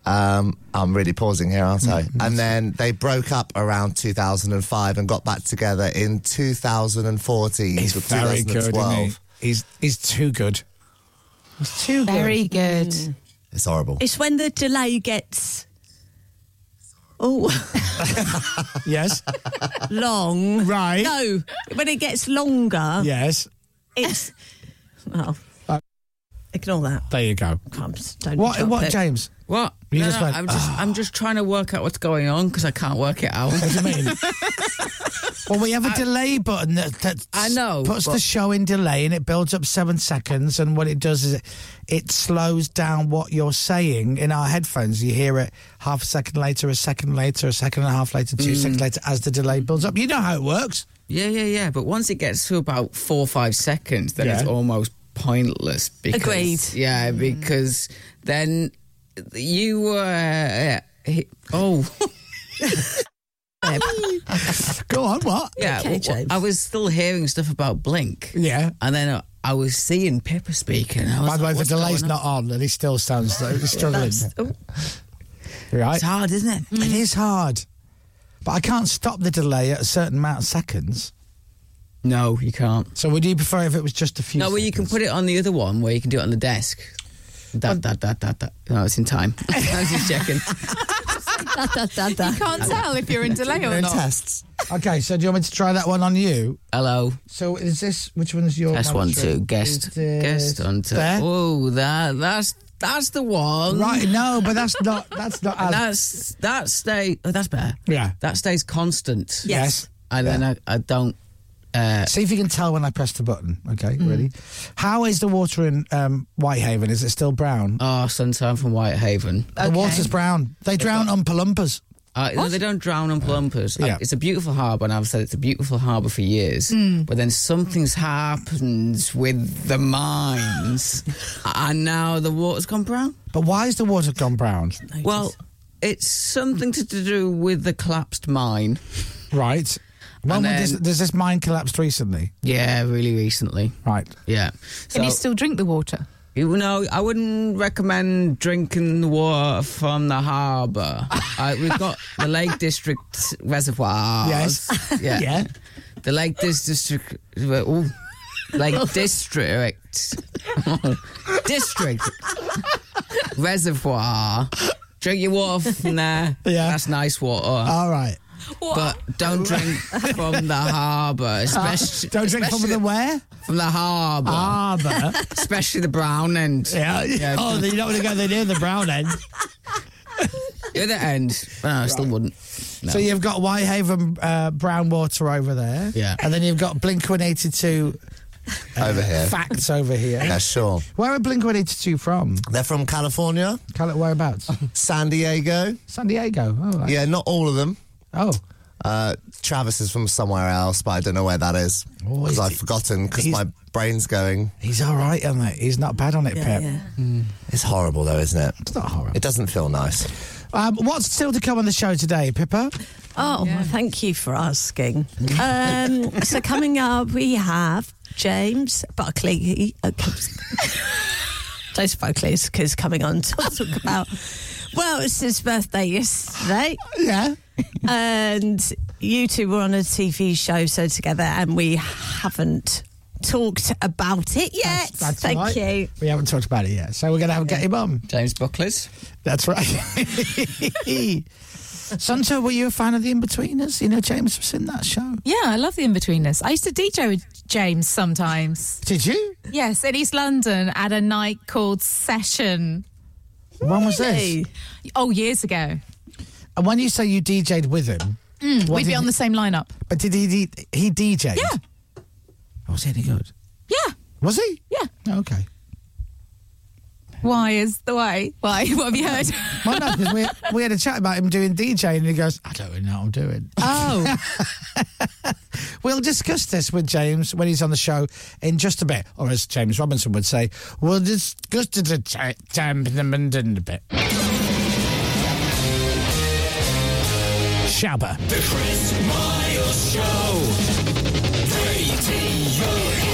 Speaker 16: Um, I'm really pausing here, aren't I?
Speaker 6: Mm-hmm.
Speaker 16: and then they broke up around 2005 and got back together in 2014.
Speaker 6: He's
Speaker 16: to
Speaker 6: very good. isn't he?
Speaker 16: 2012.
Speaker 6: He's he's too good. It's too Mm.
Speaker 4: Very good.
Speaker 16: It's horrible.
Speaker 4: It's when the delay gets. Oh.
Speaker 6: yes.
Speaker 4: Long.
Speaker 6: Right.
Speaker 4: No, when it gets longer.
Speaker 6: Yes. Uh,
Speaker 4: It's. Well. Ignore that.
Speaker 6: There you go.
Speaker 4: Don't
Speaker 6: What?
Speaker 4: drop
Speaker 6: What,
Speaker 4: it.
Speaker 6: James?
Speaker 1: What?
Speaker 6: You
Speaker 1: No,
Speaker 6: just
Speaker 1: no,
Speaker 6: went,
Speaker 1: I'm just I'm just trying to work out what's going on because I can't work it out.
Speaker 6: What do you mean? Well, we have a delay button that, that
Speaker 1: I know,
Speaker 6: puts the
Speaker 1: but-
Speaker 6: show in delay and it builds up seven seconds. And what it does is it, it slows down what you're saying in our headphones. You hear it half a second later, a second later, a second and a half later, two
Speaker 1: Mm.
Speaker 6: seconds later as the delay builds up. You know how it works.
Speaker 1: Yeah, yeah, yeah. But once it gets to about four or five seconds, then it's
Speaker 6: Yeah. Mm.
Speaker 1: almost pointless. Because,
Speaker 4: Agreed.
Speaker 1: Yeah, because then you were. Uh, he- oh.
Speaker 6: Go on, what?
Speaker 1: Yeah,
Speaker 4: Okay,
Speaker 1: wh- wh- I was still hearing stuff about Blink.
Speaker 6: Yeah.
Speaker 1: And then I- I was seeing Pippa speaking. I was
Speaker 6: By the way,
Speaker 1: like,
Speaker 6: the
Speaker 1: "What's
Speaker 6: delay's
Speaker 1: going on?"
Speaker 6: not on and he still sounds he's struggling.
Speaker 1: That's- oh,
Speaker 6: Right?
Speaker 1: It's hard, isn't it?
Speaker 6: It is hard. But I can't stop the delay at a certain amount of seconds.
Speaker 1: No, you can't.
Speaker 6: So would you prefer if it was just a few
Speaker 1: No, well, you can put it on the other one where you can do it on the desk.
Speaker 6: Um,
Speaker 1: That, that, that, that, that. No, it's in time. I was just checking.
Speaker 4: Da, da, da, da.
Speaker 8: You can't tell if you're in delay or not.
Speaker 16: tests.
Speaker 6: Okay, so do you want me to try that one on you?
Speaker 1: Hello.
Speaker 6: So is this which one's your
Speaker 1: Test one,
Speaker 6: mandatory?
Speaker 1: two. Guest.
Speaker 6: Is this
Speaker 1: Guest on two.
Speaker 6: there?
Speaker 1: Oh, that, that's, that's the one.
Speaker 6: Right, no, but that's not that's not as
Speaker 1: That's, that stays, oh, that's better.
Speaker 6: Yeah.
Speaker 1: That stays constant.
Speaker 6: Yes.
Speaker 1: And then I, I don't, uh, Mm.
Speaker 6: See if you can tell when I press the button. Okay, ready? How is the water in um, Whitehaven? Is it still brown?
Speaker 1: oh, sometime from Whitehaven.
Speaker 6: The water's brown. They drown Umpalumpers.
Speaker 1: Uh, no, they don't drown on plumpers.
Speaker 6: Yeah.
Speaker 1: Uh, It's a beautiful harbour, and I've said it's a beautiful harbour for years.
Speaker 6: Hmm.
Speaker 1: But then something's happened with the mines, and now the water's gone brown.
Speaker 6: But why has the water gone brown?
Speaker 1: Well, it's something to to do with the collapsed mine.
Speaker 6: Right. When
Speaker 1: And
Speaker 6: would this,
Speaker 1: then-
Speaker 6: does this mine collapsed recently?
Speaker 1: Yeah, really recently.
Speaker 6: Right.
Speaker 1: Yeah.
Speaker 8: Can you
Speaker 1: So-
Speaker 8: still drink the water?
Speaker 1: You know, I wouldn't recommend drinking the water from the harbour. uh, we've got the Lake District reservoirs.
Speaker 6: Yes.
Speaker 1: Yeah.
Speaker 6: Yeah.
Speaker 1: The Lake Dis- District. Oh, Lake District. district. Reservoir. Drink your water from there.
Speaker 6: Yeah.
Speaker 1: That's nice water.
Speaker 6: All right.
Speaker 1: but don't drink from the harbour, especially
Speaker 6: Don't drink from
Speaker 1: especially
Speaker 6: the where?
Speaker 1: from the harbour,
Speaker 6: Harbour.
Speaker 1: especially the brown end.
Speaker 6: Yeah. Oh, you don't want to go there near the brown end.
Speaker 1: The other end. No, I still wouldn't. No.
Speaker 6: So you've got Whitehaven uh, brown water over there.
Speaker 1: Yeah.
Speaker 6: And then you've got Blink 182
Speaker 16: Over here.
Speaker 6: uh, facts over here.
Speaker 16: Yeah, sure.
Speaker 6: Where are Blink 182 from?
Speaker 16: They're from California,
Speaker 6: Cal- Whereabouts?
Speaker 16: San Diego.
Speaker 6: San Diego. Oh, right.
Speaker 16: Yeah, not all of them.
Speaker 6: Oh.
Speaker 16: Uh, Travis is from somewhere else, but I don't know where that is
Speaker 6: Oh,
Speaker 16: because
Speaker 6: he's-
Speaker 16: I've forgotten because
Speaker 6: he's-
Speaker 16: my brain's going.
Speaker 6: He's all right on it. He's not bad on it,
Speaker 4: Yeah,
Speaker 6: Pip.
Speaker 4: yeah.
Speaker 16: It's horrible though, isn't it?
Speaker 6: Hmm. It's not horrible.
Speaker 16: It doesn't feel nice.
Speaker 6: Um, what's still to come on the show today, Pippa?
Speaker 4: Oh, well, thank you for asking. um, so coming up, we have James Buckley. uh, James Buckley is, is coming on to talk about. Well, it's his birthday yesterday.
Speaker 6: Yeah.
Speaker 4: And you two were on a TV show so together, and we haven't talked about it yet.
Speaker 6: That's
Speaker 4: Thank
Speaker 6: right.
Speaker 4: you.
Speaker 6: We haven't talked about it yet, so we're going to have a get him on.
Speaker 1: James Buckley's.
Speaker 6: That's right. Santo, were you a fan of the Inbetweeners? You know, James was in that show.
Speaker 8: Yeah, I love the Inbetweeners. I used to DJ with James sometimes.
Speaker 6: Did you?
Speaker 8: Yes, in East London at a night called Session.
Speaker 6: When was this?
Speaker 8: Really? Oh, years ago.
Speaker 6: And when you say you DJ'd with him,
Speaker 8: Mm,
Speaker 6: what
Speaker 8: we'd be
Speaker 6: did
Speaker 8: on
Speaker 6: he-
Speaker 8: the same lineup.
Speaker 6: But did he he, he DJ'd? Yeah. Oh, was he any good?
Speaker 8: Yeah.
Speaker 6: Was he? Oh,
Speaker 8: Yeah.
Speaker 6: Okay.
Speaker 8: Why is the way? Why? What have you heard?
Speaker 6: Well, no, because we, we had a chat about him doing DJ, and he goes, I don't really know what I'm doing.
Speaker 8: Oh.
Speaker 6: we'll discuss this with James when he's on the show in just a bit. Or as James Robinson would say, we'll discuss it a ti- time in a bit. Shabba.
Speaker 10: The Chris Miles Show. Radio X.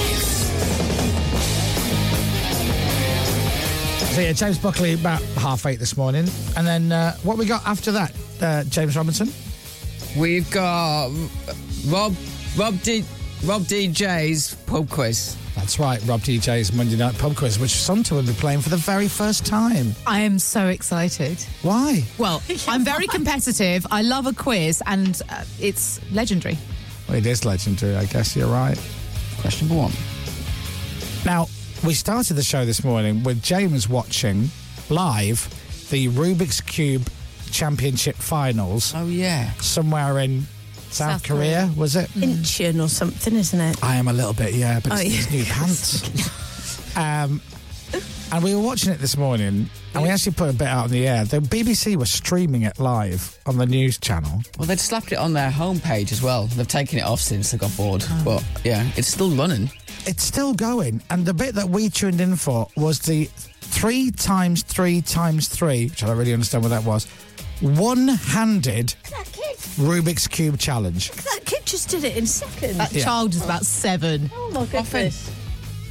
Speaker 6: So yeah, James Buckley about half eight this morning. And then uh, what we got after that, uh, James Robinson?
Speaker 1: We've got Rob Rob D Rob DJ's pub quiz.
Speaker 6: That's right, Rob DJ's Monday Night Pub Quiz, which Santa will be playing for the very first time.
Speaker 8: I am so excited.
Speaker 6: Why?
Speaker 8: Well, I'm very competitive. I love a quiz, and uh, it's legendary.
Speaker 6: Well, it is legendary, I guess you're right.
Speaker 1: Question number one.
Speaker 6: Now, we started the show this morning with James watching live the Rubik's Cube Championship finals.
Speaker 1: Oh, yeah.
Speaker 6: Somewhere in South,
Speaker 4: South
Speaker 6: Korea,
Speaker 4: Korea.
Speaker 6: was it?
Speaker 4: Incheon or something, isn't it?
Speaker 6: I am a little bit, yeah, but
Speaker 4: Oh,
Speaker 6: it's these
Speaker 4: yeah.
Speaker 6: new pants. um, and we were watching it this morning, and we actually put a bit out on the air. The BBC was streaming it live on the news channel.
Speaker 1: Well, they'd slapped it on their homepage as well. They've taken it off since they got bored.
Speaker 6: Oh.
Speaker 1: But yeah, it's still running.
Speaker 6: It's still going, and the bit that we tuned in for was the three times three times three, which I don't really understand what that was. One-handed Rubik's Cube challenge.
Speaker 4: That kid just did it in seconds.
Speaker 6: That Yeah. child
Speaker 8: is about seven.
Speaker 4: Oh my goodness.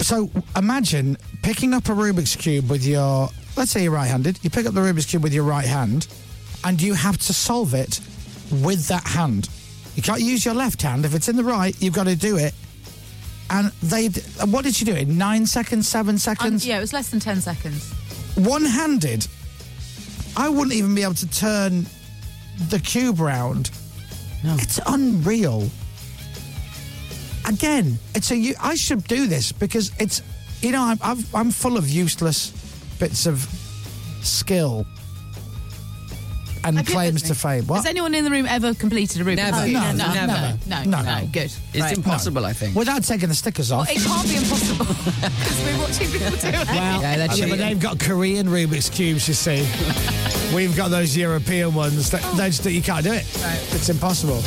Speaker 6: So imagine picking up a Rubik's Cube with your, let's say you're right handed, you pick up the Rubik's Cube with your right hand, and you have to solve it with that hand. You can't use your left hand. If it's in the right, you've got to do it. And they, d- and what did you do? In nine seconds, seven
Speaker 8: Um,
Speaker 6: seconds?
Speaker 8: yeah, it was less than ten seconds.
Speaker 6: One handed. I wouldn't even be able to turn the cube round. It's unreal. Again, it's a. u- I should do this because it's. You know, I'm I've, I'm full of useless bits of skill and
Speaker 8: Have you
Speaker 6: claims
Speaker 8: ever-
Speaker 6: to fame. What?
Speaker 8: Has anyone in the room ever completed a Rubik's
Speaker 6: Never.
Speaker 8: Cube?
Speaker 6: No,
Speaker 8: no,
Speaker 6: no,
Speaker 8: no,
Speaker 6: never.
Speaker 8: no,
Speaker 6: No, no.
Speaker 8: no, Good.
Speaker 1: It's
Speaker 8: Right.
Speaker 1: impossible, I think.
Speaker 6: Without taking the stickers off.
Speaker 8: It can't be impossible because we're watching people do it.
Speaker 6: Well, yeah, but they've got Korean Rubik's cubes, you see. We've got those European ones that, those that you can't do it. It's impossible.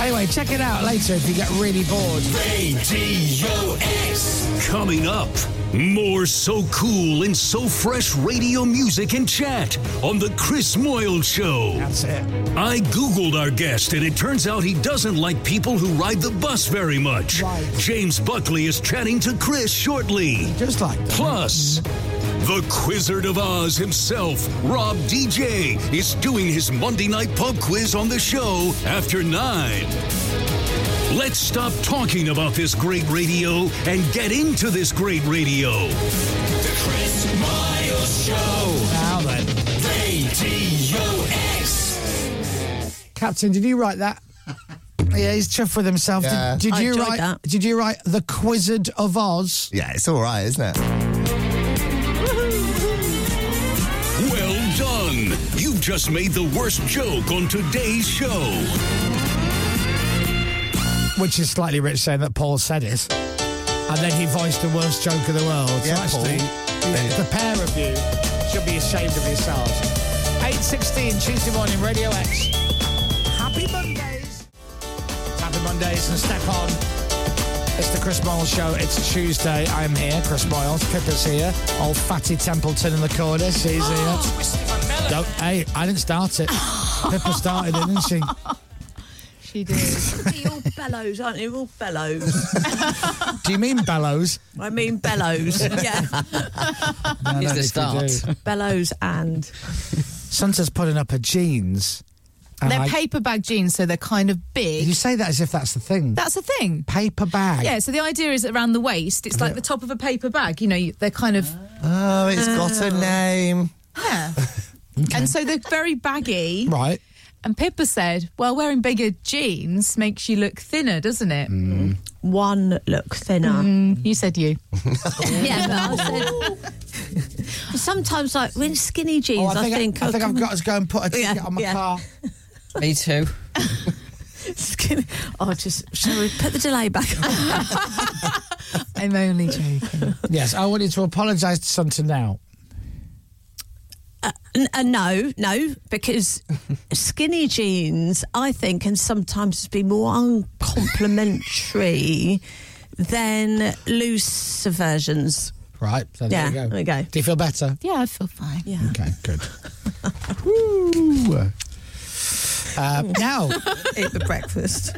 Speaker 6: Anyway, check it out later if you get really bored.
Speaker 2: Radio X. Coming up, more so cool and so fresh radio music and chat on The Chris Moyle Show. That's
Speaker 6: it.
Speaker 2: I Googled our guest, and it turns out he doesn't like people who ride the bus very much. James Buckley is chatting to Chris shortly.
Speaker 6: Just like.
Speaker 2: Plus, the Quizzard of Oz himself, Rob DJ, is doing his Monday night pub quiz on the show after 9. Let's stop talking about this great radio and get into this great radio.
Speaker 10: The Chris Miles Show.
Speaker 6: Now then.
Speaker 10: Radio X.
Speaker 6: Captain, did you write that? Yeah, he's chuffed with himself.
Speaker 16: Yeah.
Speaker 6: Did, did
Speaker 16: I
Speaker 6: you
Speaker 16: enjoyed
Speaker 6: write?
Speaker 16: that.
Speaker 6: Did you write the Quizzard of Oz?
Speaker 16: Yeah, it's all right, isn't it?
Speaker 2: Well done. You've just made the worst joke on today's show.
Speaker 6: Which is slightly rich saying that Paul said it, and then he voiced the worst joke of the world.
Speaker 10: Yeah,
Speaker 6: so
Speaker 10: Paul.
Speaker 6: actually, the pair of you should be ashamed of yourselves. Eight sixteen Tuesday morning, Radio X. Happy Mondays. Happy Mondays and step on. It's the Chris Moyle Show. It's Tuesday. I'm here, Chris Moyle. Pippa's here. Old Fatty Templeton in the corner. She's here.
Speaker 10: Mr. Vanilla.
Speaker 6: Don't, hey, I didn't start it. Pippa started it, didn't she?
Speaker 8: She did.
Speaker 4: You're all bellows, aren't you? All bellows.
Speaker 6: Do you mean bellows?
Speaker 4: I mean bellows. Yeah.
Speaker 6: I
Speaker 4: Is
Speaker 6: don't
Speaker 4: the
Speaker 6: know if you do.
Speaker 4: Bellows and
Speaker 6: Santa's putting up her jeans. and
Speaker 8: They're
Speaker 6: I-
Speaker 8: paper bag jeans, so they're kind of big.
Speaker 6: You say that as if that's the thing.
Speaker 8: That's the thing.
Speaker 6: Paper bag.
Speaker 8: Yeah, so the idea is around the waist, it's like the top of a paper bag. You know, you- they're kind of.
Speaker 6: Ah.
Speaker 16: Oh, it's got a name.
Speaker 8: Yeah. And so they're very baggy.
Speaker 6: Right.
Speaker 8: And Pippa said, well, wearing bigger jeans makes you look thinner, doesn't it?
Speaker 6: Mm.
Speaker 4: one look thinner.
Speaker 8: Mm, you said you.
Speaker 4: yeah, but I said, sometimes like when skinny jeans,
Speaker 6: Oh, I
Speaker 4: I
Speaker 6: think I-
Speaker 4: think
Speaker 6: I think I've got to go and put a ticket on my car.
Speaker 1: Me too.
Speaker 4: Skinny. Oh, just shall we put the delay back on?
Speaker 8: I'm only joking.
Speaker 6: yes, I wanted to apologise to Santa now.
Speaker 4: N- uh, no, no, because skinny jeans, I think, can sometimes be more uncomplimentary than loose versions.
Speaker 6: Right, so there
Speaker 4: yeah,
Speaker 6: you go.
Speaker 4: There we go.
Speaker 6: Do you feel better?
Speaker 8: Yeah, I feel fine.
Speaker 4: Yeah.
Speaker 6: Okay, good. Woo. Uh, now,
Speaker 4: eat the breakfast.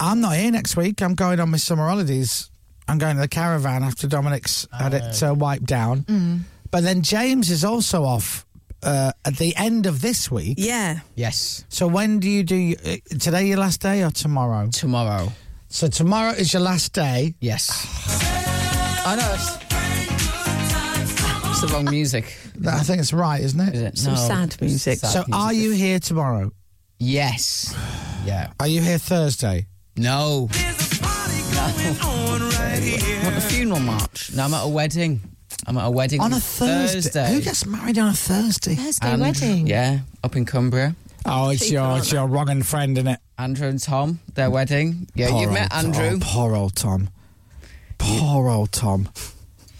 Speaker 6: I'm not here next week. I'm going on my summer holidays. I'm going to the caravan after Dominic's had it uh, wiped down.
Speaker 8: Mm.
Speaker 6: But then James is also off uh, at the end of this week.
Speaker 4: Yeah.
Speaker 6: Yes. So when do you do uh, today your last day or tomorrow? Tomorrow. So tomorrow is your last day. Yes.
Speaker 1: I know. It's, it's the wrong music.
Speaker 6: I think it's right, isn't it?
Speaker 1: Some No. sad music.
Speaker 6: So
Speaker 1: Sad
Speaker 6: are you here tomorrow? Yes.
Speaker 1: Yeah.
Speaker 6: Are you here Thursday?
Speaker 1: No. I'm at a funeral march. No, I'm at a wedding. I'm at a wedding
Speaker 6: On a Thursday? Who gets married on a Thursday?
Speaker 1: Thursday And- wedding? Yeah, up in Cumbria.
Speaker 6: Oh, it's your it's your wrong and friend, isn't it?
Speaker 1: Andrew and Tom, their wedding. Yeah,
Speaker 6: Poor
Speaker 1: you've met
Speaker 6: old-
Speaker 1: Andrew.
Speaker 6: oh, poor old Tom. Poor old Tom.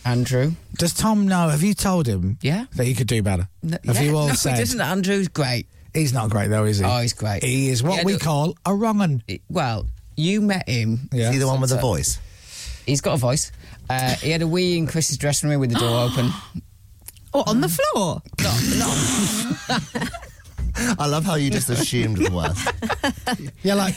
Speaker 1: Andrew.
Speaker 6: Does Tom know? Have you told him?
Speaker 1: Yeah.
Speaker 6: That he could do better.
Speaker 1: No-
Speaker 6: have
Speaker 1: yeah,
Speaker 6: you all
Speaker 1: no, he
Speaker 6: said?
Speaker 1: doesn't. Andrew's great.
Speaker 6: He's not great though, is he?
Speaker 1: Oh, he's great.
Speaker 6: He is what
Speaker 1: Yeah,
Speaker 6: we
Speaker 1: no-
Speaker 6: call a wrong un.
Speaker 1: Well, you met him.
Speaker 6: Yeah. Is he the one with the
Speaker 1: So-
Speaker 6: voice?
Speaker 1: He's got a voice. Uh, he had a wee in Chris's dressing room with the door open.
Speaker 6: Oh,
Speaker 8: Or on the floor.
Speaker 16: I love how you just assumed the worst.
Speaker 6: Yeah, like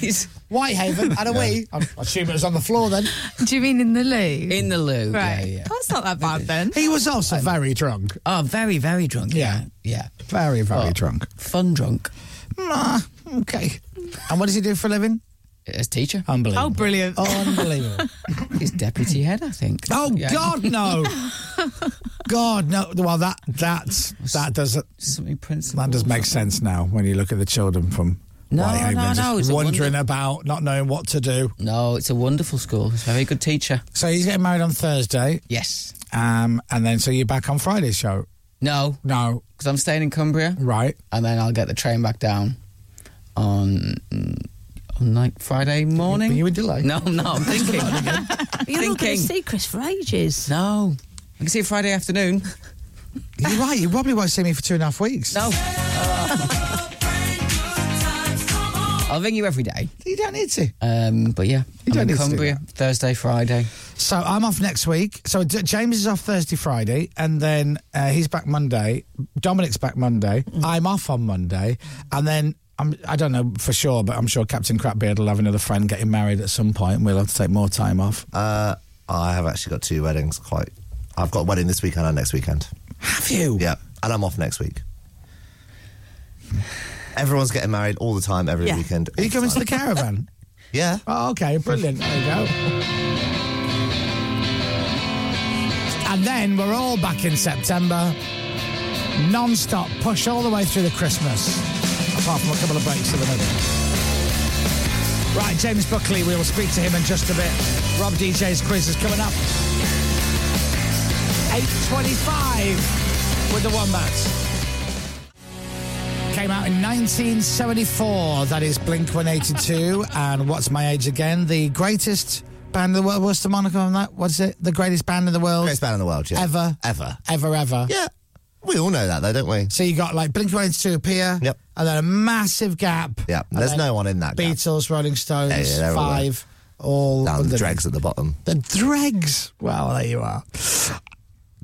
Speaker 6: Whitehaven had a
Speaker 16: Yeah.
Speaker 6: wee. I assume it was on the floor then.
Speaker 8: Do you mean in the loo? In
Speaker 1: the loo.
Speaker 8: Right. That's not that bad then.
Speaker 6: He was also very drunk.
Speaker 1: Oh, very, very drunk. Yeah. Yeah. Oh.
Speaker 6: Very, very drunk.
Speaker 1: Fun drunk.
Speaker 6: Ah, okay. And what does he do for a living?
Speaker 1: As teacher.
Speaker 6: Unbelievable.
Speaker 1: Oh,
Speaker 8: brilliant.
Speaker 6: Unbelievable.
Speaker 1: He's deputy head, I think.
Speaker 6: Oh
Speaker 1: Yeah.
Speaker 6: God, no. God, no. Well, that that that doesn't
Speaker 1: something principle.
Speaker 6: That does make sense now when you look at the children from
Speaker 1: No,
Speaker 6: Whitehaven,
Speaker 1: no, no,
Speaker 6: just
Speaker 1: it's a
Speaker 6: wondering
Speaker 1: wonder-
Speaker 6: about, not knowing what to do.
Speaker 1: No, it's a wonderful school. He's a very good teacher.
Speaker 6: So he's getting married on Thursday.
Speaker 1: Yes.
Speaker 6: Um, and then so you're back on Friday's show.
Speaker 1: No.
Speaker 6: No.
Speaker 1: Because I'm staying in Cumbria.
Speaker 6: Right.
Speaker 1: And then I'll get the train back down on, on like Friday morning.
Speaker 6: You in delay?
Speaker 1: No, no, I'm thinking.
Speaker 4: You're not going to
Speaker 1: Thinking.
Speaker 4: see Chris for ages.
Speaker 1: No. I can see you Friday afternoon.
Speaker 6: You're right. You probably won't see me for two and a half weeks.
Speaker 1: No. I'll ring you every day.
Speaker 6: You don't need to.
Speaker 1: Um, but yeah,
Speaker 6: You don't
Speaker 1: I'm
Speaker 6: need
Speaker 1: in
Speaker 6: to do
Speaker 1: Cumbria Thursday, Friday.
Speaker 6: So I'm off next week. So D- James is off Thursday, Friday, and then uh, he's back Monday. Dominic's back Monday.
Speaker 1: Mm.
Speaker 6: I'm off on Monday, and then I'm, I don't know for sure, but I'm sure Captain Crapbeard will have another friend getting married at some point, and we'll have to take more time off.
Speaker 16: Uh, I have actually got two weddings. Quite, I've got a wedding this weekend and next weekend.
Speaker 6: Have you?
Speaker 16: Yeah, and I'm off next week. Everyone's getting married all the time, every
Speaker 6: Yeah.
Speaker 16: weekend.
Speaker 6: Are you coming to the caravan?
Speaker 16: Yeah.
Speaker 6: Oh, okay, brilliant. There you go. And then we're all back in September, non-stop push all the way through the Christmas, apart from a couple of breaks in the middle. Right, James Buckley. We will speak to him in just a bit. Rob DJ's quiz is coming up. 8.25 with the Wombats. Came out in 1974. That is Blink 182 and What's My Age Again? The greatest band in the world. What's the moniker on that? What's it? The greatest band in the world.
Speaker 16: Greatest band in the world, yeah.
Speaker 6: Ever.
Speaker 16: Ever.
Speaker 6: Ever, ever.
Speaker 16: Yeah. We all know that, though, don't we?
Speaker 6: So you got like Blink 182 appear. Yep. And then a massive gap.
Speaker 16: Yeah.
Speaker 6: And
Speaker 16: There's
Speaker 6: then
Speaker 16: no one in that. gap.
Speaker 6: Beatles, Rolling Stones,
Speaker 16: Yeah, yeah, they're all there.
Speaker 6: Five, all.
Speaker 16: Down the
Speaker 6: underneath.
Speaker 16: dregs at the bottom.
Speaker 6: The dregs. Well, there you are.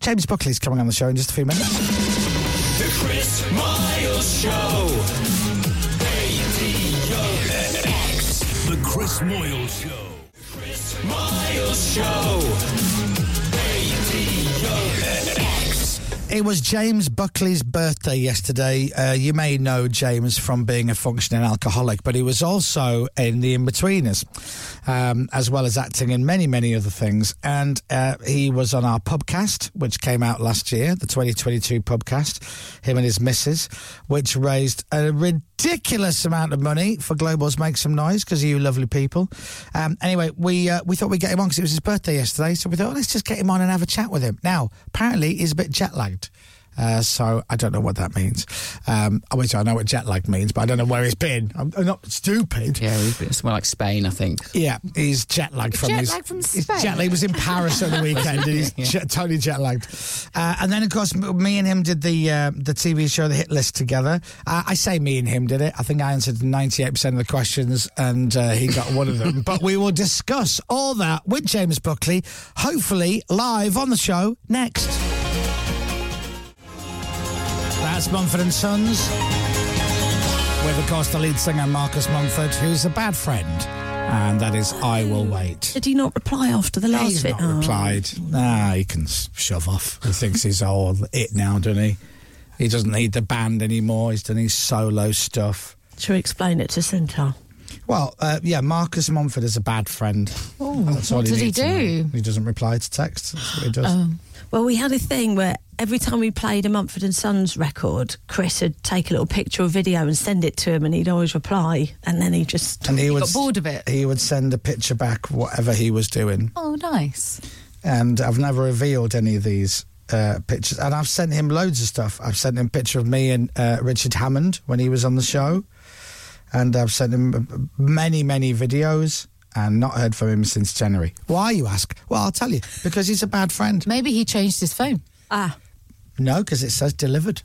Speaker 6: James Buckley's coming on the show in just a few minutes.
Speaker 2: The
Speaker 10: Chris Miles Show. Radio X.
Speaker 2: The Chris Moyle Show.
Speaker 10: Chris Miles Show. Radio X.
Speaker 6: It was James Buckley's birthday yesterday. Uh, you may know James from being a functioning alcoholic, but he was also in The Inbetweeners, um, as well as acting in many, many other things. And uh, he was on our pubcast, which came out last year, the 2022 pubcast, him and his missus, which raised a ridiculous amount of money for Global's Make Some Noise, because you lovely people. Um, anyway, we, uh, we thought we'd get him on because it was his birthday yesterday, so we thought, let's just get him on and have a chat with him. Now, apparently, he's a bit jet lagged. Uh, so I don't know what that means. Um, I wish I know what jet lag means, but I don't know where he's been. I'm, I'm not stupid.
Speaker 1: Yeah, it's more like Spain, I think.
Speaker 6: Yeah, he's jet lagged from
Speaker 1: Jet
Speaker 6: his.
Speaker 1: lagged from
Speaker 6: he's
Speaker 1: Spain?
Speaker 6: Jet lagged. He was in Paris at the weekend, and he's
Speaker 1: Yeah.
Speaker 6: jet, totally jet lagged. Uh, and then, of course, m- me and him did the uh, the TV show, The Hit List, together. Uh, I say me and him did it. I think I answered ninety eight percent of the questions, and uh, he got one of them. But we will discuss all that with James Buckley, hopefully live on the show next. That's Mumford and Sons. With, of course, the lead singer Marcus Mumford, who's a bad friend, and that is "I Will Wait."
Speaker 4: Did he not reply after the last
Speaker 6: He's
Speaker 4: bit? oh.
Speaker 6: not replied. Nah, he can s- shove off. He thinks he's all it now, doesn't he? He doesn't need the band anymore. He's done his solo stuff.
Speaker 4: Should we explain it to Centaur?
Speaker 6: Well, uh, yeah, Marcus Mumford is a bad friend. That's all
Speaker 4: Oh. what did he
Speaker 6: needs to know.
Speaker 4: do? Oh.
Speaker 6: He doesn't reply to texts. That's what he does.
Speaker 4: Um, Well, we had a thing where every time we played a Mumford and Sons record, Chris would take a little picture or video and send it to him, and he'd always reply, and then he just
Speaker 6: and he would He would send a picture back, whatever he was doing.
Speaker 8: Oh, nice.
Speaker 6: and I've never revealed any of these uh, pictures. And I've sent him loads of stuff. I've sent him a picture of me and uh, Richard Hammond when he was on the show, and I've sent him uh, many, many videos. And not heard from him since January. Why, you ask? Well, I'll tell you. Because he's a bad friend.
Speaker 8: Maybe he changed his phone.
Speaker 4: Ah.
Speaker 6: No, because it says delivered.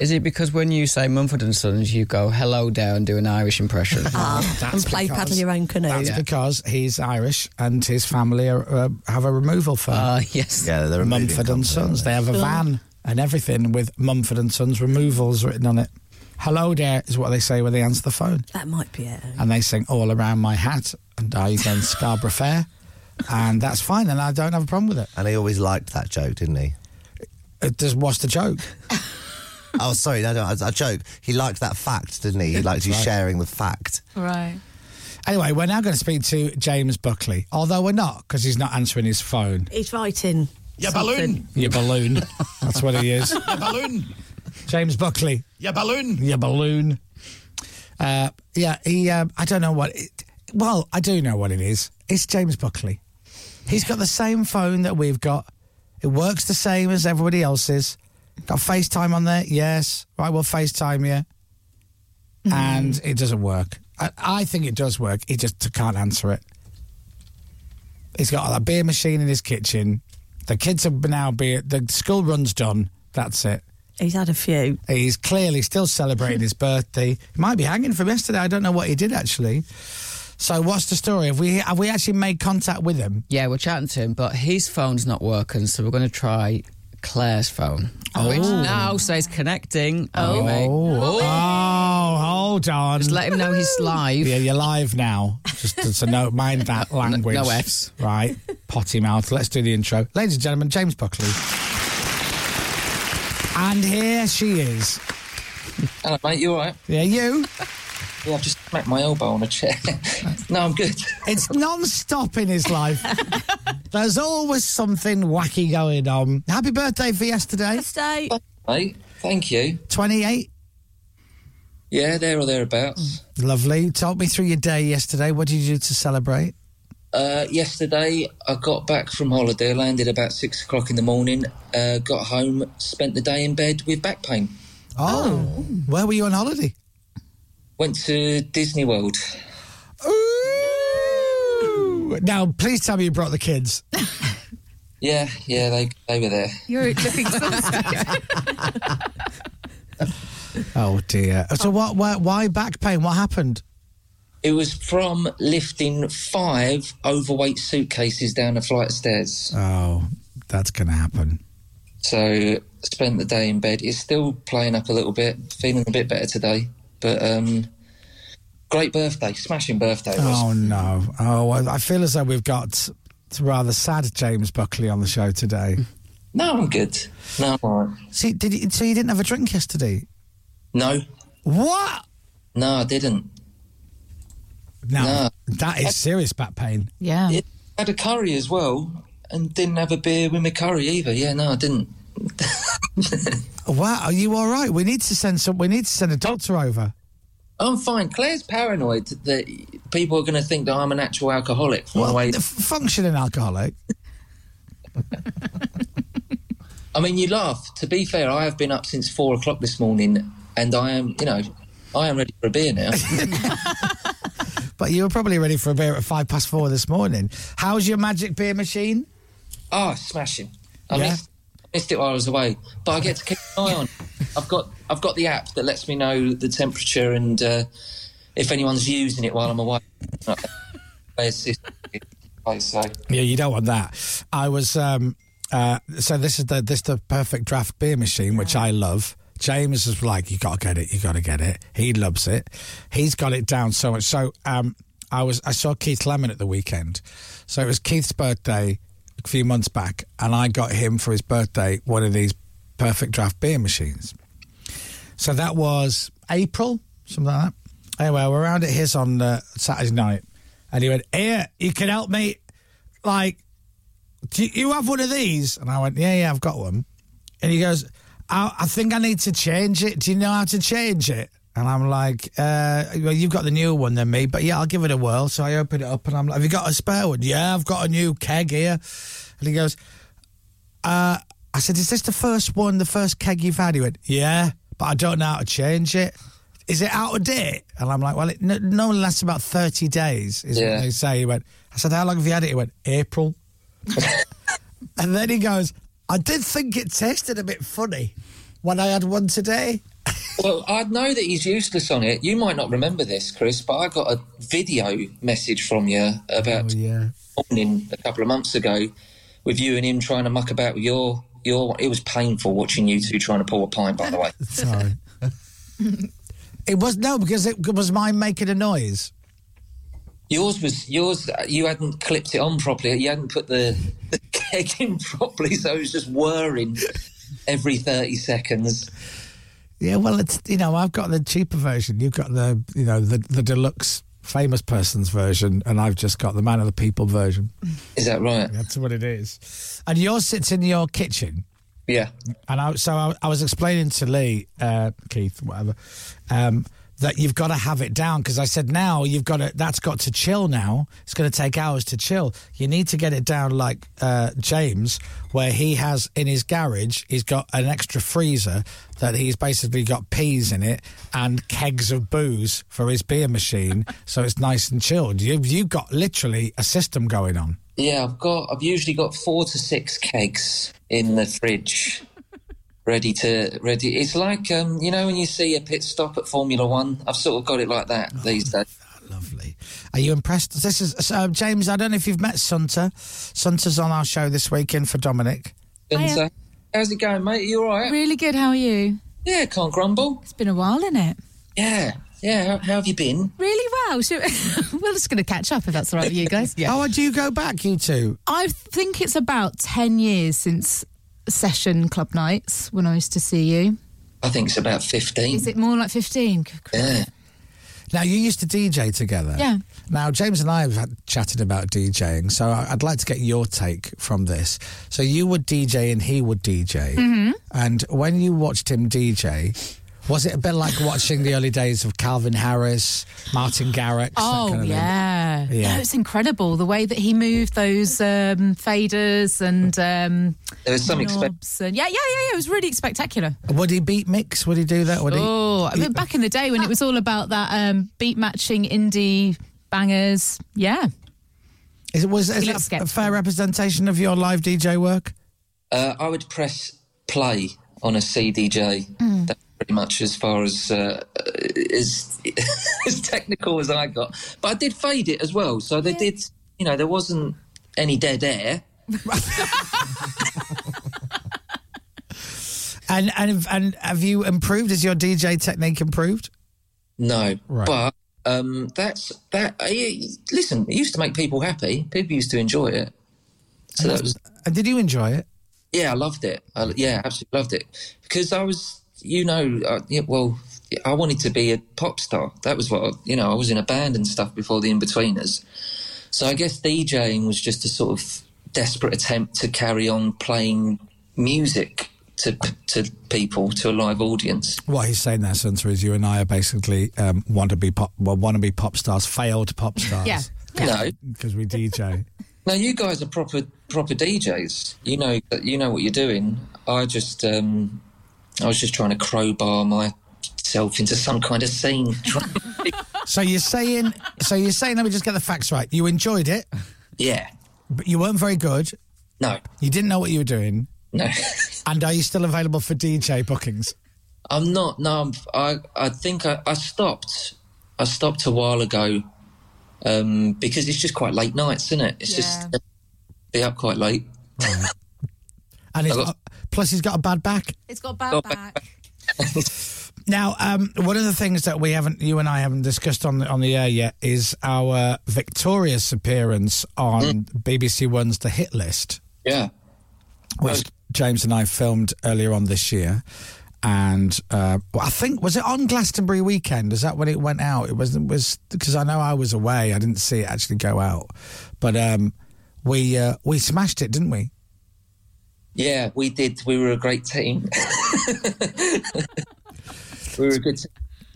Speaker 1: Is it because when you say Mumford and Sons, you go hello down and do an Irish impression?
Speaker 4: Ah, and play
Speaker 6: Ah, Oh, because-
Speaker 4: paddle your own eh? canoe.
Speaker 6: That's because he's Irish and his family are, uh, have a removal firm.
Speaker 1: Ah, yes.
Speaker 16: Yeah, they're a moving
Speaker 6: Mumford and
Speaker 16: company,
Speaker 6: Sons.
Speaker 16: aren't they?
Speaker 6: They have a
Speaker 16: Oh.
Speaker 6: van and everything with Mumford and Sons removals written on it. Hello there is what they say when they answer the phone.
Speaker 4: That might be it.
Speaker 6: And they sing all around my hat and I then Scarborough Fair. And that's fine and I don't have a problem with it.
Speaker 16: And he always liked that joke, didn't he?
Speaker 6: It just what's the joke?
Speaker 16: oh, sorry, no, no, I, I joke. He liked that fact, didn't he? He liked you
Speaker 6: Right.
Speaker 16: sharing the fact.
Speaker 8: Right.
Speaker 6: Anyway, we're now going to speak to James Buckley, although we're not because he's not answering his phone.
Speaker 4: He's writing.
Speaker 6: Your
Speaker 4: something.
Speaker 6: balloon. Your balloon. That's what he is. Your balloon. James Buckley. Your balloon. Your balloon. Uh, yeah, he. Um, I don't know what. It, well, I do know what it is. It's James Buckley. He's got the same phone that we've got. It works the same as everybody else's. Got FaceTime on there. Yes. Right. We'll FaceTime you. And it doesn't work. I, I think it does work. He just can't answer it. He's got a beer machine in his kitchen. The kids have now beer. The school run's done. That's it.
Speaker 4: He's had a few.
Speaker 6: He's clearly still celebrating his birthday. He might be hanging from yesterday. I don't know what he did actually. So what's the story? Have we have we actually made contact with him?
Speaker 1: Yeah, we're chatting to him, but his phone's not working, so we're going to try Claire's phone, which
Speaker 6: Oh.
Speaker 1: now says connecting.
Speaker 6: Oh.
Speaker 1: Oh, mate.
Speaker 6: Oh. hold on.
Speaker 1: Just let him know he's live.
Speaker 6: Yeah, you're live now. Just so no mind that language.
Speaker 1: no Fs.
Speaker 6: Right, potty mouth. Let's do the intro, ladies and gentlemen. James Buckley. And here she is.
Speaker 18: Hello, mate. You all right?
Speaker 6: Yeah, you.
Speaker 18: Yeah, I've just smacked my elbow on a chair. no, I'm good.
Speaker 6: It's non-stop in his life. There's always something wacky going on. Happy birthday for yesterday.
Speaker 4: Yesterday.
Speaker 18: Mate, thank you.
Speaker 6: 28.
Speaker 18: Yeah, there or thereabouts.
Speaker 6: Lovely. Talk me through your day yesterday. What did you do to celebrate?
Speaker 18: Uh, yesterday, I got back from holiday. I landed about six o'clock in the morning. Uh, got home, spent the day in bed with back pain.
Speaker 6: Oh, where were you on holiday?
Speaker 18: Went to Disney World.
Speaker 6: Ooh. Now, please tell me you brought the kids.
Speaker 18: Yeah, yeah, they they were there.
Speaker 8: You're looking exhausted.
Speaker 6: Oh dear. So what? Why, why back pain? What happened?
Speaker 18: It was from lifting five overweight suitcases down a flight of stairs.
Speaker 6: Oh, that's going to happen.
Speaker 18: So spent the day in bed. It's still playing up a little bit. Feeling a bit better today, but um, great birthday, smashing birthday. it was.
Speaker 6: Oh no! Oh, I, I feel as though we've got rather sad James Buckley on the show today.
Speaker 18: No,
Speaker 6: Oh.
Speaker 18: I'm good. No, I'm all right.
Speaker 6: See, did you, so you didn't have a drink yesterday?
Speaker 18: No.
Speaker 6: What?
Speaker 18: No, I didn't.
Speaker 6: No, that is serious back pain.
Speaker 8: Yeah.
Speaker 18: had a curry as well, and didn't have a beer with my curry either. Yeah, no, I didn't.
Speaker 6: Wow, are you all right? We need to send some. We need to send a doctor over.
Speaker 18: I'm fine. Claire's paranoid that people are going to think that I'm an actual alcoholic. By the
Speaker 6: Well,
Speaker 18: way,
Speaker 6: f- functioning alcoholic.
Speaker 18: I mean, you laugh. To be fair, I have been up since four o'clock this morning, and I am, you know, I am ready for a beer now.
Speaker 6: But you were probably ready for a beer at five past four this morning. How's your magic beer machine?
Speaker 18: oh, smashing! I
Speaker 6: Yeah.
Speaker 18: missed, missed it while I was away, but I get to keep an eye on. I've got I've got the app that lets me know the temperature and uh, if anyone's using it while I'm away. They assist me. I say.
Speaker 6: Yeah, you don't want that. I was um uh so this is the this the perfect draft beer machine, which I love. James is like, You gotta get it, you gotta get it. He loves it. He's got it down so much. So um I was I saw Keith Lemon at the weekend. So it was Keith's birthday a few months back, and I got him for his birthday one of these perfect draft beer machines. So that was April, something like that. Anyway, we're around at his on uh, Saturday night, and he went, "Here, you can help me. Like, do you have one of these?" And I went, "Yeah, yeah, I've got one." And he goes, I, "I think I need to change it. Do you know how to change it?" And I'm like, uh, "Well, you've got the newer one than me, but yeah, I'll give it a whirl." So I open it up, and I'm like, "Have you got a spare one?" "Yeah, I've got a new keg here." And he goes, uh, I said, is this the first one, the first keg you've had? He went, yeah, but I don't know how to change it. Is it out of date? And I'm like, well, it no, normally lasts about 30 days, is
Speaker 10: Yeah.
Speaker 6: what they say. He went, I said, how long have you had it? He went, April. and then he goes, I did think it tasted a bit funny when I had one today.
Speaker 18: Well, I know that he's useless on it. You might not remember this, Chris, but I got a video message from you
Speaker 6: Oh,
Speaker 18: about morning a couple of months ago with you and him trying to muck about with your your. It was painful watching you two trying to pull a pint. By the way,
Speaker 6: Sorry. it was, no, because it was mine making a noise.
Speaker 18: yours was yours. You hadn't clipped it on properly. You hadn't put the, the keg in properly, so it was just whirring every thirty seconds.
Speaker 6: Yeah, well, it's you know I've got the cheaper version. You've got the you know the the deluxe famous person's version, and I've just got the man of the people version.
Speaker 18: Is that right?
Speaker 6: That's what it is. And yours sits in your kitchen.
Speaker 18: Yeah.
Speaker 6: And I, so I, I was explaining to Lee, uh, Keith, whatever, um, that you've got to have it down because I said now you've got to. That's got to chill now. It's going to take hours to chill. You need to get it down like uh, James, where he has in his garage, he's got an extra freezer that he's basically got peas in it and kegs of booze for his beer machine, so it's nice and chilled. You've you got literally a system going on.
Speaker 18: Yeah, I've got. I've usually got four to six kegs in the fridge, ready to ready. It's like um, you know when you see a pit stop at Formula One. I've sort of got it like that these days.
Speaker 6: Are you impressed? This is so, uh, James. I don't know if you've met Sunter. Sunter's on our show this weekend for Dominic.
Speaker 18: And so, how's it going, mate? You all right?
Speaker 8: Really good. How are you?
Speaker 18: Yeah, can't grumble.
Speaker 8: It's been a while, isn't it?
Speaker 18: Yeah, yeah. How, how have you been?
Speaker 8: Really well. So, we're just going to catch up if that's all right with you guys.
Speaker 6: Oh, and do you go back, you two?
Speaker 8: I think it's about 10 years since session club nights when I used to see you.
Speaker 18: I think it's about fifteen.
Speaker 8: Is it more like 15?
Speaker 18: Yeah.
Speaker 6: Now you used to DJ together.
Speaker 8: Yeah.
Speaker 6: Now James and I have had, chatted about DJing, so I- I'd like to get your take from this. So you would DJ and he would DJ,
Speaker 8: Mm-hmm.
Speaker 10: Mhm.
Speaker 6: and when you watched him DJ. Was it a bit like watching the early days of Calvin Harris, Martin Garrix?
Speaker 8: Oh,
Speaker 6: that kind of thing?
Speaker 8: yeah.
Speaker 6: Yeah.
Speaker 8: No, it's incredible the way that he moved those um, faders and. Um,
Speaker 18: There was some expect-
Speaker 8: knobs and- yeah, yeah, yeah, yeah. It was really spectacular.
Speaker 6: Would he beat mix? Would he do that? Would he?
Speaker 8: Oh, I mean, back in the day when it was all about that um, beat matching indie bangers. Yeah.
Speaker 6: Is it was
Speaker 8: He
Speaker 6: is
Speaker 8: looks
Speaker 6: that a fair representation of your live DJ work?
Speaker 18: Uh, I would press play on a CDJ.
Speaker 6: Mm.
Speaker 18: That's uh, pretty much as far as uh, as as technical as I got. But I did fade it as well, so they did. You know, there wasn't any dead air.
Speaker 6: And and and have you improved? Has your DJ technique improved?
Speaker 18: No,
Speaker 6: Right.
Speaker 18: but um, that's that. I, listen, it used to make people happy. People used to enjoy it. So that was
Speaker 6: And did you enjoy it?
Speaker 18: yeah, I loved it. I, yeah, absolutely loved it because I was, you know, I, yeah, well, I wanted to be a pop star. That was what I, you know. I was in a band and stuff before the In Betweeners, so I guess DJing was just a sort of desperate attempt to carry on playing music to to people to a live audience.
Speaker 6: What he's saying there, Sunter, is you and I are basically um, want to be pop, well, want to be pop stars, failed pop stars.
Speaker 18: Yeah. No.
Speaker 6: because we DJ.
Speaker 18: No, you guys are proper proper DJs. You know you know what you're doing. I just um, I was just trying to crowbar myself into some kind of scene.
Speaker 6: so you're saying, so you're saying, let me just get the facts right. You enjoyed it,
Speaker 18: yeah.
Speaker 6: but you weren't very good.
Speaker 18: No.
Speaker 6: You didn't know what you were doing.
Speaker 18: No.
Speaker 6: and are you still available for DJ bookings?
Speaker 18: I'm not. No, I'm, I I think I, I stopped. I stopped a while ago um, because it's just quite late nights, isn't it? It's just be up quite late.
Speaker 6: And he's
Speaker 18: I got-
Speaker 6: got, plus he's got a bad back.
Speaker 8: It's got bad
Speaker 18: Got
Speaker 8: back.
Speaker 6: Now, um, one of the things that we haven't, you and I haven't discussed on the, on the air yet, is our victorious appearance on
Speaker 18: Mm.
Speaker 6: BBC One's The Hit List,
Speaker 18: Yeah.
Speaker 6: which James and I filmed earlier on this year. And uh, well, I think was it on Glastonbury weekend? Is that when it went out? It was was because I know I was away. I didn't see it actually go out, but um, we uh, we smashed it, didn't we?
Speaker 18: Yeah, we did. We were a great team. we were a good. Team.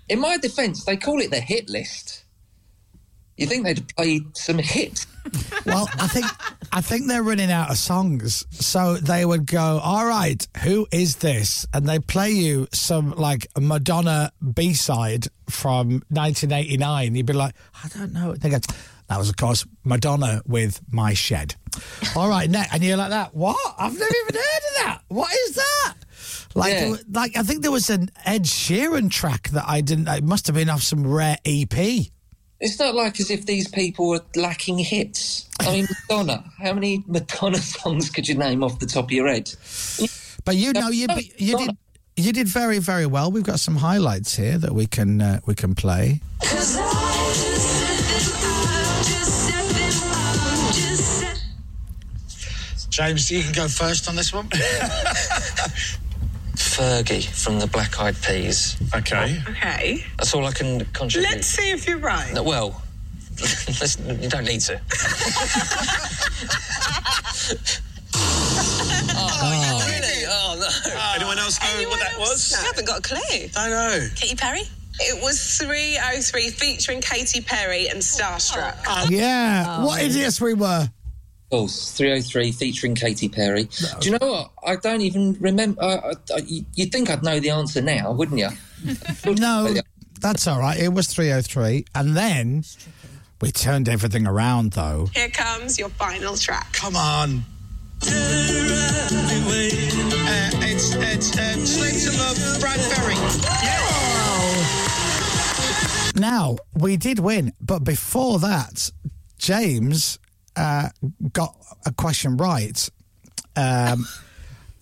Speaker 18: In my defence, they call it the hit list. You think they'd play some hits?
Speaker 6: Well, I think I think they're running out of songs, so they would go, "All right, who is this?" And they play you some like Madonna B side from 1989. You'd be like, "I don't know." They go, "That was, of course, Madonna with My Shed." All right, ne and you're like that. What? I've never even heard of that. What is that? Like, there wa- like I think there was an Ed Sheeran track that I didn't. It must have been off some rare E EP.
Speaker 18: It's not like as if these people were lacking hits. I mean, Madonna. How many Madonna songs could you name off the top of your head?
Speaker 6: But you know, you but you did you did very very well. We've got some highlights here that we can uh, we can play.
Speaker 19: James, you can go first on this one.
Speaker 18: Fergie from the Black Eyed Peas. Okay.
Speaker 20: Okay.
Speaker 18: That's all I can contribute.
Speaker 20: Let's see if you're right.
Speaker 18: No, well, let's, you don't need to.
Speaker 20: Oh,
Speaker 19: really?
Speaker 20: Oh, no.
Speaker 19: Anyone else know what that was?
Speaker 20: I haven't got a clue.
Speaker 19: I know.
Speaker 20: Katy Perry? It was 303 featuring Katy Perry and Starstruck. um,
Speaker 6: yeah, what idiots we were.
Speaker 18: Of course, 303 featuring Katy Perry. Do you know what? I don't even remember. I, I, I- you'd think I'd know the answer now, wouldn't you?
Speaker 6: No, that's all right. It was three oh three, and then we turned everything around though.
Speaker 20: Here comes your final track.
Speaker 19: Come on. Uh, it's it's um, Slave to Love, Brad Ferry.
Speaker 6: Now we did win, but before that, James uh, got a question right. Um,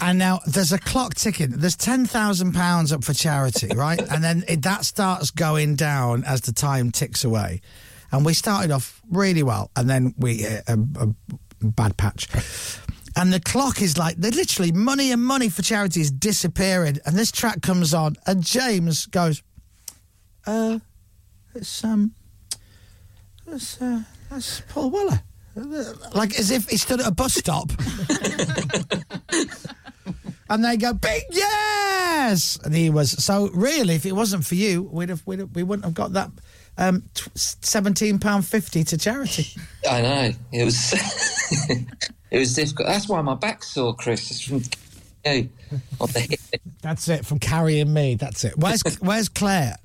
Speaker 6: And now there's a clock ticking. There's ten thousand pounds up for charity, right? and then it, that starts going down as the time ticks away. And we started off really well, and then we hit a, a bad patch. And the clock is like they're literally money and money for charity is disappearing. And this track comes on, and James goes, "Uh, it's um, that's uh, that's Paul Weller." Like as if he stood at a bus stop and they go big yes and he was so really if it wasn't for you we'd have, we'd have we wouldn't have got that um, t- 17 pound 50 to charity
Speaker 18: I know. It was it was difficult. That's why my back's sore, Chris. It's from you. On the hit.
Speaker 6: that's it from carrying me that's it where's where's claire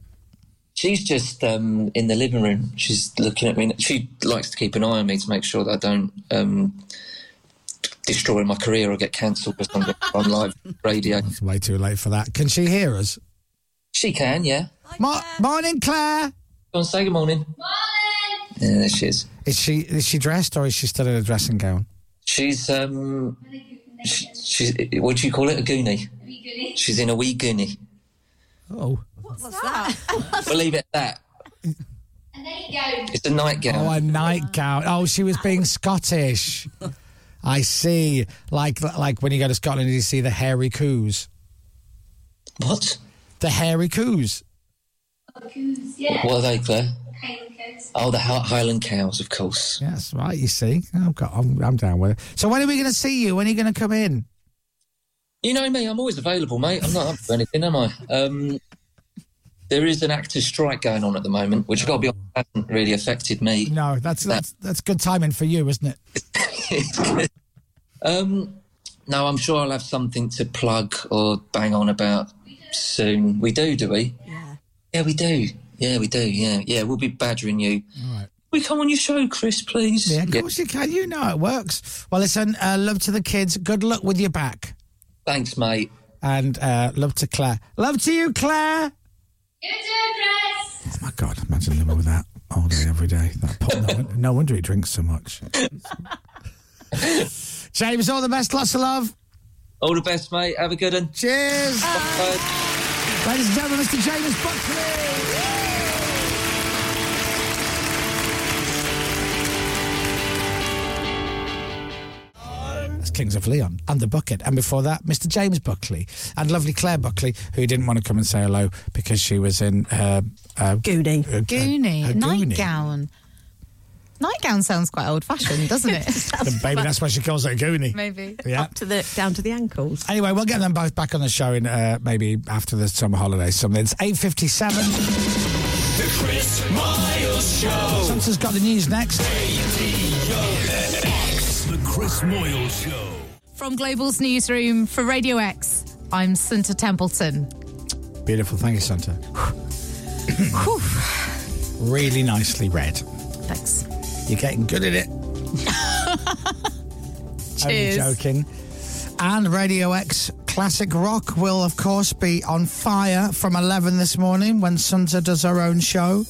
Speaker 18: She's just um, in the living room. She's looking at me. She likes to keep an eye on me to make sure that I don't um, destroy my career or get cancelled or something on live radio.
Speaker 6: it's way too late for that can she hear us
Speaker 18: She can, yeah.
Speaker 6: Mo- morning claire
Speaker 18: Go on, say good morning. Yeah, there she is.
Speaker 6: is she is she dressed or is she still in a dressing gown
Speaker 18: She's um, she, she's what do you call it? A goonie. She's in a wee goonie.
Speaker 6: Oh.
Speaker 18: What's that? we'll leave it at that. It's a nightgown.
Speaker 6: Oh, a nightgown. Oh, she was being Scottish. I see. Like like when you go to Scotland, you see the hairy coos.
Speaker 18: What?
Speaker 6: The hairy coos.
Speaker 18: What are they, Claire? Oh, the Hi- Highland cows, of course.
Speaker 6: Yes, right. You see, I've got. I'm, I'm down with it. So when are we going to see you? When are you going to come in?
Speaker 18: You know me, I'm always available, mate. I'm not up for anything, am I? Um, there is an actor strike going on at the moment, which I've got to be honest hasn't really affected me.
Speaker 6: No, that's
Speaker 18: Uh,
Speaker 6: that's that's good timing for you, isn't it?
Speaker 18: Um, no, I'm sure I'll have something to plug or bang on about soon. We do, do we? Yeah. Yeah, we do. Yeah, we do. Yeah, yeah. We'll be badgering you. We come on your show, Chris, please.
Speaker 6: Yeah, of course you can. You know it works. Well, listen, uh, love to the kids. Good luck with your back.
Speaker 18: Thanks, mate.
Speaker 6: And uh, love to Claire. Love to you, Claire. Oh my God, imagine living with that all day, every day. That poor, no, won- no wonder he drinks so much. James, all the best. Lots of love.
Speaker 18: All the best, mate. Have a good one.
Speaker 6: Cheers. Ladies and gentlemen, Mr. James Buckley. That's Kings of Leon and the Bucket. And before that, Mr. James Buckley and lovely Claire Buckley, who didn't want to come and say hello because she was in uh, uh,
Speaker 4: Goonie.
Speaker 8: Goonie,
Speaker 6: A, goonie.
Speaker 8: nightgown. Nightgown sounds quite old fashioned, doesn't it?
Speaker 6: And Baby, that's why she calls it a goonie.
Speaker 8: Maybe.
Speaker 6: Yeah.
Speaker 4: Up to the down to the ankles.
Speaker 6: Anyway, we'll get them both back on the show in uh, maybe after the summer holidays. Something. It's eight fifty-seven.
Speaker 10: The Chris Miles Show.
Speaker 6: Santa's got the news next.
Speaker 2: The Chris Moyle Show.
Speaker 8: From Global's newsroom for Radio X, I'm Sunta Templeton.
Speaker 6: Beautiful. Thank you, Santa. really nicely read.
Speaker 8: Thanks.
Speaker 6: You're getting good at it. Only
Speaker 8: Cheers.
Speaker 6: joking. And Radio X Classic Rock will, of course, be on fire from 11 this morning when Sunza does her own show.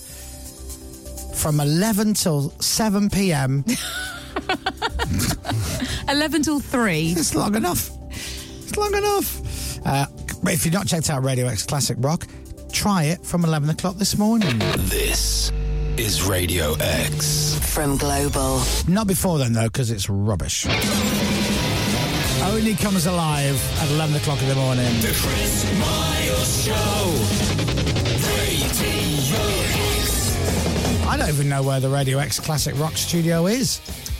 Speaker 6: From 11 till 7 pm.
Speaker 8: 11 till 3.
Speaker 6: It's long enough. It's long enough. Uh, but if you've not checked out Radio X Classic Rock, try it from 11 o'clock this morning.
Speaker 11: This is Radio X.
Speaker 3: From Global.
Speaker 6: Not before then, though, because it's rubbish. Only comes alive at 11 o'clock in the morning.
Speaker 10: The Chris Miles Show. Radio X.
Speaker 6: I don't even know where the Radio X Classic Rock Studio is.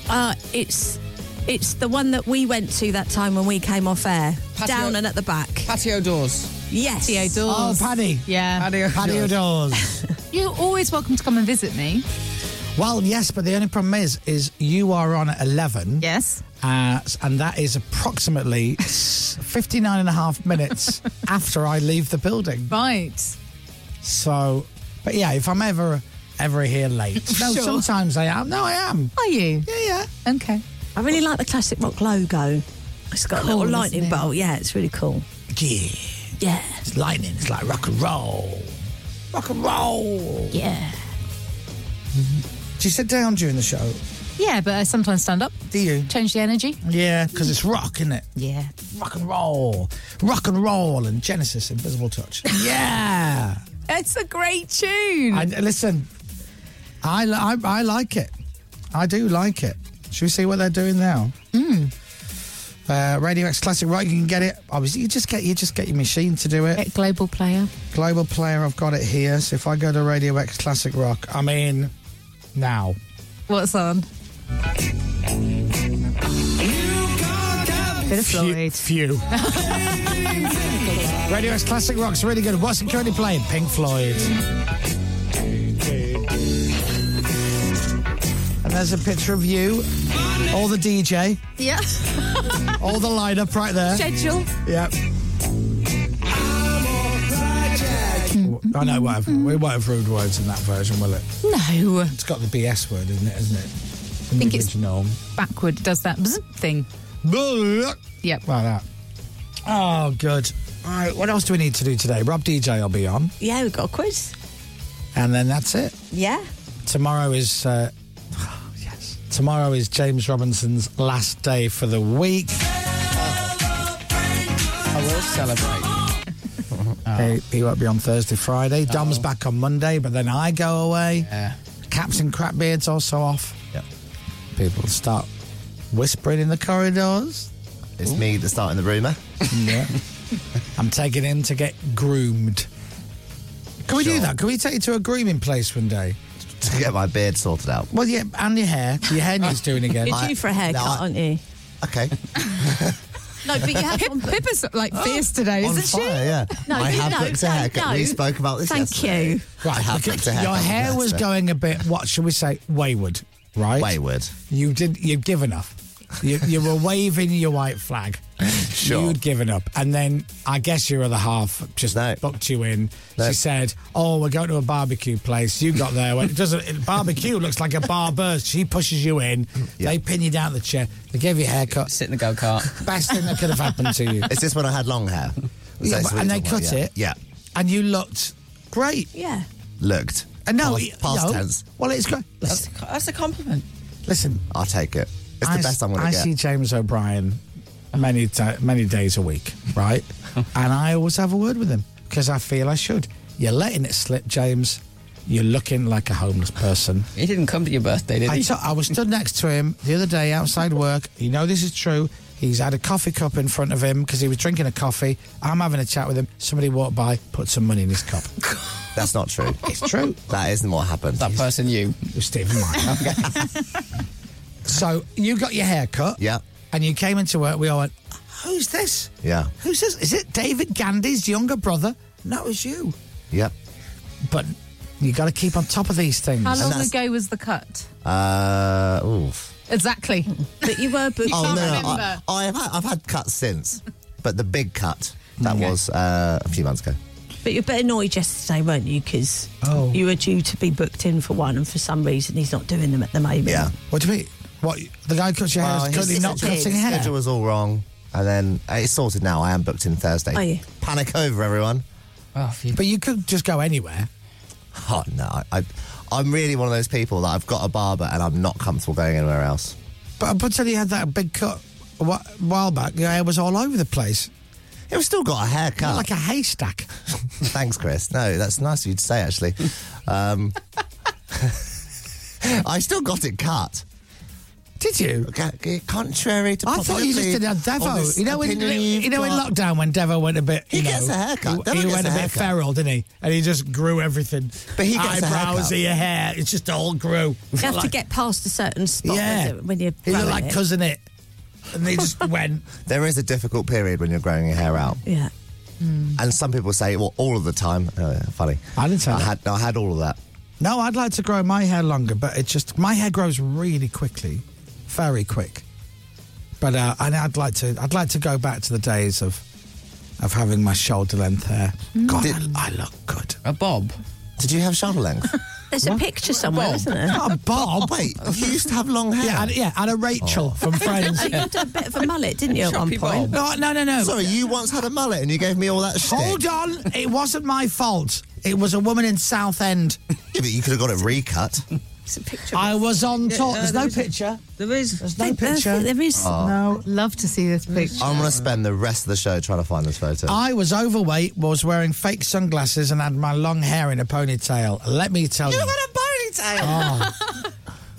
Speaker 4: Uh, it's it's the one that we went to that time when we came off air.
Speaker 1: Patio-
Speaker 4: Down and at the back.
Speaker 1: Patio doors.
Speaker 4: Yes.
Speaker 8: Patio doors.
Speaker 6: Oh, Paddy.
Speaker 8: Yeah.
Speaker 1: Patio,
Speaker 6: Patio doors.
Speaker 8: You're always welcome to come and visit me.
Speaker 6: well, yes, but the only problem is, is you are on at 11.
Speaker 8: Yes.
Speaker 6: Uh, and that is approximately s- 59 and a half minutes after I leave the building.
Speaker 8: Right.
Speaker 6: So, but yeah, if I'm ever, ever here late. No,
Speaker 8: Sure.
Speaker 6: sometimes I am. No, I am.
Speaker 8: Are you?
Speaker 6: Yeah,
Speaker 8: yeah. Okay.
Speaker 4: I really like the classic rock logo. It's got a
Speaker 8: Cool,
Speaker 4: little
Speaker 8: isn't
Speaker 4: lightning
Speaker 8: it?
Speaker 4: bolt. Yeah, it's really cool.
Speaker 6: Yeah.
Speaker 4: Yeah.
Speaker 6: It's lightning. It's like rock and roll. Rock and roll.
Speaker 4: Yeah.
Speaker 6: Do you sit down during the show?
Speaker 8: Yeah, but I sometimes stand up.
Speaker 6: Do you?
Speaker 8: Change the energy.
Speaker 6: Yeah, because it's rock, isn't it?
Speaker 8: Yeah.
Speaker 6: Rock and roll. Rock and roll and Genesis, Invisible Touch. Yeah.
Speaker 8: It's a great tune.
Speaker 6: I, listen, I, li- I, I like it. I do like it. Should we see what they're doing now?
Speaker 8: Hmm.
Speaker 6: Mm. Uh, Radio X Classic Rock, you can get it. Obviously, you just get you just get your machine to do it.
Speaker 8: Global player.
Speaker 6: Global player, I've got it here. So if I go to Radio X Classic Rock, I'm in now.
Speaker 8: What's on? Bit of Floyd.
Speaker 6: Few. Radio X Classic Rock's really good. What's it currently playing? Pink Floyd. And there's a picture of you, all the DJ,
Speaker 8: Yeah.
Speaker 6: all the lineup right there.
Speaker 8: Schedule.
Speaker 6: Yep.
Speaker 8: Mm-hmm.
Speaker 6: I know, what have, we won't have rude words in that version, will it?
Speaker 8: No.
Speaker 6: It's got the BS word, isn't it? Isn't it? In
Speaker 8: Think
Speaker 6: the
Speaker 8: it's-
Speaker 6: original.
Speaker 8: Backward does that bzz thing. Yep.
Speaker 6: Like that. Oh, good. All right, what else do we need to do today? Rob DJ will be on,
Speaker 4: Yeah, we've got a quiz.
Speaker 6: and then that's it.
Speaker 4: Yeah.
Speaker 6: Tomorrow is. Uh, yes. Tomorrow is James Robinson's last day for the week. Uh,
Speaker 1: I will celebrate.
Speaker 6: He, he won't be on Thursday, Friday. Dom's back on Monday, but then I go away. Captain Crapbeard's also off. Yep. People start whispering in the corridors.
Speaker 16: It's me that's starting the rumour.
Speaker 6: Yeah. I'm taking him to get groomed. Can we do that? Can we take you to a grooming place one day?
Speaker 16: To get my beard sorted out.
Speaker 6: Well, yeah, and your hair. Your hair needs doing again.
Speaker 4: You're due for a haircut, aren't you?
Speaker 16: Okay.
Speaker 4: No, but you have one.
Speaker 8: Pippa's like
Speaker 6: Oh.
Speaker 8: fierce today,
Speaker 16: On
Speaker 8: isn't she?
Speaker 16: fire, yeah.
Speaker 8: No,
Speaker 16: I
Speaker 8: you-
Speaker 16: have
Speaker 8: no,
Speaker 16: booked a
Speaker 8: no,
Speaker 16: haircut.
Speaker 8: no.
Speaker 16: We spoke about this
Speaker 8: Thank
Speaker 16: yesterday.
Speaker 8: you.
Speaker 16: I have booked a haircut.
Speaker 6: Your hair was
Speaker 16: yesterday.
Speaker 6: going a bit. What should we say? Wayward, right?
Speaker 16: Wayward.
Speaker 6: You did. You've given up. You, you were waving your white flag.
Speaker 16: Sure.
Speaker 6: You'd given up, and then I guess your other half just booked you in. She said, "Oh, we're going to a barbecue place." You got there. Went, it doesn't it, barbecue looks like a barber's. She pushes you in. They pin you down the chair. They give you a haircut.
Speaker 1: Sit in the go kart.
Speaker 6: Best thing that could have happened to you.
Speaker 16: Is this when I had long hair? Was
Speaker 6: Yeah,
Speaker 16: that
Speaker 6: but-
Speaker 16: what
Speaker 6: and
Speaker 16: you're
Speaker 6: they
Speaker 16: talking
Speaker 6: cut
Speaker 16: about? yeah.
Speaker 6: it.
Speaker 16: Yeah.
Speaker 6: And you looked great.
Speaker 4: Yeah.
Speaker 16: Looked.
Speaker 6: And no,
Speaker 16: Past-
Speaker 6: you
Speaker 16: past
Speaker 6: know,
Speaker 16: tense.
Speaker 6: Well, it's great.
Speaker 4: That's a compliment.
Speaker 6: Listen,
Speaker 16: I'll take it. It's
Speaker 6: I
Speaker 16: the
Speaker 6: s-
Speaker 16: best I'm going
Speaker 6: I
Speaker 16: to get.
Speaker 6: see James O'Brien many ti many days a week, right? and I always have a word with him because I feel I should. You're letting it slip, James. You're looking like a homeless person.
Speaker 1: He didn't come to your birthday, did
Speaker 6: I
Speaker 1: he?
Speaker 6: t- I was stood next to him the other day outside work. You know this is true. He's had a coffee cup in front of him because he was drinking a coffee. I'm having a chat with him. Somebody walked by, put some money in his cup.
Speaker 16: That's not true.
Speaker 6: it's true.
Speaker 16: That isn't what happened. That
Speaker 1: person you.
Speaker 6: Stephen Meyer. so you got your hair cut.
Speaker 16: Yeah.
Speaker 6: And you came into work. We all went, "Who's this?
Speaker 16: Yeah.
Speaker 6: Who's this? Is it David Gandy's younger brother?" No, it's you.
Speaker 16: Yep.
Speaker 6: But you got to keep on top of these things.
Speaker 8: How long ago was the cut?
Speaker 16: Uh, oof. Oh,
Speaker 8: Exactly.
Speaker 4: But you
Speaker 6: Oh,
Speaker 4: were booked.
Speaker 8: You can't remember.
Speaker 16: I, I have had, I've had cuts since, but the big cut that was uh, a few months ago.
Speaker 4: But you're a bit annoyed yesterday, weren't you? Because
Speaker 6: Oh.
Speaker 4: you were due to be booked in for one, and for some reason he's not doing them at the moment. Yeah.
Speaker 6: What do you mean? What the guy cuts your hair?
Speaker 16: Well,
Speaker 6: is
Speaker 16: his-
Speaker 6: currently not cutting
Speaker 16: his
Speaker 6: hair.
Speaker 16: schedule was all wrong, and then uh, it's sorted now. I am booked in Thursday.
Speaker 6: Are you?
Speaker 16: Panic over, everyone.
Speaker 6: Oh, But you could just go anywhere.
Speaker 16: Oh no, I, I, I'm really one of those people that I've got a barber and I'm not comfortable going anywhere else.
Speaker 6: But up until you had that big cut a wh- while back, your hair was all over the place.
Speaker 16: It was still got a haircut.
Speaker 6: Like a haystack.
Speaker 16: Thanks, Chris. No, that's nice of you to say. Actually, um, I still got it cut.
Speaker 6: Did you?
Speaker 16: Contrary to
Speaker 6: I thought you just did a Devo. You know, in, you know in lockdown when Devo went a bit.
Speaker 16: He
Speaker 6: you
Speaker 16: gets
Speaker 6: know,
Speaker 16: a haircut. Devo
Speaker 6: He, he
Speaker 16: gets
Speaker 6: went
Speaker 16: a
Speaker 6: a, bit
Speaker 16: haircut.
Speaker 6: feral, didn't he? And he just grew everything.
Speaker 16: But he gets a
Speaker 6: eyebrows,
Speaker 16: haircut.
Speaker 6: ear, hair. It's just all grew.
Speaker 4: You have to get past a certain spot
Speaker 6: Yeah.
Speaker 4: when when you're.
Speaker 6: He looked
Speaker 4: growing
Speaker 6: like
Speaker 4: it.
Speaker 6: cousin it, and they just went.
Speaker 16: There is a difficult period when you're growing your hair out.
Speaker 4: Yeah.
Speaker 16: And some people say, well, all of the time. Oh, yeah, funny.
Speaker 6: Mm. I didn't say
Speaker 16: I
Speaker 6: that.
Speaker 16: had, no, I had all of that.
Speaker 6: No, I'd like to grow my hair longer, but it just my hair grows really quickly, very quick. But uh, and I'd like to, I'd like to go back to the days of, of having my shoulder length hair. God, I, I look good.
Speaker 1: A bob.
Speaker 16: Mm. Did you have shoulder length?
Speaker 4: There's a picture somewhere, isn't there?
Speaker 6: Not a bob.
Speaker 16: Wait, you used to have long hair.
Speaker 6: Yeah, and, yeah, and a Rachel from Friends.
Speaker 4: Oh, you had a bit of a mullet, didn't you, at one
Speaker 6: Shoppy
Speaker 4: point?
Speaker 6: bob. No, no, no, no.
Speaker 16: Sorry, you once had a mullet and you gave me all that shit.
Speaker 6: Hold on, it wasn't my fault. It was a woman in Southend.
Speaker 16: Yeah, but you could have got it recut.
Speaker 4: It's a picture.
Speaker 6: I was on
Speaker 4: Yeah,
Speaker 6: top.
Speaker 4: no,
Speaker 6: There's
Speaker 4: there
Speaker 6: no
Speaker 4: is-
Speaker 6: picture.
Speaker 4: There is.
Speaker 6: There's no picture.
Speaker 4: There is.
Speaker 16: Oh.
Speaker 8: No, love to see this picture.
Speaker 16: I'm going to spend the rest of the show trying to find this photo.
Speaker 6: I was overweight, was wearing fake sunglasses, and had my long hair in a ponytail. Let me tell you.
Speaker 16: a ponytail.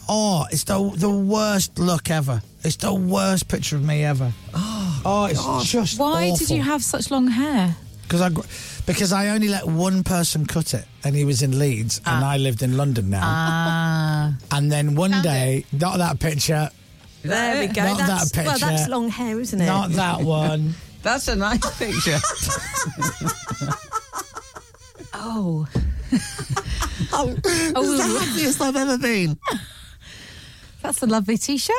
Speaker 6: Oh, it's the the worst look ever. It's the worst picture of me ever. Oh, it's just
Speaker 8: Why did you have such long hair?
Speaker 6: Because I gr- because I only let one person cut it, and he was in Leeds,
Speaker 4: Ah.
Speaker 6: and I lived in London now.
Speaker 8: Ah.
Speaker 6: and then one day, not that picture,
Speaker 4: There we go.
Speaker 6: Not
Speaker 4: that's,
Speaker 6: that picture.
Speaker 4: Well, that's long hair, isn't it?
Speaker 6: not that one.
Speaker 1: That's a nice picture.
Speaker 8: Oh.
Speaker 16: oh,
Speaker 8: Oh.
Speaker 16: happiest I've ever been.
Speaker 8: That's a lovely t shirt.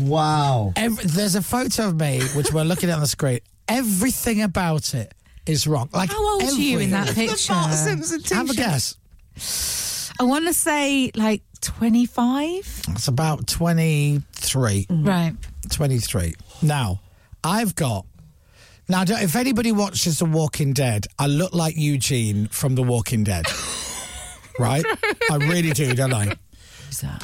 Speaker 16: Wow.
Speaker 6: Every, there's a photo of me which we're looking at on the screen. Everything about it is wrong. Like
Speaker 8: How old are you in that
Speaker 6: everything.
Speaker 8: picture?
Speaker 6: Have a guess.
Speaker 8: I want to say like 25.
Speaker 6: It's about 23.
Speaker 8: Right.
Speaker 6: 23. Now, I've got. Now, don't- if anybody watches The Walking Dead, I look like Eugene from The Walking Dead. right? I really do, don't I?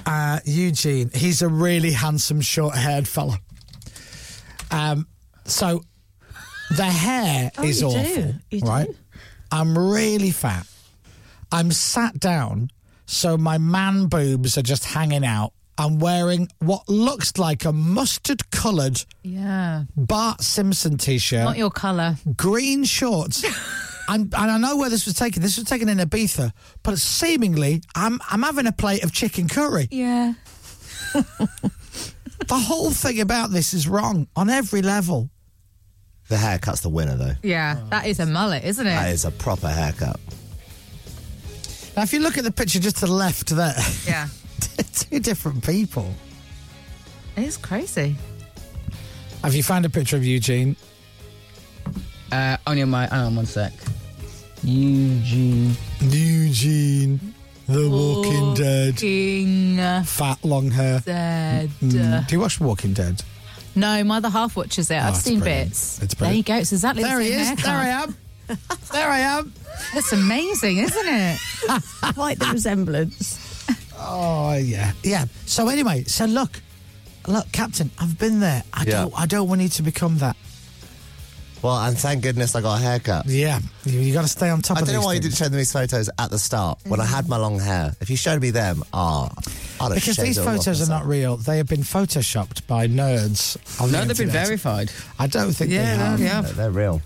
Speaker 6: Uh, Eugene, he's a really handsome, short haired fella. Um, so the hair
Speaker 4: Oh,
Speaker 6: is
Speaker 4: you do.
Speaker 6: awful,
Speaker 4: Oh, You do.
Speaker 6: right? I'm really fat. I'm sat down, so my man boobs are just hanging out. I'm wearing what looks like a mustard coloured
Speaker 8: Yeah.
Speaker 6: Bart Simpson t shirt.
Speaker 8: Not your colour.
Speaker 6: Green shorts. I'm, and I know where this was taken. This was taken in Ibiza, but seemingly I'm, I'm having a plate of chicken curry.
Speaker 8: Yeah.
Speaker 6: The whole thing about this is wrong on every level.
Speaker 16: The haircut's the winner, though.
Speaker 8: Yeah. That is a mullet, isn't it?
Speaker 16: That is a proper haircut.
Speaker 6: Now, if you look at the picture just to the left there,
Speaker 8: Yeah.
Speaker 6: two different people.
Speaker 8: It is crazy.
Speaker 6: Have you found a picture of Eugene?
Speaker 1: Uh, on your mic. Hang on one sec. Eugene.
Speaker 6: Eugene, The Walking Dead.
Speaker 8: Walking
Speaker 6: Fat, long hair.
Speaker 8: Dead.
Speaker 6: Mm. Do you watch Walking Dead?
Speaker 8: No, my other half watches it. I've
Speaker 6: Oh, it's
Speaker 8: seen
Speaker 6: brilliant.
Speaker 8: bits.
Speaker 6: It's
Speaker 8: there you
Speaker 6: brilliant.
Speaker 8: go. It's exactly
Speaker 6: There
Speaker 8: the
Speaker 6: he
Speaker 8: same
Speaker 6: is.
Speaker 8: haircut.
Speaker 6: There I am. There I am.
Speaker 8: That's amazing, isn't it?
Speaker 4: Quite the resemblance.
Speaker 6: Oh yeah, yeah. So anyway, so look, look, Captain, I've been there. I
Speaker 16: Yeah.
Speaker 6: don't, I don't want you to become that.
Speaker 16: Well, and thank goodness I got a haircut.
Speaker 6: Yeah, you, you got to stay on top
Speaker 16: I
Speaker 6: of.
Speaker 16: don't know
Speaker 6: these
Speaker 16: why you
Speaker 6: things.
Speaker 16: didn't show me these photos at the start when I had my long hair. If you showed me them, ah, I'd have
Speaker 6: Because
Speaker 16: shaved
Speaker 6: these
Speaker 16: it all off
Speaker 6: photos are
Speaker 16: myself.
Speaker 6: not real. They have been photoshopped by nerds. on
Speaker 1: No,
Speaker 6: the
Speaker 1: they've been
Speaker 6: internet.
Speaker 1: verified.
Speaker 6: I don't think
Speaker 1: Yeah,
Speaker 6: they
Speaker 1: no,
Speaker 6: have.
Speaker 1: they have.
Speaker 16: They're real.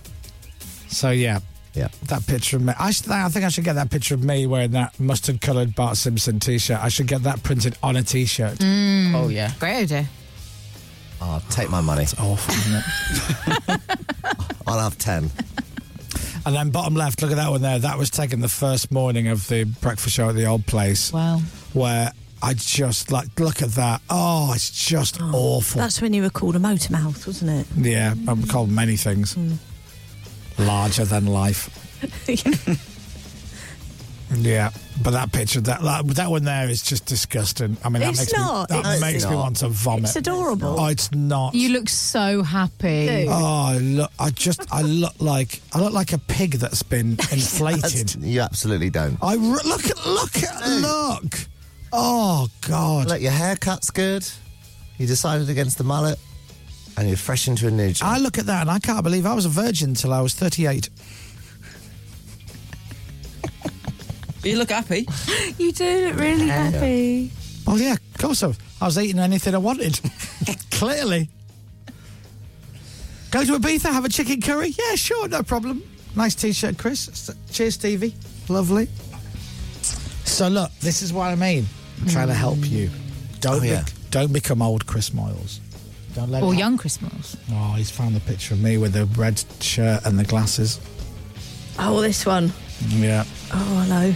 Speaker 6: So yeah,
Speaker 16: yeah.
Speaker 6: That picture of me. I, should, I think I should get that picture of me wearing that mustard-coloured Bart Simpson T-shirt. I should get that printed on a T-shirt.
Speaker 8: Mm.
Speaker 6: Oh, yeah.
Speaker 8: Great idea.
Speaker 16: Oh, take my money. It's
Speaker 6: awful, isn't it?
Speaker 16: I'll have ten.
Speaker 6: And then bottom left, look at that one there. That was taken the first morning of the breakfast show at the old place.
Speaker 8: Wow.
Speaker 6: Where I just like look at that. Oh, it's just awful.
Speaker 4: That's when you were called a motor mouth, wasn't it?
Speaker 6: Yeah, I'm called many things.
Speaker 4: Hmm.
Speaker 6: Larger than life. Yeah, but that picture, that like, that one there is just disgusting. I mean, that
Speaker 4: It's
Speaker 6: makes
Speaker 4: not.
Speaker 6: me that
Speaker 4: It's
Speaker 6: makes me
Speaker 4: not.
Speaker 6: want to vomit.
Speaker 4: It's adorable.
Speaker 6: Oh, it's not.
Speaker 8: You look so happy.
Speaker 6: Oh, I look, I just, I look like, I look like a pig that's been inflated. Oh,
Speaker 16: You absolutely don't.
Speaker 6: I re- look at, look at, look. Oh God!
Speaker 16: Look, your haircut's good. You decided against the mullet, and you're fresh into a new job.
Speaker 6: I look at that and I can't believe I was a virgin until I was 38.
Speaker 1: You look happy.
Speaker 8: You do look really
Speaker 6: Yeah.
Speaker 8: happy.
Speaker 6: Well, yeah, of course I was. I was eating anything I wanted. Clearly. Go to Ibiza, have a chicken curry. Yeah, sure, no problem. Nice t-shirt, Chris. S- Cheers, Stevie. Lovely. So look, this is what I mean. I'm trying to help you. Don't be- don't become old Chris Miles. Don't let.
Speaker 8: Or
Speaker 6: it
Speaker 8: young Christmas.
Speaker 6: Oh, he's found the picture of me with the red shirt and the glasses.
Speaker 4: Oh, this one.
Speaker 6: Yeah,
Speaker 4: Oh, hello.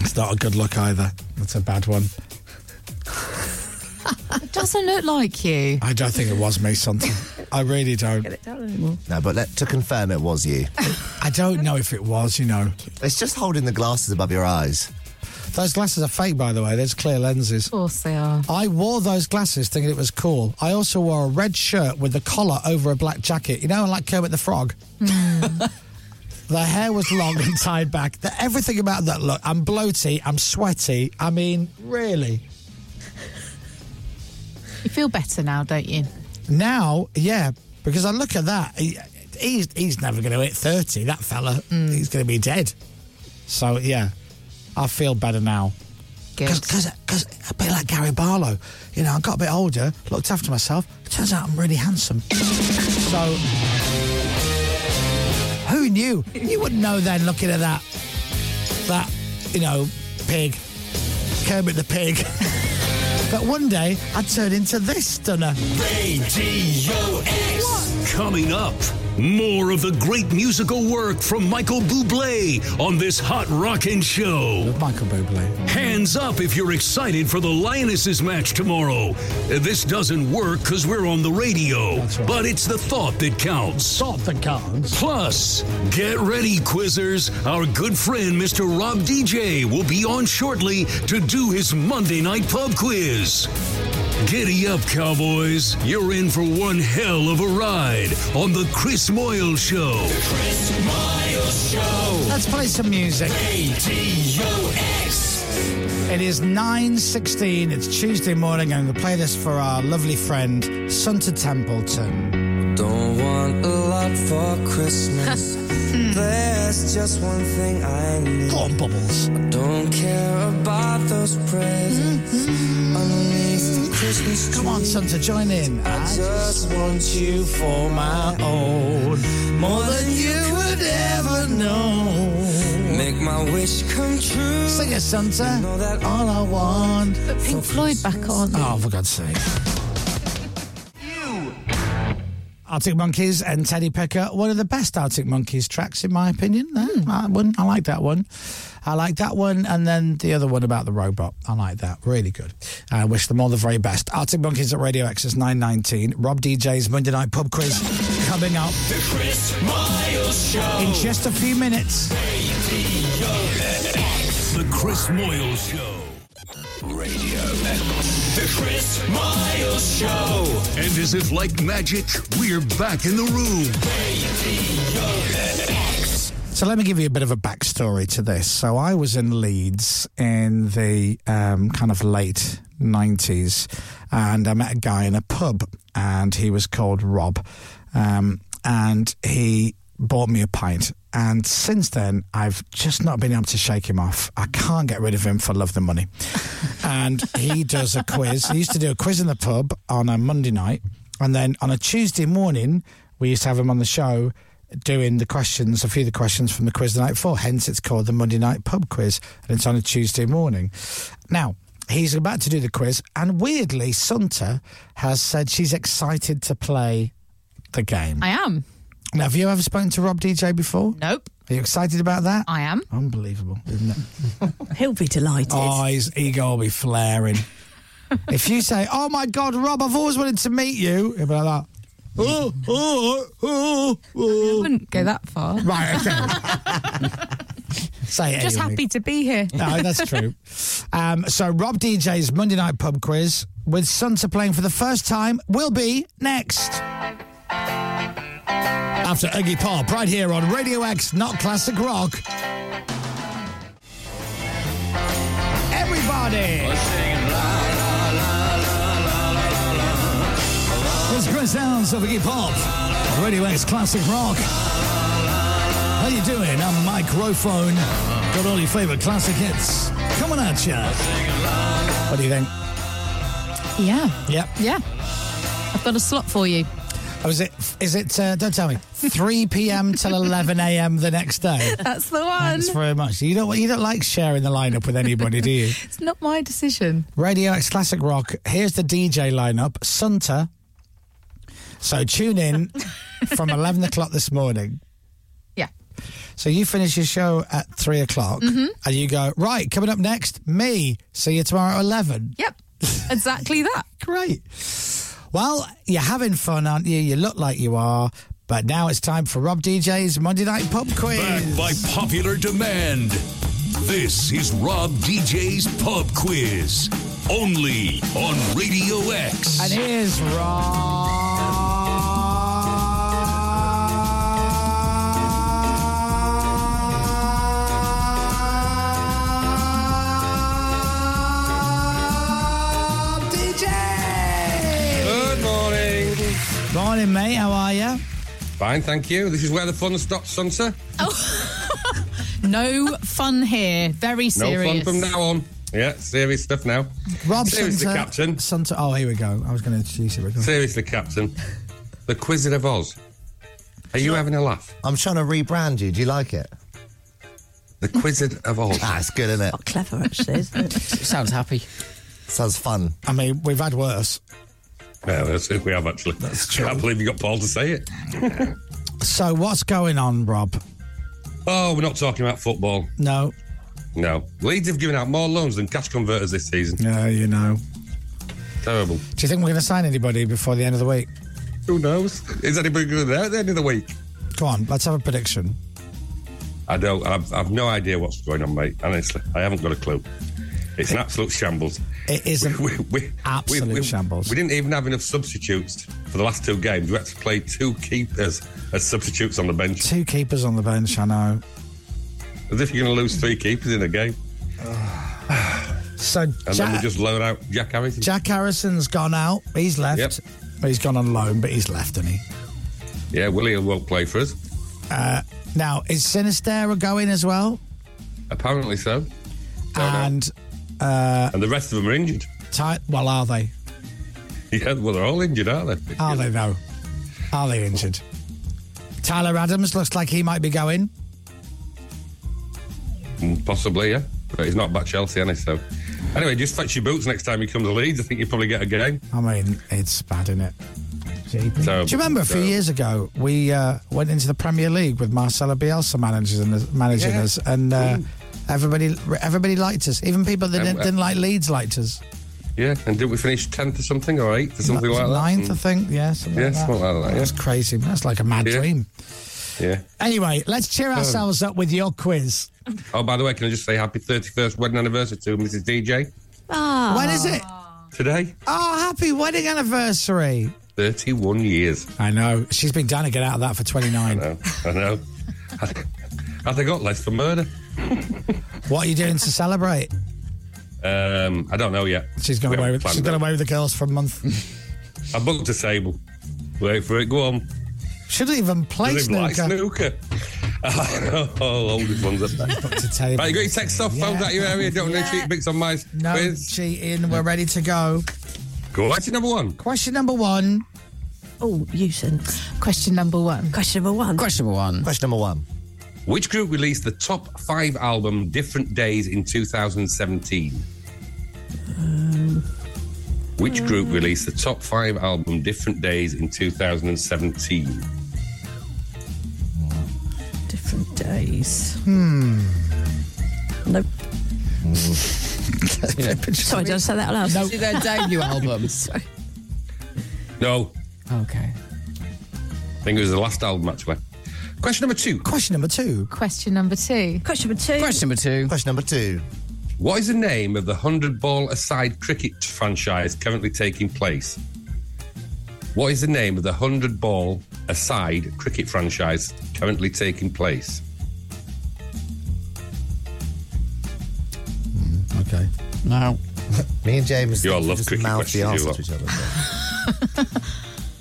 Speaker 6: it's not a good look either. That's a bad one.
Speaker 8: It doesn't look like you.
Speaker 6: I don't think it was me, Santa. I really don't.
Speaker 16: No, but let, to confirm it was you.
Speaker 6: I don't know if it was, you know.
Speaker 16: It's just holding the glasses above your eyes.
Speaker 6: Those glasses are fake, by the way. There's clear lenses. Of
Speaker 8: course they are.
Speaker 6: I wore those glasses thinking it was cool. I also wore a red shirt with the collar over a black jacket. You know, like Kermit the Frog. the hair was long and tied back. The, everything about that look. I'm bloaty. I'm sweaty. I mean, really.
Speaker 8: You feel better now, don't you?
Speaker 6: Now, yeah, because I look at that. He, he's he's never going to hit thirty. That fella, he's going to be dead. So yeah, I feel better now. Because a bit like Gary Barlow, you know, I got a bit older, looked after myself. It turns out I'm really handsome. so who knew? You wouldn't know then looking at that that you know pig, Kermit the pig. that one day I'd turn into this stunner.
Speaker 2: Radio X. Coming up, more of the great musical work from Michael Bublé on this hot rockin' show.
Speaker 6: Michael Bublé.
Speaker 2: Hands up if you're excited for the Lionesses match tomorrow. Uh, This doesn't work because we're on the radio, but it's the thought that counts.
Speaker 6: Thought that counts.
Speaker 2: Plus, get ready, quizzers. Our good friend Mr. Rob DJ will be on shortly to do his Monday night pub quiz. Giddy up, cowboys. You're in for one hell of a ride on the Chris Moyle Show.
Speaker 6: Let's play some music. It is 9.16. It's Tuesday morning. I'm going to play this for our lovely friend, Sunta Templeton.
Speaker 21: Don't want a lot for Christmas. There's just one thing I need. Go on, Bubbles. I don't care about those presents underneath the Christmas tree.
Speaker 6: Mm-hmm. Come on, son, to join in.
Speaker 21: I just want you for my own, more than you could ever know. Make my wish come true. Sing it, Santa. Know that all I want.
Speaker 8: Put Pink Floyd back on.
Speaker 6: Oh, for God's sake. Arctic Monkeys and Teddy Pecker, one of the best Arctic Monkeys tracks, in my opinion. Yeah, that one, I like that one. I like that one, and then the other one about the robot. I like that. Really good. And I wish them all the very best. Arctic Monkeys at Radio X is 919. Rob DJ's Monday Night Pub Quiz coming up
Speaker 10: The Chris Miles Show.
Speaker 6: in just a few minutes.
Speaker 2: The Chris Moyle Show. Radio X.
Speaker 10: The Chris Miles Show.
Speaker 2: And as if like magic, we're back in the room.
Speaker 6: So let me give you a bit of a backstory to this. So I was in Leeds in the um, kind of late 90s, and I met a guy in a pub, and he was called Rob, um, and he bought me a pint. And since then, I've just not been able to shake him off. I can't get rid of him for love the money. and he does a quiz. He used to do a quiz in the pub on a Monday night, and then on a Tuesday morning, we used to have him on the show doing the questions, a few of the questions from the quiz the night before. Hence, it's called the Monday Night Pub Quiz, and it's on a Tuesday morning. Now, he's about to do the quiz, and weirdly, Sunta has said she's excited to play the game.
Speaker 8: I am.
Speaker 6: Now, have you ever spoken to Rob DJ before?
Speaker 8: Nope.
Speaker 6: Are you excited about that?
Speaker 8: I am.
Speaker 6: Unbelievable, isn't it?
Speaker 4: He'll be delighted.
Speaker 6: Oh, his ego will be flaring. if you say, "Oh my God, Rob, I've always wanted to meet you," he'll be like that. Oh, oh, oh, oh. I
Speaker 8: wouldn't go that far.
Speaker 6: Right, okay. Say it
Speaker 8: Just
Speaker 6: anyway.
Speaker 8: happy to be here.
Speaker 6: No, that's true. Um, so Rob DJ's Monday Night Pub Quiz with Sunta playing for the first time will be next. After Iggy Pop, right here on Radio X, not classic rock. Everybody! It's Chris Downs of Iggy Pop, Radio X Classic Rock. How you doing? I'm Mike Rophone. Got all your favourite classic hits coming at ya. What do you think?
Speaker 8: Yeah.
Speaker 6: Yep.
Speaker 8: Yeah. I've got a slot for you.
Speaker 6: Oh, is it? Is it? Uh, don't tell me. 3 p.m. till 11 a.m. the next day.
Speaker 8: That's the one.
Speaker 6: Thanks very much. You don't. You don't like sharing the lineup with anybody, do you?
Speaker 8: It's not my decision.
Speaker 6: Radio X Classic Rock. Here's the DJ lineup. Sunta. So tune in from 11 o'clock this morning.
Speaker 8: Yeah.
Speaker 6: So you finish your show at three o'clock,
Speaker 8: Mhm.
Speaker 6: and you go right. Coming up next, me. See you tomorrow at 11.
Speaker 8: Yep. Exactly that.
Speaker 6: Great. Well, you're having fun, aren't you? You look like you are. But now it's time for Rob DJ's Monday Night Pub Quiz.
Speaker 2: Back by popular demand. This is Rob DJ's Pub Quiz. Only on Radio X.
Speaker 6: And here's Rob. DJ.
Speaker 22: Good morning.
Speaker 6: Morning, mate. How are you?
Speaker 22: Fine, thank you. This is where the fun stops, Sunsa.
Speaker 8: Oh. No fun here. Very serious.
Speaker 22: No fun from now on. Yeah, serious stuff now.
Speaker 6: Rob
Speaker 22: Seriously,
Speaker 6: Sunter-
Speaker 22: Captain.
Speaker 6: Sunter- oh, here we go. I was going to introduce you. but go on.
Speaker 22: Seriously, Captain. The Quiz of Oz. Are you having a laugh?
Speaker 16: I'm trying to rebrand you. Do you like it?
Speaker 22: The Quizzard of Oz.
Speaker 16: That's good, isn't it?
Speaker 4: Clever, actually, isn't it?
Speaker 16: Sounds happy. Sounds fun.
Speaker 6: I mean, we've had worse.
Speaker 22: Yeah, that's it. We have actually. Can't believe you got Paul to say it.
Speaker 6: So, what's going on, Rob?
Speaker 22: Oh, we're not talking about football.
Speaker 6: No.
Speaker 22: No. Leeds have given out more loans than cash converters this season.
Speaker 6: No, you know.
Speaker 22: Terrible.
Speaker 6: Do you think we're going to sign anybody before the end of the week?
Speaker 22: Who knows? Is anybody going to be there at the end of the week?
Speaker 6: Come on, let's have a prediction.
Speaker 22: I don't. I've, I've no idea what's going on, mate. Honestly, I haven't got a clue. It's an absolute shambles.
Speaker 6: It is an absolute shambles.
Speaker 22: We didn't even have enough substitutes for the last two games. We had to play two keepers as substitutes on the bench.
Speaker 6: Two keepers on the bench, I know.
Speaker 22: As if you're going to lose three keepers in a game,
Speaker 6: So,
Speaker 22: and then we
Speaker 6: Jack,
Speaker 22: just loan out Jack Harrison.
Speaker 6: Jack Harrison's gone out. He's left. Well, He's gone on loan, but he's left, hasn't he?
Speaker 22: Yeah, Willie won't play for us.
Speaker 6: Uh, now, is Sinistera going as well?
Speaker 22: Apparently so.
Speaker 6: and uh,
Speaker 22: And the rest of them are injured.
Speaker 6: Ty- well, are they?
Speaker 22: Yeah, well, they're all injured, aren't they?
Speaker 6: Are they though? Are they injured? Tyler Adams looks like he might be going.
Speaker 22: Mm, Possibly, yeah. But he's not back Chelsea, any so. Anyway, just fetch your boots next time he comes to Leeds. I think you probably get a game.
Speaker 6: I mean, it's bad, isn't it?
Speaker 22: So,
Speaker 6: Do you remember a few
Speaker 22: so-
Speaker 6: years ago we uh, went into the Premier League with Marcelo Bielsa managers and managing
Speaker 22: Yeah.
Speaker 6: us, and uh, everybody everybody liked us. Even people that
Speaker 22: And,
Speaker 6: didn't,
Speaker 22: uh,
Speaker 6: didn't like Leeds liked us.
Speaker 22: Yeah, and did we finish 10th or something, or 8th or something
Speaker 6: Was
Speaker 22: like
Speaker 6: it
Speaker 22: that?
Speaker 6: ninth, I
Speaker 22: Mm.
Speaker 6: think. Yeah, something
Speaker 22: Yeah,
Speaker 6: like that.
Speaker 22: something like that,
Speaker 6: That's
Speaker 22: yeah.
Speaker 6: crazy. That's like a mad dream.
Speaker 22: Yeah.
Speaker 6: Anyway, let's cheer
Speaker 22: Um,
Speaker 6: ourselves up with your quiz.
Speaker 22: Oh, by the way, can I just say happy 31st wedding anniversary to Mrs. DJ
Speaker 6: When is it?
Speaker 22: today?
Speaker 6: Oh, happy wedding anniversary.
Speaker 22: 31 years.
Speaker 6: I know. She's been down to get out of that for 29.
Speaker 22: I know. Have they got less for murder?
Speaker 6: What are you doing to celebrate?
Speaker 22: Um, I don't know yet.
Speaker 6: She's gone
Speaker 22: We
Speaker 6: away
Speaker 22: haven't
Speaker 6: with she's
Speaker 22: planned
Speaker 6: gone away with the girls for a month.
Speaker 22: it. I booked a table. Wait for it. Go on.
Speaker 6: Shouldn't even play
Speaker 22: Does it like
Speaker 6: snooker.
Speaker 22: snooker? oh, oldest ones up there. Right, you got your text off, phones out your area. Don't want to cheat picks on my
Speaker 6: No
Speaker 22: quiz.
Speaker 6: cheating. We're ready to go.
Speaker 22: Go on to number one.
Speaker 6: Question number one.
Speaker 4: Oh, you sent.
Speaker 8: Question number one.
Speaker 4: Question number one.
Speaker 22: Question number one.
Speaker 16: Question number one.
Speaker 22: Which group released the top five album Different Days in 2017? Which
Speaker 1: Mm.
Speaker 22: group released the top five album Different Days in 2017?
Speaker 4: Different days.
Speaker 6: Hmm.
Speaker 4: Nope. Sorry, did I say that out loud?
Speaker 1: No. See their debut album.
Speaker 4: Sorry.
Speaker 22: No,
Speaker 1: Okay.
Speaker 22: I think it was the last album, actually. Question number two.
Speaker 6: Question number two.
Speaker 8: Question number two.
Speaker 4: Question number two.
Speaker 22: Question
Speaker 1: number two.
Speaker 16: Question number two.
Speaker 22: What is the name of the 100 ball aside cricket franchise currently taking place? What is the name of the 100 ball aside cricket franchise currently taking place?
Speaker 6: Okay.
Speaker 1: No.
Speaker 16: Me and James.
Speaker 22: You all love cricket
Speaker 16: mouth the
Speaker 22: questions.
Speaker 16: answer
Speaker 22: You lot.
Speaker 16: to each other.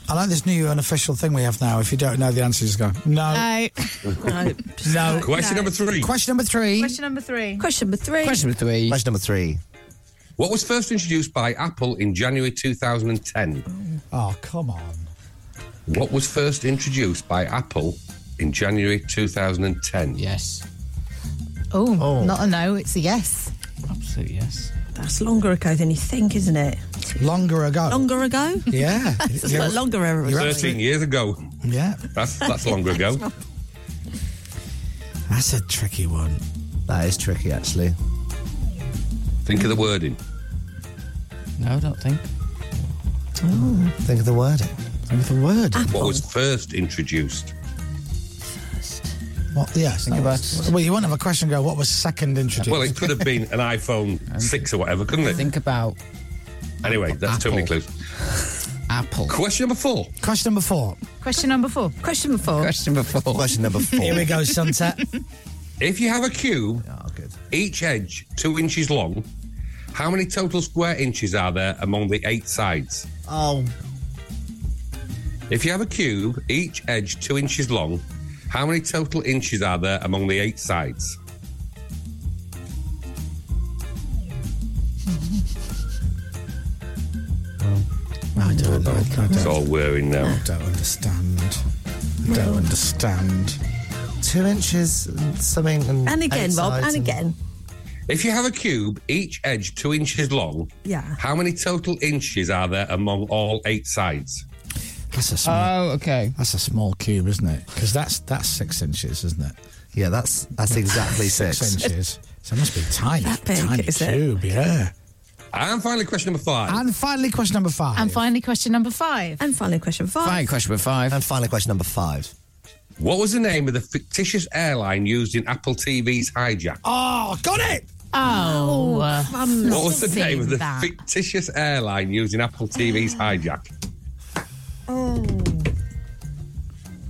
Speaker 6: I like this new unofficial thing we have now. If you don't know the answer, just go, no.
Speaker 8: No.
Speaker 6: No.
Speaker 22: No. Question number three.
Speaker 6: Question number three.
Speaker 8: Question number three.
Speaker 4: Question number three.
Speaker 22: Question
Speaker 1: number three.
Speaker 16: Question number three.
Speaker 22: What was first introduced by Apple in January 2010?
Speaker 6: Oh, come on.
Speaker 22: What was first introduced by Apple in January 2010?
Speaker 1: Yes.
Speaker 8: Oh, not a no, it's a yes.
Speaker 1: Absolute yes.
Speaker 4: That's longer ago than you think, isn't it?
Speaker 6: Longer ago.
Speaker 4: Longer ago?
Speaker 6: Yeah.
Speaker 4: It's a lot longer ago.
Speaker 22: 13 years ago.
Speaker 6: Yeah.
Speaker 22: That's, that's longer ago.
Speaker 6: That's a tricky one.
Speaker 16: That is tricky, actually.
Speaker 22: Think of the wording.
Speaker 1: No, I don't think.
Speaker 4: Oh.
Speaker 16: Think of the wording.
Speaker 6: Think of the word.
Speaker 22: What was first introduced?
Speaker 6: What? Yeah. Think about. Well, you won't have a question. Go. What was second introduced?
Speaker 22: Well, it could have been an iPhone 6 or whatever, couldn't it?
Speaker 1: Think about
Speaker 22: Anyway, that's too many
Speaker 1: Apple.
Speaker 22: clues.
Speaker 1: Apple.
Speaker 22: Question number four.
Speaker 6: Question number four.
Speaker 8: Question number four.
Speaker 4: Question number four.
Speaker 1: Question number four.
Speaker 16: Question number four.
Speaker 6: Here we go, Sunset.
Speaker 22: If you have a cube,
Speaker 6: oh,
Speaker 22: each edge two inches long, how many total square inches are there among the eight sides?
Speaker 16: Oh.
Speaker 22: If you have a cube, each edge two inches long, how many total inches are there among the eight sides?
Speaker 6: I don't, know. I
Speaker 22: It's
Speaker 6: don't,
Speaker 22: all whirring now.
Speaker 6: I don't understand. I don't understand.
Speaker 16: Two inches and something. And,
Speaker 4: And again,
Speaker 16: eight
Speaker 4: Rob, and
Speaker 16: sides
Speaker 4: again.
Speaker 22: If you have a cube, each edge two inches long,
Speaker 4: Yeah.
Speaker 22: how many total inches are there among all eight sides?
Speaker 6: That's a small.
Speaker 1: Oh, okay.
Speaker 6: That's a small cube, isn't it? Because that's that's six inches, isn't it?
Speaker 16: Yeah, that's that's exactly six.
Speaker 6: inches. So it must be tiny.
Speaker 4: That big,
Speaker 6: tiny
Speaker 4: is it?
Speaker 6: cube, yeah.
Speaker 22: And finally, question number five.
Speaker 6: And finally, question number five.
Speaker 8: And finally, question number five.
Speaker 4: And finally, question five.
Speaker 1: Fine, question number five.
Speaker 16: And finally, question number five.
Speaker 22: What was the name of the fictitious airline used in Apple TV's hijack?
Speaker 5: Ah,
Speaker 6: Oh, got it!
Speaker 8: Oh, uh,
Speaker 22: What was the
Speaker 8: seen
Speaker 22: name of the
Speaker 8: that.
Speaker 22: fictitious airline used in Apple TV's hijack?
Speaker 4: Oh.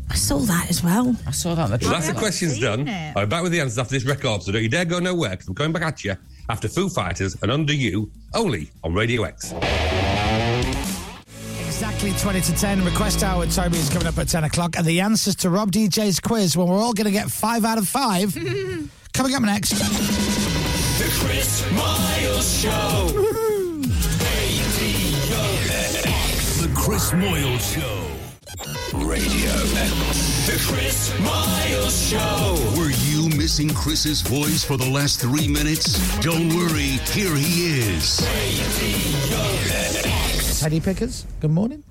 Speaker 4: I saw that as well.
Speaker 1: I saw that.
Speaker 22: So that's the question's done. I'm back with the answers after this record, so don't you dare go nowhere because I'm coming back at you after Foo Fighters and Under You only on Radio X.
Speaker 6: Exactly. Exactly 20 to 10. Request hour with Toby is coming up at 10 o'clock. And the answers to Rob DJ's quiz, when we're all going to get five out of five, coming up next.
Speaker 10: The Chris Miles Show. Radio X.
Speaker 2: The Chris Moyle Show. Radio X.
Speaker 10: The Chris Miles Show.
Speaker 2: Were you missing Chris's voice for the last three minutes? Don't worry, here he is.
Speaker 6: Teddy Pickers, good morning.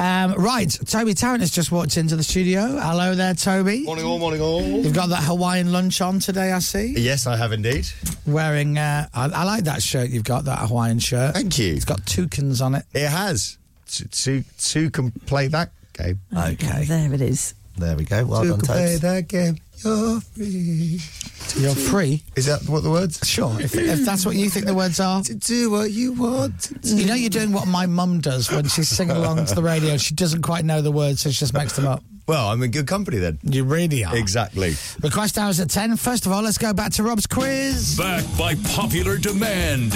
Speaker 6: Um, right, Toby Tarrant has just walked into the studio. Hello there, Toby.
Speaker 5: Morning all, morning all.
Speaker 6: You've got that Hawaiian lunch on today, I see.
Speaker 5: Yes, I have indeed.
Speaker 6: Wearing, uh, I, I like that shirt you've got, that Hawaiian shirt. Thank you. It's got toucans on it.
Speaker 5: It has. Two two can play that game.
Speaker 6: Okay, there it is.
Speaker 16: There we go. Well
Speaker 6: Two
Speaker 16: done,
Speaker 6: can play
Speaker 16: Tobes.
Speaker 6: that game. You're free. You're free.
Speaker 5: Is that what the words?
Speaker 6: Sure. If, if that's what you think the words are. To do what you want. You know, you're doing what my mum does when she's singing along to the radio. She doesn't quite know the words, so she just makes them up.
Speaker 5: Well, I'm in good company then.
Speaker 6: You really are.
Speaker 5: Exactly.
Speaker 6: Request hours at 10. First of all, let's go back to Rob's quiz.
Speaker 2: Back by popular demand.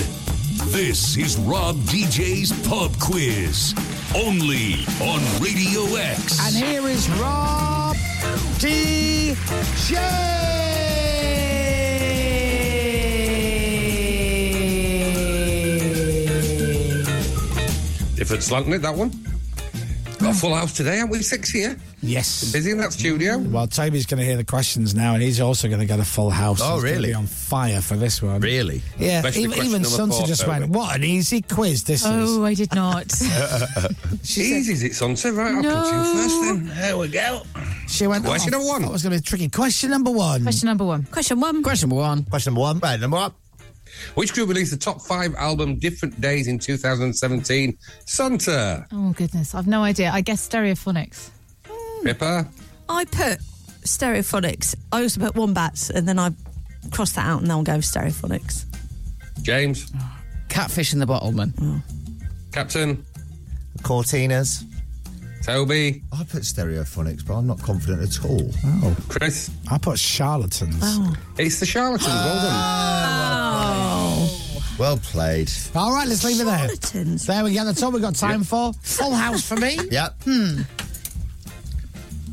Speaker 2: This is Rob DJ's Pub Quiz. Only on Radio X.
Speaker 6: And here is Rob DJ.
Speaker 22: If it's slanting it, that one. Got a full house today, haven't we? Six here.
Speaker 6: Yes.
Speaker 22: Busy in that studio.
Speaker 6: Well, Toby's going to hear the questions now, and he's also going to get a full house.
Speaker 22: Oh,
Speaker 6: He's gonna
Speaker 22: really?
Speaker 6: Be on fire for this one.
Speaker 5: Really?
Speaker 6: Yeah.
Speaker 22: Especially
Speaker 6: even
Speaker 22: question
Speaker 6: even
Speaker 22: number
Speaker 6: Sunta
Speaker 22: four,
Speaker 6: just
Speaker 22: Toby.
Speaker 6: went, "What an easy quiz this is."
Speaker 8: Oh, I did not.
Speaker 22: Easy's it, Sunset. Right, I'll put you in first then. There we go.
Speaker 6: She went.
Speaker 22: Question
Speaker 6: oh,
Speaker 22: number one.
Speaker 6: That was going to be tricky. Question number one.
Speaker 8: Question number one.
Speaker 6: Question one. Question number one.
Speaker 5: Question number one. Right, number one.
Speaker 22: Which group released the top five album Different Days in 2017? Santa.
Speaker 8: Oh, goodness. I've no idea. I guess stereophonics.
Speaker 22: Pippa.
Speaker 5: Hmm.
Speaker 4: I put stereophonics. I also put wombats, and then I cross that out, and I'll go stereophonics.
Speaker 22: James.
Speaker 1: Catfish in the bottle, man.
Speaker 6: Oh.
Speaker 22: Captain.
Speaker 16: Cortinas.
Speaker 22: Toby.
Speaker 5: I put stereophonics, but I'm not confident at all.
Speaker 6: Oh.
Speaker 22: Chris.
Speaker 6: I put charlatans. Oh.
Speaker 22: It's the charlatans. Well
Speaker 8: Oh.
Speaker 5: done. Well played.
Speaker 6: All right, let's leave it there. There we go. That's all we've got time for. Full house for me.
Speaker 5: Yep.
Speaker 6: Hmm.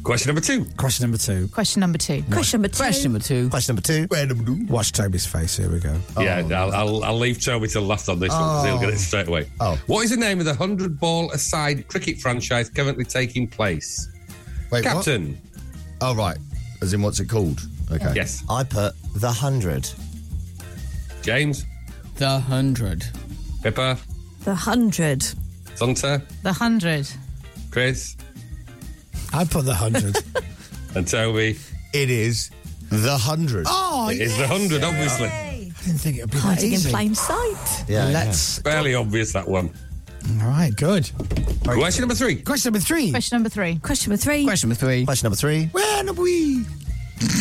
Speaker 22: Question number two.
Speaker 6: Question number two.
Speaker 8: Question number two.
Speaker 6: Question
Speaker 8: number two.
Speaker 6: Question number two.
Speaker 5: Question number two.
Speaker 6: Watch Toby's face. Here we go.
Speaker 22: Yeah,
Speaker 5: Oh,
Speaker 22: I'll, I'll, I'll leave Toby till last on this one because he'll get it straight away. Oh. What is the name of the 100 ball aside cricket franchise currently taking place?
Speaker 5: Wait, what?
Speaker 22: Captain.
Speaker 5: Oh, right. As in, what's it called? Okay.
Speaker 22: Yes.
Speaker 5: I put the hundred.
Speaker 22: James.
Speaker 1: The hundred.
Speaker 22: Pippa.
Speaker 4: The hundred.
Speaker 22: Sunta.
Speaker 8: The hundred.
Speaker 22: Chris.
Speaker 6: I put the hundred.
Speaker 22: And Toby.
Speaker 5: It is the hundred.
Speaker 6: Oh,
Speaker 22: It is the
Speaker 6: yes.
Speaker 22: hundred, obviously.
Speaker 6: I didn't think it would be that
Speaker 4: Hiding in
Speaker 6: easy.
Speaker 4: plain sight.
Speaker 6: Let's.
Speaker 22: Fairly obvious that one.
Speaker 6: All right, good.
Speaker 22: Question number three.
Speaker 6: Question number three.
Speaker 8: Question number three.
Speaker 4: Question number three.
Speaker 1: Question number three.
Speaker 5: Question number three.
Speaker 6: Where are we?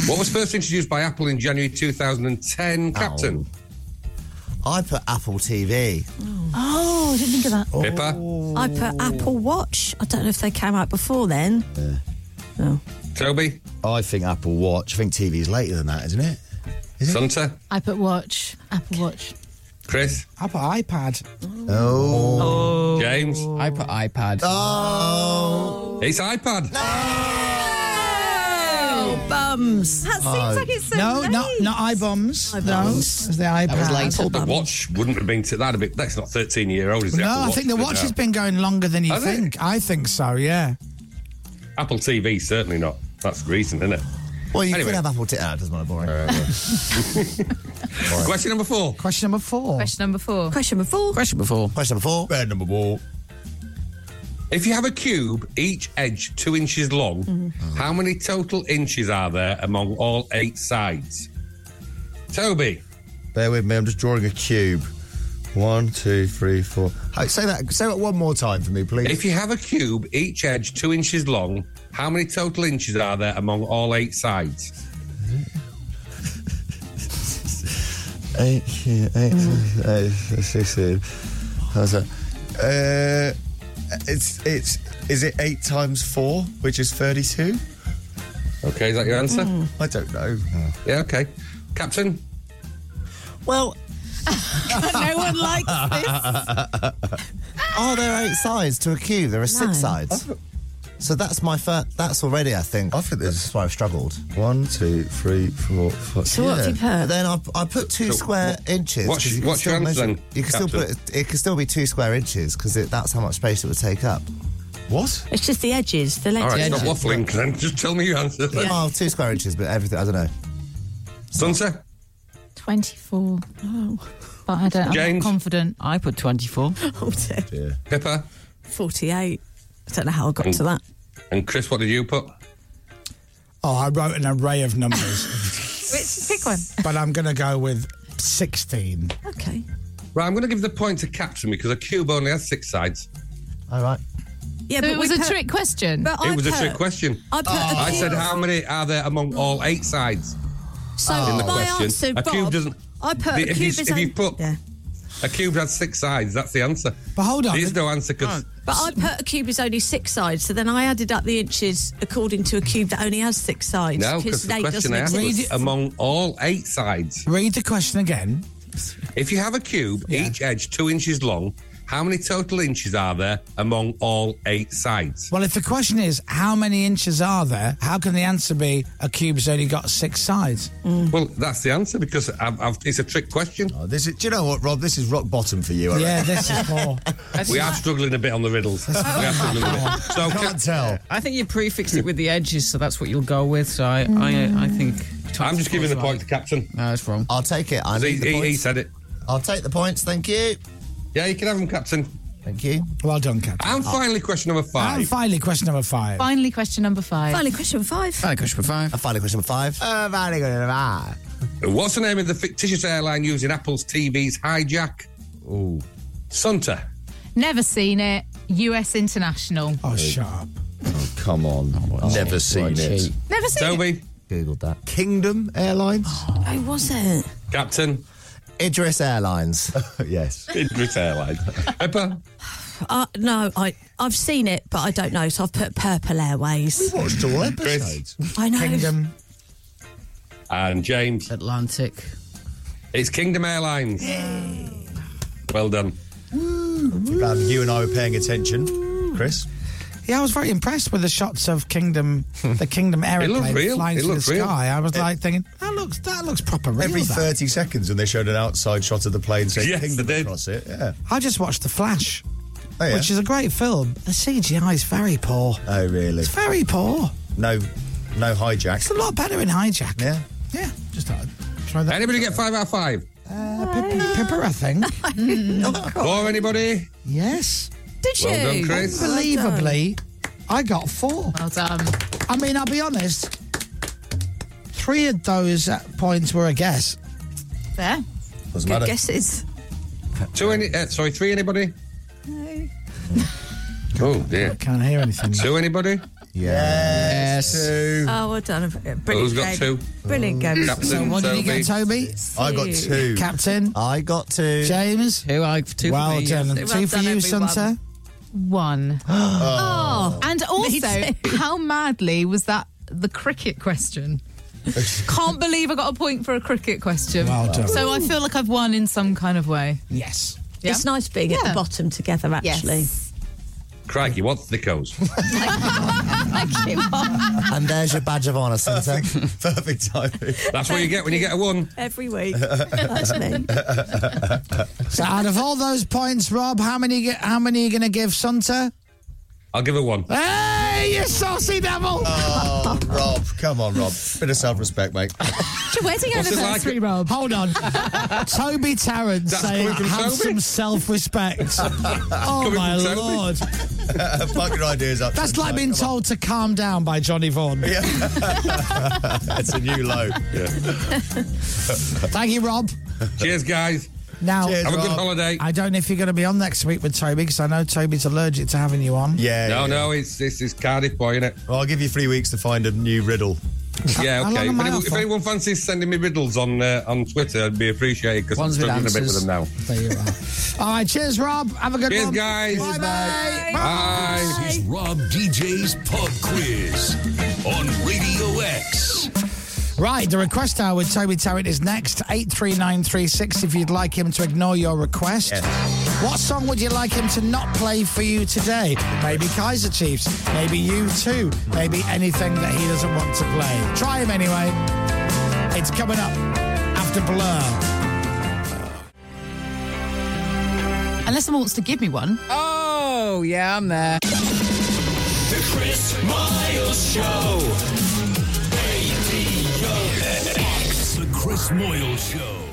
Speaker 22: What was first introduced by Apple in January 2010? Captain.
Speaker 16: Oh. I put Apple TV.
Speaker 4: Oh, I didn't think of that.
Speaker 22: Pippa.
Speaker 4: I put
Speaker 22: Oh.
Speaker 4: Apple Watch. I don't know if they came out before then.
Speaker 22: Toby.
Speaker 5: I think Apple Watch. I think TV's later than that, isn't it?
Speaker 22: Sunta.
Speaker 8: I put watch. Apple watch.
Speaker 22: Chris.
Speaker 6: I put iPad.
Speaker 1: Oh.
Speaker 22: James.
Speaker 1: I put iPad.
Speaker 6: Oh.
Speaker 22: It's iPad.
Speaker 4: Oh, bums. That seems
Speaker 22: Oh.
Speaker 4: like it's so
Speaker 6: no,
Speaker 4: late.
Speaker 6: not not eye bombs. No,
Speaker 4: bombs.
Speaker 6: it's the iPad.
Speaker 22: I thought the watch wouldn't have been to that a bit. That's not 13 year old, is it?
Speaker 6: No, I think the watch has been going longer than you
Speaker 22: Has it?
Speaker 6: think. I think so. Yeah.
Speaker 22: Apple TV, certainly not. That's recent, isn't it?
Speaker 16: Well, you
Speaker 22: Anyway.
Speaker 16: could have Apple TV. Ah, it doesn't matter. Boring.
Speaker 22: Question number four.
Speaker 6: Question number four.
Speaker 8: Question number four.
Speaker 4: Question number four.
Speaker 1: Question number four.
Speaker 16: Question number four.
Speaker 5: Question number four.
Speaker 22: If you have a cube, each edge two inches long, how many total inches are there among all eight sides? Toby.
Speaker 5: Bear with me. I'm just drawing a cube. One, two, three, four. Hey, say that. Say that one more time for me, please.
Speaker 22: If you have a cube, each edge two inches long, how many total inches are there among all eight sides?
Speaker 5: Eight, eight, eight,
Speaker 1: Mm.
Speaker 5: eight, six, seven. How's that? Uh, it's it's is it eight times four, which is thirty-two?
Speaker 22: Okay, is that your answer?
Speaker 1: Mm.
Speaker 5: I don't know.
Speaker 22: Yeah, okay. Captain?
Speaker 16: Well,
Speaker 4: no one likes this.
Speaker 16: Are Oh, there eight sides to a cube? There are
Speaker 5: No.
Speaker 16: six sides. So that's my first. That's already, I think. I think this is why I've struggled.
Speaker 5: One, two, three, four, five.
Speaker 16: So what have you put? But then I, I put two
Speaker 5: So
Speaker 16: square
Speaker 5: what-
Speaker 16: inches.
Speaker 5: what's-
Speaker 16: 'cause you can
Speaker 5: what's your
Speaker 16: still
Speaker 5: answer
Speaker 16: measure-
Speaker 5: then,
Speaker 16: You can still put.
Speaker 5: Captain?
Speaker 16: It can still be two square inches because that's how much space it would take up. What?
Speaker 4: It's just the edges, the
Speaker 16: All
Speaker 4: legs.
Speaker 16: right,
Speaker 4: edges.
Speaker 16: stop waffling.
Speaker 22: Glenn, just tell me your answer.
Speaker 16: Yeah. Oh, two square inches, but everything. I don't know.
Speaker 22: Sunset.
Speaker 8: 24. Oh. But I don't, I'm not
Speaker 22: James?
Speaker 8: confident.
Speaker 7: I put 24.
Speaker 4: Oh, dear.
Speaker 22: Pippa
Speaker 4: 48. I don't know how I got to that.
Speaker 22: and Chris, what did you put?
Speaker 6: Oh, I wrote an array of numbers,
Speaker 8: Which, pick one.
Speaker 6: but I'm going to go with 16.
Speaker 4: Okay.
Speaker 22: Right, I'm going to give the point to Captain because a cube only has six sides.
Speaker 16: All right.
Speaker 4: Yeah,
Speaker 8: so
Speaker 4: but
Speaker 8: it was
Speaker 4: we
Speaker 8: a
Speaker 4: put-
Speaker 8: trick question. But
Speaker 22: it was a trick question.
Speaker 4: I put a
Speaker 22: I
Speaker 4: cube- Oh.
Speaker 22: said, how many are there among all eight sides?
Speaker 4: So
Speaker 22: in the
Speaker 4: my
Speaker 22: question,
Speaker 4: answer,
Speaker 22: a cube
Speaker 4: Bob,
Speaker 22: doesn't.
Speaker 4: I put
Speaker 22: the-
Speaker 4: a
Speaker 22: if
Speaker 4: cube
Speaker 22: you,
Speaker 4: as
Speaker 22: if
Speaker 4: a-
Speaker 22: you put a cube has six sides, that's the answer. But hold on, there's no answer because
Speaker 4: But I put a cube is only six sides, so then I added up the inches according to a cube that only has six sides.
Speaker 22: no, because the
Speaker 4: eight
Speaker 22: question
Speaker 4: doesn't
Speaker 22: I asked
Speaker 4: exist.
Speaker 22: was among all eight sides.
Speaker 6: Read the question again.
Speaker 22: If you have a cube, each edge two inches long, how many total inches are there among all eight sides?
Speaker 6: Well, if the question is how many inches are there, how can the answer be a cube's only got six sides?
Speaker 22: Well, that's the answer because I've, I've, it's a trick question.
Speaker 5: Oh, This is, do you know what, Rob? This is rock bottom for you. I
Speaker 6: Yeah,
Speaker 5: reckon.
Speaker 6: this is more.
Speaker 22: we are struggling a bit on the riddles. we are struggling a bit. So, Cap-
Speaker 5: tell.
Speaker 7: I think you prefixed it with the edges, so that's what you'll go with. So I, I,
Speaker 8: Mm.
Speaker 7: I think.
Speaker 22: I'm just giving the point to Captain.
Speaker 7: No, that's wrong.
Speaker 16: I'll take it. I
Speaker 22: he,
Speaker 16: need the
Speaker 22: he- he
Speaker 16: points.
Speaker 22: said it.
Speaker 16: I'll take the points. Thank you.
Speaker 22: Yeah, you can have them, Captain.
Speaker 16: Thank you.
Speaker 6: Well done, Captain.
Speaker 22: And finally, question number five.
Speaker 6: And finally, question number five.
Speaker 8: Finally, question number five.
Speaker 4: Finally, question five.
Speaker 22: Finally, question number five.
Speaker 16: I finally question number five.
Speaker 6: Uh, finally, question number five.
Speaker 22: What's the name of the fictitious airline used in Apple's TV's hijack? Ooh. Sunter.
Speaker 8: Never seen it. US International.
Speaker 6: Oh, shut up.
Speaker 5: Come on. Never seen it.
Speaker 8: Never seen it.
Speaker 22: Toby.
Speaker 16: Googled that.
Speaker 5: Kingdom Airlines.
Speaker 22: Oh,
Speaker 4: I wasn't.
Speaker 22: Captain.
Speaker 16: Idris Airlines.
Speaker 5: yes.
Speaker 22: Idris Airlines. Pepper.
Speaker 4: Uh, no, I I've seen it, but I don't know, so I've put Purple Airways.
Speaker 5: We watched all episodes.
Speaker 4: I know.
Speaker 6: Kingdom.
Speaker 22: And James.
Speaker 7: Atlantic.
Speaker 22: It's Kingdom Airlines. Well done.
Speaker 5: Glad you and I were paying attention, Chris.
Speaker 6: Yeah, I was very impressed with the shots of Kingdom, the Kingdom aeroplane
Speaker 5: real.
Speaker 6: flying
Speaker 5: It
Speaker 6: through the
Speaker 5: looked real.
Speaker 6: sky. I was
Speaker 5: It-
Speaker 6: like thinking, that looks that looks proper real.
Speaker 5: Every
Speaker 6: that.
Speaker 5: 30 seconds, when they showed an outside shot of the plane saying
Speaker 6: Yes,
Speaker 5: Kingdom
Speaker 6: they did.
Speaker 5: across it. Yeah.
Speaker 6: I just watched The Flash,
Speaker 5: Oh, yeah.
Speaker 6: which is a great film. The CGI is very poor.
Speaker 5: Oh, really?
Speaker 6: It's very poor.
Speaker 5: No, no hijack.
Speaker 6: It's a lot better in Hijack.
Speaker 5: Yeah.
Speaker 6: Yeah. Just thought I'd try that.
Speaker 22: Anybody get five out of five?
Speaker 6: Uh, Pippa, Pippa, I think.
Speaker 22: Four, anybody?
Speaker 6: Yes.
Speaker 4: Did
Speaker 22: Well you? done, Chris.
Speaker 6: Unbelievably, I got four.
Speaker 8: Well done.
Speaker 6: I mean, I'll be honest. Three of those uh, points were a guess.
Speaker 8: There.
Speaker 5: Doesn't
Speaker 8: Good
Speaker 6: matter.
Speaker 8: guesses.
Speaker 22: Two, any, uh, sorry, three, anybody?
Speaker 8: No.
Speaker 22: Oh, dear.
Speaker 6: Can't hear anything.
Speaker 22: Two, anybody?
Speaker 5: Yes.
Speaker 4: Oh, well done. Brilliant
Speaker 22: Who's got
Speaker 4: game.
Speaker 22: two?
Speaker 4: Brilliant game.
Speaker 22: Captain
Speaker 6: So what did you get, Toby?
Speaker 4: I got two.
Speaker 6: Captain?
Speaker 16: I got two.
Speaker 6: James?
Speaker 7: Two, I, two
Speaker 6: well
Speaker 7: for me,
Speaker 6: done.
Speaker 7: yes.
Speaker 6: Two
Speaker 7: Well
Speaker 6: for
Speaker 7: done,
Speaker 6: you,
Speaker 7: everyone.
Speaker 6: Sunter?
Speaker 8: One.
Speaker 6: Oh.
Speaker 8: And also, how madly was that the cricket question? Can't believe I got a point for a cricket question.
Speaker 4: Well done.
Speaker 8: So I feel like I've won in some kind of way.
Speaker 6: Yes.
Speaker 4: It's nice being at the bottom together, actually.
Speaker 22: Crikey, what thickos?
Speaker 8: Thank you.
Speaker 16: and there's your badge of honour, Santa.
Speaker 5: Perfect timing.
Speaker 22: That's what you get when you get a one.
Speaker 4: Every week.
Speaker 6: So out of all those points, Rob, how many ge- how many are you going to give Sunter?
Speaker 22: I'll give her one.
Speaker 6: Hey, you saucy devil!
Speaker 5: Oh, Rob. Come on, Rob. Bit of self respect, mate.
Speaker 8: Your wedding
Speaker 5: What's it like?
Speaker 8: anniversary, Rob.
Speaker 6: Hold on. Toby Tarrant
Speaker 5: That's
Speaker 6: saying,
Speaker 5: coming from
Speaker 6: have
Speaker 5: Toby?
Speaker 6: some self-respect. oh,
Speaker 5: Coming
Speaker 6: my
Speaker 5: from Toby?
Speaker 6: Lord.
Speaker 5: Fuck your ideas up.
Speaker 6: That's like being
Speaker 5: Come on.
Speaker 6: told to calm down by Johnny Vaughan.
Speaker 5: That's a new low.
Speaker 6: Thank you, Rob.
Speaker 22: Cheers, guys.
Speaker 6: Now,
Speaker 22: Cheers, Have a good Rob. holiday.
Speaker 6: I don't know if you're going to be on next week with Toby because I know Toby's allergic to having you on.
Speaker 5: Yeah.
Speaker 22: No,
Speaker 5: yeah.
Speaker 22: no, it's this is Cardiff boy, innit?
Speaker 5: Well, I'll give you three weeks to find a new riddle.
Speaker 22: Yeah,
Speaker 5: How long
Speaker 22: okay.
Speaker 5: am
Speaker 22: If
Speaker 5: I
Speaker 22: anyone,
Speaker 5: off
Speaker 22: if
Speaker 5: for?
Speaker 22: anyone fancies sending me riddles on uh, on Twitter, I'd be appreciated because I'm
Speaker 6: Ones with
Speaker 22: struggling a bit with
Speaker 6: answers.
Speaker 22: them now.
Speaker 6: There you are. All right, cheers, Rob. Have a good
Speaker 22: Cheers,
Speaker 6: one.
Speaker 22: guys.
Speaker 6: Bye, bye.
Speaker 2: This is Rob DJ's pub quiz on Radio X.
Speaker 6: Right, the request hour with Toby Tarrant is next. 83936 if you'd like him to ignore your request. What song would you like him to not play for you today? Maybe Kaiser Chiefs, maybe you too, maybe anything that he doesn't want to play. Try him anyway. It's coming up after Blur.
Speaker 8: Unless someone wants to give me one.
Speaker 1: Oh, yeah, I'm there.
Speaker 10: The Chris Miles Show. Radio X.
Speaker 2: The Chris Moyle Show.